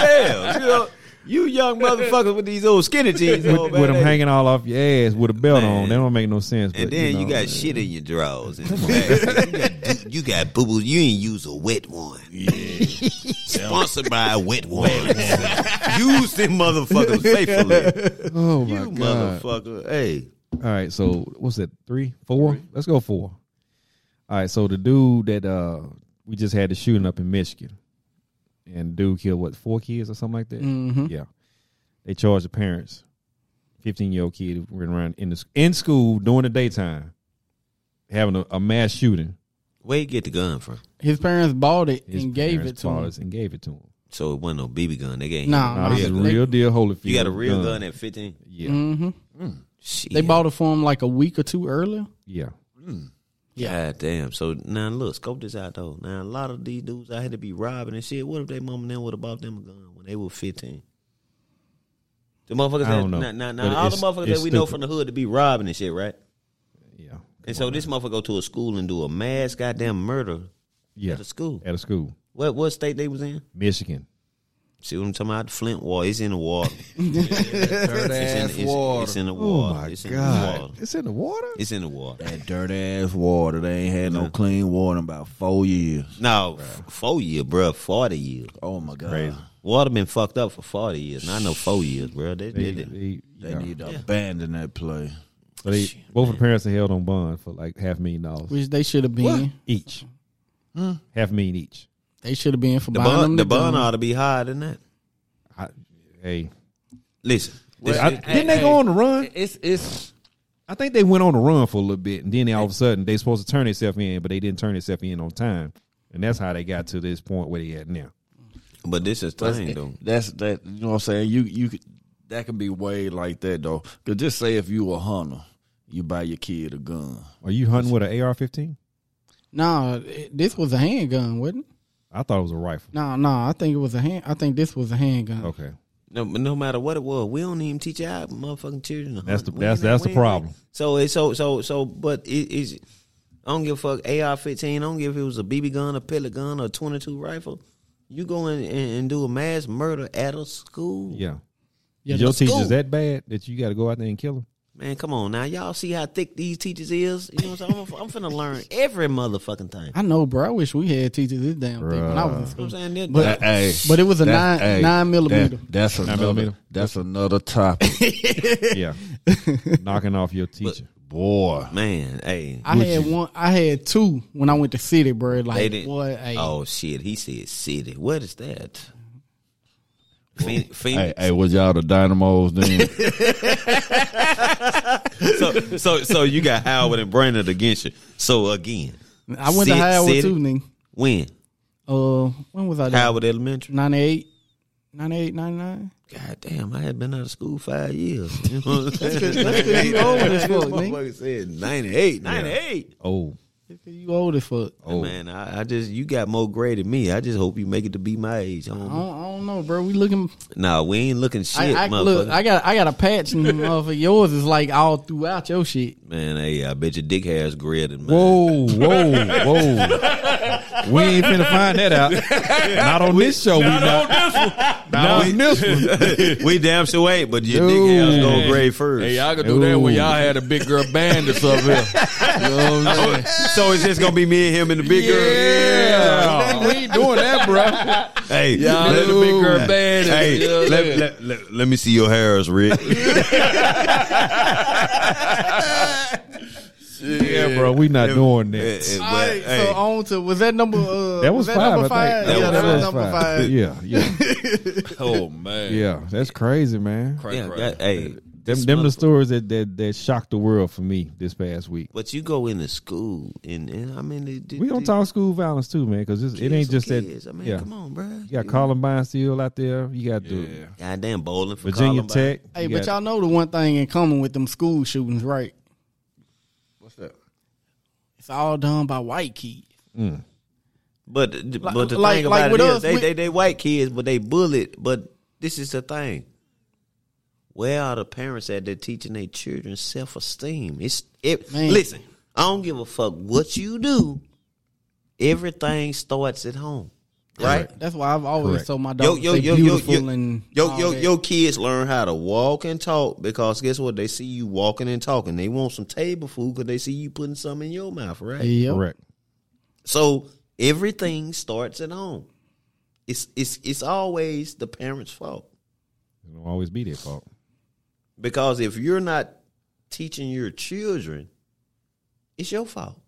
Speaker 4: saying? Damn, you, know, you young motherfuckers with these old skinny jeans on,
Speaker 1: with,
Speaker 4: man.
Speaker 1: with them
Speaker 4: They-
Speaker 1: hanging all off your ass with a belt on.
Speaker 4: Man.
Speaker 1: That don't make no sense.
Speaker 4: And
Speaker 1: but,
Speaker 4: then you,
Speaker 1: know,
Speaker 4: got
Speaker 1: man.
Speaker 4: shit in your drawers. and bags. you got, d- you got boo boo. You ain't use a wet one. Sponsored by Wet One. use them motherfuckers faithfully.
Speaker 1: Oh my
Speaker 4: You
Speaker 1: god!
Speaker 4: motherfucker. Hey.
Speaker 1: All right, so what's that? Three, four? Let's go four. All right, so the dude that uh we just had the shooting up in Michigan, and dude killed what four kids or something like that.
Speaker 4: Mm-hmm.
Speaker 3: Mhm.
Speaker 1: Yeah, they charged the parents. Fifteen year old kid running around in the s- in school during the daytime, having a, a mass shooting.
Speaker 4: Where you get the gun from?
Speaker 3: His parents bought it
Speaker 1: His
Speaker 3: and gave
Speaker 1: parents
Speaker 3: it to
Speaker 1: bought
Speaker 3: him.
Speaker 1: us and gave it to him.
Speaker 4: So it wasn't no BB gun. Uh-huh. They gave
Speaker 3: Nah,
Speaker 1: Nah, this is
Speaker 3: they-
Speaker 1: real deal. Holyfield.
Speaker 4: You got a real gun, Mm. at 15?
Speaker 1: Yeah,
Speaker 3: Mhm.
Speaker 4: Shit.
Speaker 3: They bought it for him like a week or two earlier.
Speaker 1: yeah.
Speaker 4: God damn. So now look, scope this out though. Now a lot of these dudes out here to be robbing and shit. What if they mom and them would have bought them a gun when they were 15? The motherfuckers
Speaker 1: I don't
Speaker 4: that,
Speaker 1: know.
Speaker 4: Now, now, now,
Speaker 1: But
Speaker 4: all the
Speaker 1: it's-
Speaker 4: motherfuckers
Speaker 1: it's
Speaker 4: that we know
Speaker 1: stupid.
Speaker 4: from the hood to be robbing and shit, right?
Speaker 1: Yeah.
Speaker 4: And so this motherfucker go to a school and do a mass goddamn murder
Speaker 1: Yeah.
Speaker 4: at a school.
Speaker 1: At a school.
Speaker 4: What what state they was in?
Speaker 1: Michigan.
Speaker 4: See what I'm talking about? Flint wall. It's in the water. it's, in, it's, it's
Speaker 1: Oh
Speaker 4: in the water. it's in the water.
Speaker 1: It's in the water?
Speaker 4: It's in the water.
Speaker 5: that dirt ass water. They ain't had no clean water in about four years.
Speaker 4: No, f- four year, bruh. Forty years.
Speaker 5: Oh my god.
Speaker 4: Water been fucked up for forty years. Now I know four years, bro. They
Speaker 1: They,
Speaker 4: did it.
Speaker 1: they-
Speaker 5: They
Speaker 1: yeah.
Speaker 5: need to abandon that play.
Speaker 1: So they- both of the parents are held on bond for like half a million dollars
Speaker 3: Which they should have been.
Speaker 1: each. Half a million each.
Speaker 3: They should have been for
Speaker 4: The
Speaker 3: buying
Speaker 4: bun,
Speaker 3: them
Speaker 4: the bun
Speaker 3: gun.
Speaker 4: ought to be higher than that.
Speaker 1: I, hey.
Speaker 4: Listen, this-
Speaker 1: I- didn't they
Speaker 6: hey,
Speaker 1: go on the run?
Speaker 6: It's it's
Speaker 1: I think they went on the run for a little bit, and then they, all of a sudden they supposed to turn themselves in, but they didn't turn themselves in on time, and that's how they got to this point where they at now.
Speaker 4: but this is
Speaker 5: That's,
Speaker 4: thing though.
Speaker 5: that's that. You know what I'm saying? You you could- that could be way like that though. Cause just say if you a hunter, you buy your kid a gun.
Speaker 1: Are you hunting with an AR-15?
Speaker 3: Nah, it- this was a handgun, wasn't it?
Speaker 1: I thought it was a rifle.
Speaker 3: Nah, nah. I think it was a hand. I think this was a handgun.
Speaker 1: Okay,
Speaker 4: No, but no matter what it was, we don't even teach our motherfucking children. To
Speaker 1: That's the-
Speaker 4: hunt. We
Speaker 1: that's-
Speaker 4: ain't that-
Speaker 1: that's
Speaker 4: we
Speaker 1: the
Speaker 4: ain't that-
Speaker 1: problem.
Speaker 4: So it's so so so. But it is. I don't give a fuck. AR fifteen. I don't give if it was a BB gun, a pellet gun, or twenty two rifle. You go in and, and do a mass murder at a school.
Speaker 1: yeah.
Speaker 3: Yeah,
Speaker 1: Your
Speaker 3: that's
Speaker 1: teacher's
Speaker 4: cool.
Speaker 1: that bad that you got to go out there and kill him?
Speaker 4: Man, come on now. Y'all see how thick these teachers is? You know what I'm saying? I'm, I'm finna learn every motherfucking time.
Speaker 3: I know, bro. I wish we had teachers this damn thing when I was in
Speaker 4: You know
Speaker 3: school.
Speaker 4: what I'm saying?
Speaker 3: But- but it was a nine- nine millimeter.
Speaker 5: that- that's another.
Speaker 1: millimeter.
Speaker 5: That's another topic,
Speaker 1: Yeah, knocking off your teacher.
Speaker 5: boy.
Speaker 4: man, hey.
Speaker 3: I had one. I had two when I went to city, bro.
Speaker 4: they
Speaker 3: Like,
Speaker 4: didn't-
Speaker 3: boy, hey,
Speaker 4: Oh, shit. He said city. What is that? Phoen-
Speaker 5: Hey,
Speaker 4: Phoenix.
Speaker 5: hey, was y'all the dynamos then?
Speaker 4: So, so, so you got Howard and Brandon against you. So again,
Speaker 3: I went to
Speaker 4: Sid-
Speaker 3: Howard
Speaker 4: City?
Speaker 3: too. Nigga.
Speaker 4: when
Speaker 3: Uh, when was I there?
Speaker 4: Howard Elementary,
Speaker 3: Ninety eight. 98, 99?
Speaker 4: God damn, I had been out of school five years. You know what I'm saying?
Speaker 3: You old as fuck, nigga.
Speaker 4: Motherfucker said 98, 98.
Speaker 1: Oh,
Speaker 3: You old as fuck.
Speaker 1: oh,
Speaker 4: Man, I, I just, you got more grade than me. I just hope you make it to be my age.
Speaker 3: I
Speaker 4: Homie.
Speaker 3: don't, I don't know, bro. We looking.
Speaker 4: Nah, we ain't looking shit,
Speaker 3: Uh-huh. I, I,
Speaker 4: motherfucker.
Speaker 3: look, I got I got a patch, and motherfucker, yours is like all throughout your shit.
Speaker 4: Man, hey, I bet your dick hair's grayer than mine.
Speaker 1: whoa, whoa, whoa. we ain't finna find that out. Not on this show. we not. Not on this one.
Speaker 4: we damn sure ain't, but your dick hair's going gray first.
Speaker 6: Hey, y'all can do that when y'all had a big girl band or something. you know what I'm saying?
Speaker 4: so it's just gonna be me and him and the big
Speaker 6: Yeah. we ain't doing that, bro.
Speaker 4: girl. Hey,
Speaker 6: Y'all had a big girl band. and-
Speaker 4: Hey,
Speaker 6: you know what
Speaker 4: let,
Speaker 6: I'm saying?
Speaker 4: let, let- let me see your hairs, Rick.
Speaker 1: Yeah, bro, we not doing that.
Speaker 3: All right, so on to was that number? Uh,
Speaker 1: That was, five,
Speaker 3: number
Speaker 1: I
Speaker 3: five.
Speaker 1: think.
Speaker 3: yeah,
Speaker 4: That
Speaker 3: that was
Speaker 4: was
Speaker 3: number five.
Speaker 1: Yeah, yeah,
Speaker 6: oh man,
Speaker 1: yeah. That's crazy, man.
Speaker 6: Cray,
Speaker 4: yeah,
Speaker 6: cray.
Speaker 4: that- hey,
Speaker 1: Them, them the stories that, that that shocked the world for me this past week.
Speaker 4: but you go into school and, and I mean, they, they,
Speaker 1: We gonna talk school violence too, man, because it ain't just that.
Speaker 4: kids. I mean,
Speaker 1: yeah,
Speaker 4: come on, bro.
Speaker 1: you got Columbine still out there. You got the
Speaker 4: Goddamn bowling for
Speaker 1: Virginia
Speaker 4: Columbine.
Speaker 1: Tech.
Speaker 3: Hey,
Speaker 1: You
Speaker 3: but
Speaker 1: got-
Speaker 3: y'all know the one thing in common with them school shootings, right?
Speaker 2: What's that?
Speaker 3: It's all done by white kids.
Speaker 4: But th-
Speaker 3: Like-
Speaker 4: but the
Speaker 3: like-
Speaker 4: thing
Speaker 3: like
Speaker 4: about
Speaker 3: with
Speaker 4: it is,
Speaker 3: us,
Speaker 4: they,
Speaker 3: we-
Speaker 4: they they white kids, but they bullied. But this is the thing. Where are the parents at that teaching their children self esteem? It's it.
Speaker 3: Man.
Speaker 4: Listen, I don't give a fuck what you do. Everything starts at home, right?
Speaker 3: That's why I've always
Speaker 1: Correct.
Speaker 3: told my daughter
Speaker 4: Yo
Speaker 3: to
Speaker 4: yo
Speaker 3: stay
Speaker 4: yo yo
Speaker 3: beautiful
Speaker 4: yo
Speaker 3: and
Speaker 4: yo
Speaker 3: all
Speaker 4: yo
Speaker 3: that.
Speaker 4: yo kids learn how to walk and talk because guess what? They see you walking and talking. They want some table food because they see you putting some in your mouth, right?
Speaker 3: Yep.
Speaker 1: Correct.
Speaker 4: So everything starts at home. It's it's it's always the parents' fault
Speaker 1: It'll always be their fault.
Speaker 4: because if you're not teaching your children, it's your fault.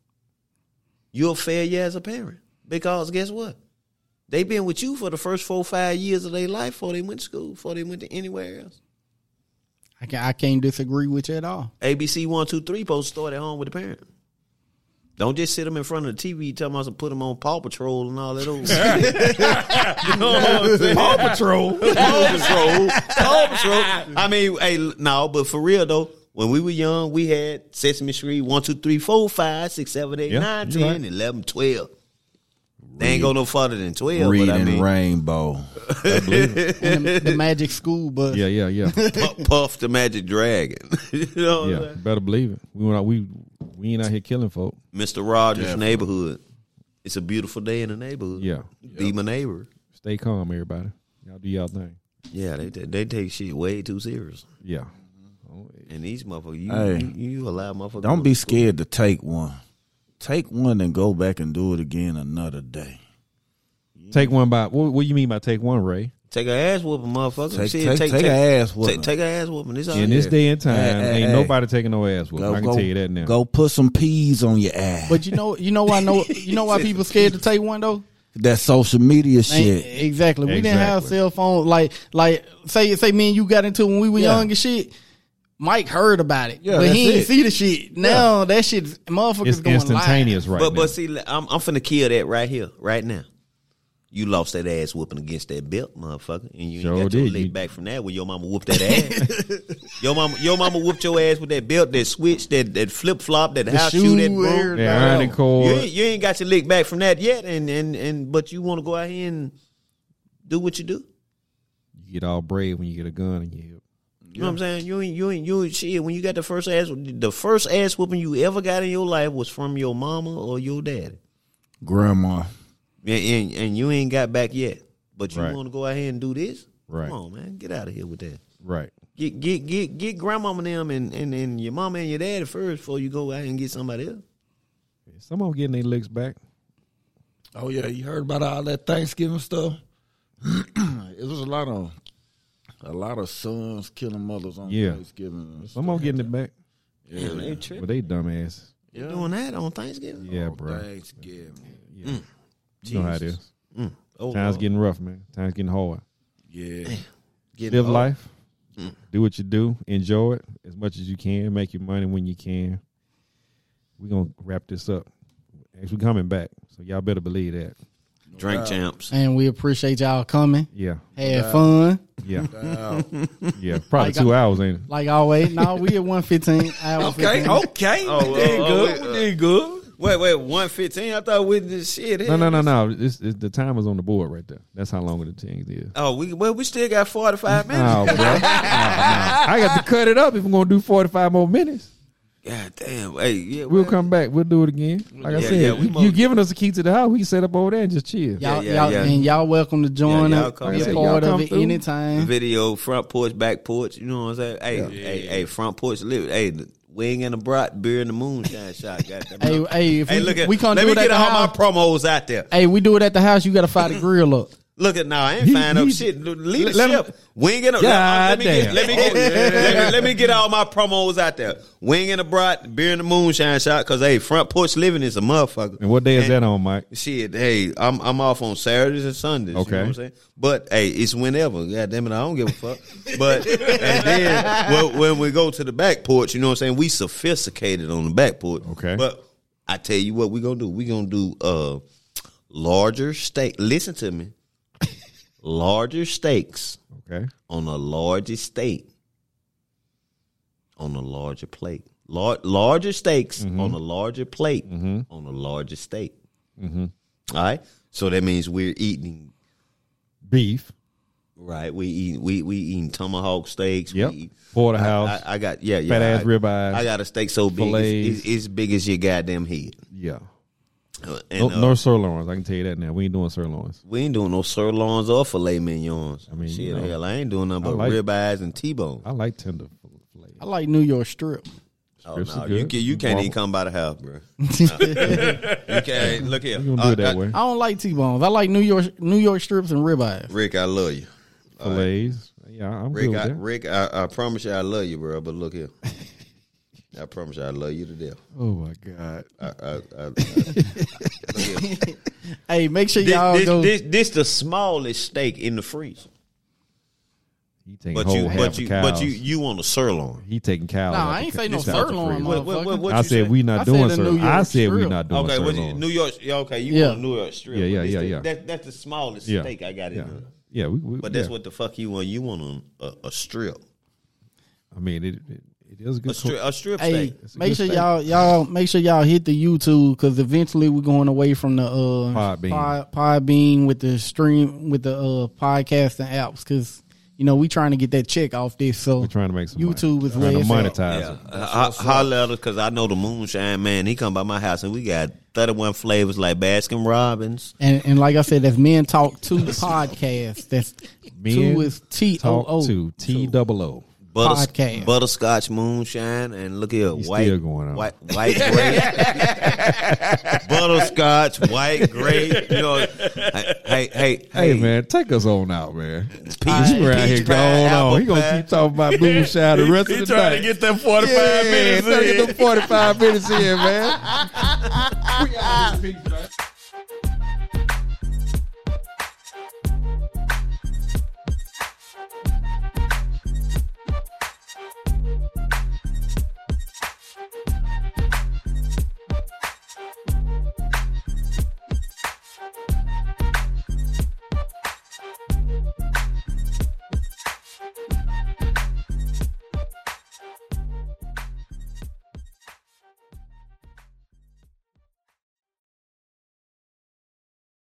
Speaker 4: You're a failure as a parent because guess what? They've been with you for the first four five years of their life before they went to school, before they went to anywhere else.
Speaker 3: I, can, I can't disagree with you at all.
Speaker 4: ABC one two three post start at home with the parent. Don't just sit them in front of the TV telling them to put them on Paw Patrol and all that old.
Speaker 1: Paw Patrol.
Speaker 4: Paw Patrol. Paw Patrol. I mean, hey, l- no, but for real though, when we were young, we had Sesame Street 1, 2, 3, 4, 5, 6, 7, 8,
Speaker 1: Yeah,
Speaker 4: 9,
Speaker 1: you're
Speaker 4: 10, 11, 12. They ain't go no farther than 12,
Speaker 5: Reading
Speaker 4: but I mean,
Speaker 5: Rainbow.
Speaker 3: And the, the magic school bus.
Speaker 1: Yeah, yeah, yeah,
Speaker 4: Pu- Puff the Magic Dragon. you know what I'm
Speaker 1: yeah.
Speaker 4: saying?
Speaker 1: Better believe it. We went out. We we ain't out here killing folk.
Speaker 4: Mr. Rogers' neighborhood. It's a beautiful day in the neighborhood.
Speaker 1: Yeah.
Speaker 4: Be my neighbor.
Speaker 1: Stay calm, everybody. Y'all do y'all thing.
Speaker 4: Yeah, they, they take shit way too serious.
Speaker 1: Yeah.
Speaker 4: And these motherfuckers, you,
Speaker 5: Hey.
Speaker 4: you, you allow motherfuckers.
Speaker 5: Don't be scared to take one. Take one and go back and do it again another day.
Speaker 1: Take one by. What, what you mean by take one, Ray?
Speaker 4: Take a ass whooping, motherfucker.
Speaker 5: Take-
Speaker 4: Shit,
Speaker 5: take- take a ass whooping.
Speaker 4: Take, take a ass whooping. It's all
Speaker 1: In this
Speaker 4: yeah.
Speaker 1: day and time,
Speaker 5: Uh, Hey, hey,
Speaker 1: ain't
Speaker 5: hey.
Speaker 1: nobody taking no ass whooping.
Speaker 5: Go,
Speaker 1: I can
Speaker 5: go,
Speaker 1: tell you that now.
Speaker 5: Go put some peas on your ass.
Speaker 3: But you know, you know why no, you know why people scared to take one though.
Speaker 5: that social media
Speaker 3: Ain't-
Speaker 5: shit.
Speaker 3: Exactly. We didn't have
Speaker 1: Exactly.
Speaker 3: cell phones. Like, like say, say me and you got into it when we were young and shit. Mike heard about it,
Speaker 5: Yeah,
Speaker 3: but he
Speaker 5: that's
Speaker 3: didn't
Speaker 5: it.
Speaker 3: see the shit. Now that shit, motherfuckers
Speaker 1: It's
Speaker 3: going
Speaker 1: instantaneous,
Speaker 3: Live.
Speaker 1: right?
Speaker 4: but
Speaker 1: now.
Speaker 4: but see, I'm I'm finna kill that right here, right now. You lost that ass whooping against that belt, motherfucker, and you ain't
Speaker 1: Sure
Speaker 4: got your
Speaker 1: did.
Speaker 4: leg
Speaker 1: You-
Speaker 4: back from that when your mama whooped that ass. your mama, your mama whooped your ass with that belt, that switch, that that flip flop, that house shoe,
Speaker 3: shoe,
Speaker 4: that broke.
Speaker 3: everything.
Speaker 1: Yeah, iron and
Speaker 4: You,
Speaker 1: cord.
Speaker 4: ain't- you ain't got your leg back from that yet, and and and but you want to go out here and do what you do.
Speaker 1: You get all brave when you get a gun in your hip.
Speaker 4: You know what I'm saying? You ain't, you ain't, you ain't, shit. When you got the first ass, the first ass whooping you ever got in your life was from your mama or your daddy,
Speaker 5: Grandma.
Speaker 4: and and, and you ain't got back yet. But you
Speaker 1: Right.
Speaker 4: want to go out here and do this?
Speaker 1: Right.
Speaker 4: Come on, man, get out of here with that.
Speaker 1: Right.
Speaker 4: Get get get get grandmama and them and, and and your mama and your daddy first before you go out and get somebody else.
Speaker 1: Some of them getting their licks back.
Speaker 5: Oh yeah, you heard about all that Thanksgiving stuff? it was a lot of a lot of sons killing mothers on
Speaker 1: Yeah.
Speaker 5: Thanksgiving.
Speaker 1: Some of them getting it back.
Speaker 4: Damn, they tripping.
Speaker 1: But they dumbass.
Speaker 4: You doing that on Thanksgiving?
Speaker 5: Oh,
Speaker 1: Yeah, bro.
Speaker 5: Thanksgiving.
Speaker 1: You know how it is.
Speaker 4: Oh,
Speaker 1: Times
Speaker 4: Lord.
Speaker 1: getting rough, man. Times getting hard.
Speaker 5: Yeah.
Speaker 4: Getting
Speaker 1: Live
Speaker 4: old.
Speaker 1: life.
Speaker 4: mm.
Speaker 1: Do what you do. Enjoy it as much as you can. Make your money when you can. We're gonna wrap this up. Actually, coming back. So y'all better believe that.
Speaker 4: Drink champs.
Speaker 3: and we appreciate y'all coming.
Speaker 1: Yeah,
Speaker 3: Had fun.
Speaker 1: yeah, yeah. Probably two hours, ain't it?
Speaker 3: Like always, no, we at one fifteen.
Speaker 6: Okay, okay.
Speaker 4: Oh,
Speaker 6: we did
Speaker 4: oh,
Speaker 6: good.
Speaker 4: oh,
Speaker 6: we did good.
Speaker 4: Wait, wait, one fifteen. I thought we did shit.
Speaker 1: No, no, no, no. It's, it's, the time was on the board right there. That's how long of the thing is.
Speaker 4: Oh, we well, we still got forty five minutes.
Speaker 1: Oh, bro. Oh, no. I got to cut it up if I'm going to do 45 more minutes.
Speaker 4: God damn. Hey, yeah,
Speaker 1: We'll
Speaker 4: well,
Speaker 1: come back. We'll do it again. Like I
Speaker 4: Yeah,
Speaker 1: said,
Speaker 4: yeah, we
Speaker 1: you,
Speaker 4: mo-
Speaker 1: you giving us the key to the house. We can set up over there and just chill.
Speaker 3: Y'all,
Speaker 4: Yeah, yeah,
Speaker 3: y'all,
Speaker 4: yeah.
Speaker 3: and y'all welcome to join
Speaker 4: Yeah, y'all
Speaker 3: up.
Speaker 4: come
Speaker 3: Be a
Speaker 4: through.
Speaker 3: part
Speaker 1: Y'all
Speaker 3: of
Speaker 1: come
Speaker 3: it
Speaker 1: through.
Speaker 3: anytime.
Speaker 4: video, front porch, back porch. You know what I'm saying? Hey, hey, hey, front porch. Live. Hey, the wing and the brat, beer and the moonshine shot. Goddamn.
Speaker 3: Hey, hey, if
Speaker 4: Hey,
Speaker 3: we,
Speaker 4: look at.
Speaker 3: we can't
Speaker 4: let
Speaker 3: do
Speaker 4: me
Speaker 3: it at
Speaker 4: get
Speaker 3: the
Speaker 4: all my
Speaker 3: house.
Speaker 4: promos out there.
Speaker 3: hey, we do it at the house. You got to fire the grill up.
Speaker 4: Look at now, I ain't
Speaker 1: He-
Speaker 4: find up
Speaker 1: he-
Speaker 4: shit. L-
Speaker 1: let him-
Speaker 4: Leadership, winging. a- Let, let,
Speaker 1: Goddamn.
Speaker 4: me get, let me get, let me let me get all my promos out there. Winging abroad, beer in the moonshine shot. Because hey, front porch living is a motherfucker.
Speaker 1: And what day is that on, Mike?
Speaker 4: Shit, hey, I'm I'm off on Saturdays and Sundays. You
Speaker 1: Okay.
Speaker 4: know what I'm saying? But hey, it's whenever. God damn it, I don't give a fuck. But and then well, when we go to the back porch, you know what I'm saying? We sophisticated on the back porch.
Speaker 1: Okay.
Speaker 4: But I tell you what we're gonna do. We're gonna do uh larger steak. Listen to me. larger steaks
Speaker 1: Okay.
Speaker 4: on a larger steak. On a larger plate. Lar- larger steaks
Speaker 1: Mm-hmm.
Speaker 4: on a larger plate. On a larger steak.
Speaker 1: Mm-hmm.
Speaker 4: All right. So that means we're eating
Speaker 1: Beef.
Speaker 4: right. We eat we we eating tomahawk steaks.
Speaker 1: Yep.
Speaker 4: We eat,
Speaker 1: Porterhouse.
Speaker 4: I, I got yeah yeah.
Speaker 1: Fat ass
Speaker 4: I,
Speaker 1: ribeyes.
Speaker 4: I got a steak so big
Speaker 1: Fillets.
Speaker 4: it's, it's, it's big as your goddamn head.
Speaker 1: yeah.
Speaker 4: Uh,
Speaker 1: No,
Speaker 4: And uh,
Speaker 1: no sirloins. I can tell you that now. We ain't doing sirloins.
Speaker 4: we ain't doing no sirloins or filet mignons. I
Speaker 1: mean,
Speaker 4: mean, shit,
Speaker 1: you know,
Speaker 4: hell, I ain't doing nothing
Speaker 1: I
Speaker 4: but
Speaker 1: like-
Speaker 4: ribeyes and t-bone.
Speaker 1: I like tender filet.
Speaker 3: I like New York strip.
Speaker 4: Oh
Speaker 1: Strips
Speaker 4: no,
Speaker 1: are
Speaker 4: you
Speaker 1: good.
Speaker 4: can, you can't even
Speaker 1: Marble.
Speaker 4: come by the house, bro.
Speaker 3: I
Speaker 4: You can't look here. Uh,
Speaker 1: You gonna do it that
Speaker 4: I-
Speaker 1: way?
Speaker 3: don't like T bones. I like New York New York strips and ribeyes.
Speaker 4: uh, Rick, I love you.
Speaker 1: Filets. Yeah, I'm
Speaker 4: Rick,
Speaker 1: good
Speaker 4: I,
Speaker 1: with that.
Speaker 4: Rick, I, I promise you, I love you, bro. But look here, I promise you, I love you to death.
Speaker 1: Oh my god.
Speaker 4: I, I, I, I, look here. This,
Speaker 3: Hey, make sure y'all
Speaker 4: this,
Speaker 3: go.
Speaker 4: this, this the smallest steak in the freezer.
Speaker 1: He taking
Speaker 4: But
Speaker 1: whole
Speaker 4: you,
Speaker 1: half
Speaker 4: but
Speaker 1: of
Speaker 4: you,
Speaker 1: cows.
Speaker 4: but you, you want a sirloin?
Speaker 1: He taking cows.
Speaker 3: Nah,
Speaker 1: out
Speaker 3: I
Speaker 1: the
Speaker 3: ain't
Speaker 1: ca-
Speaker 3: say no
Speaker 1: this out the
Speaker 3: sirloin,
Speaker 1: freezer.
Speaker 4: What, what, what, what
Speaker 1: I
Speaker 4: you
Speaker 1: said we not
Speaker 3: I said
Speaker 1: doing
Speaker 3: the
Speaker 1: sirloin.
Speaker 3: New York
Speaker 1: I said we
Speaker 3: strip.
Speaker 1: not doing
Speaker 4: Okay, what you,
Speaker 1: sirloin.
Speaker 4: New York. yeah, Okay, you
Speaker 3: Yeah.
Speaker 4: want a New York strip?
Speaker 1: Yeah, yeah,
Speaker 4: but this
Speaker 1: yeah,
Speaker 4: the-
Speaker 1: yeah.
Speaker 4: That, that's the smallest
Speaker 1: Yeah.
Speaker 4: steak I got in
Speaker 1: yeah.
Speaker 4: there.
Speaker 1: Yeah, we, we,
Speaker 4: But that's
Speaker 1: yeah.
Speaker 4: what the fuck you want. You want a, a, a strip,
Speaker 1: I mean. It, it, it is a
Speaker 4: a
Speaker 1: good.
Speaker 4: strip, a strip
Speaker 3: Hey,
Speaker 4: steak.
Speaker 1: a
Speaker 3: make
Speaker 1: good
Speaker 3: sure
Speaker 1: steak.
Speaker 3: y'all y'all make sure y'all hit the YouTube because eventually we're going away from the uh
Speaker 1: Podbean.
Speaker 3: pod, Podbean with the stream with the uh podcasting apps because you know we trying to get that check off this. So
Speaker 1: We're trying to make some
Speaker 3: YouTube
Speaker 1: money.
Speaker 3: is
Speaker 1: trying
Speaker 3: where
Speaker 1: to
Speaker 3: it's
Speaker 1: monetize
Speaker 3: at.
Speaker 4: Yeah,
Speaker 1: it.
Speaker 4: uh, ho- holler at us because I know the moonshine man. He come by my house and we got thirty one flavors like Baskin Robbins.
Speaker 3: And, and like I said, that's Men Talk Two podcast. That's two is T O
Speaker 1: talk
Speaker 3: O.
Speaker 1: to T double O.
Speaker 4: Butters-
Speaker 3: Podcast.
Speaker 4: butterscotch moonshine, and look here,
Speaker 1: He's
Speaker 4: white,
Speaker 1: still going on.
Speaker 4: white, white grape, butterscotch, white grape. You know, hey, hey, hey,
Speaker 1: Hey, man, take us on out, man.
Speaker 4: peach,
Speaker 1: you around here
Speaker 4: peach
Speaker 1: going
Speaker 4: pie, apple
Speaker 1: on. He gonna
Speaker 4: pie.
Speaker 1: keep talking about moonshine the rest
Speaker 6: He
Speaker 1: of the
Speaker 6: trying
Speaker 1: night.
Speaker 6: to get that forty five
Speaker 1: yeah,
Speaker 6: minutes.
Speaker 1: trying to
Speaker 6: in.
Speaker 1: get them forty five minutes in, man.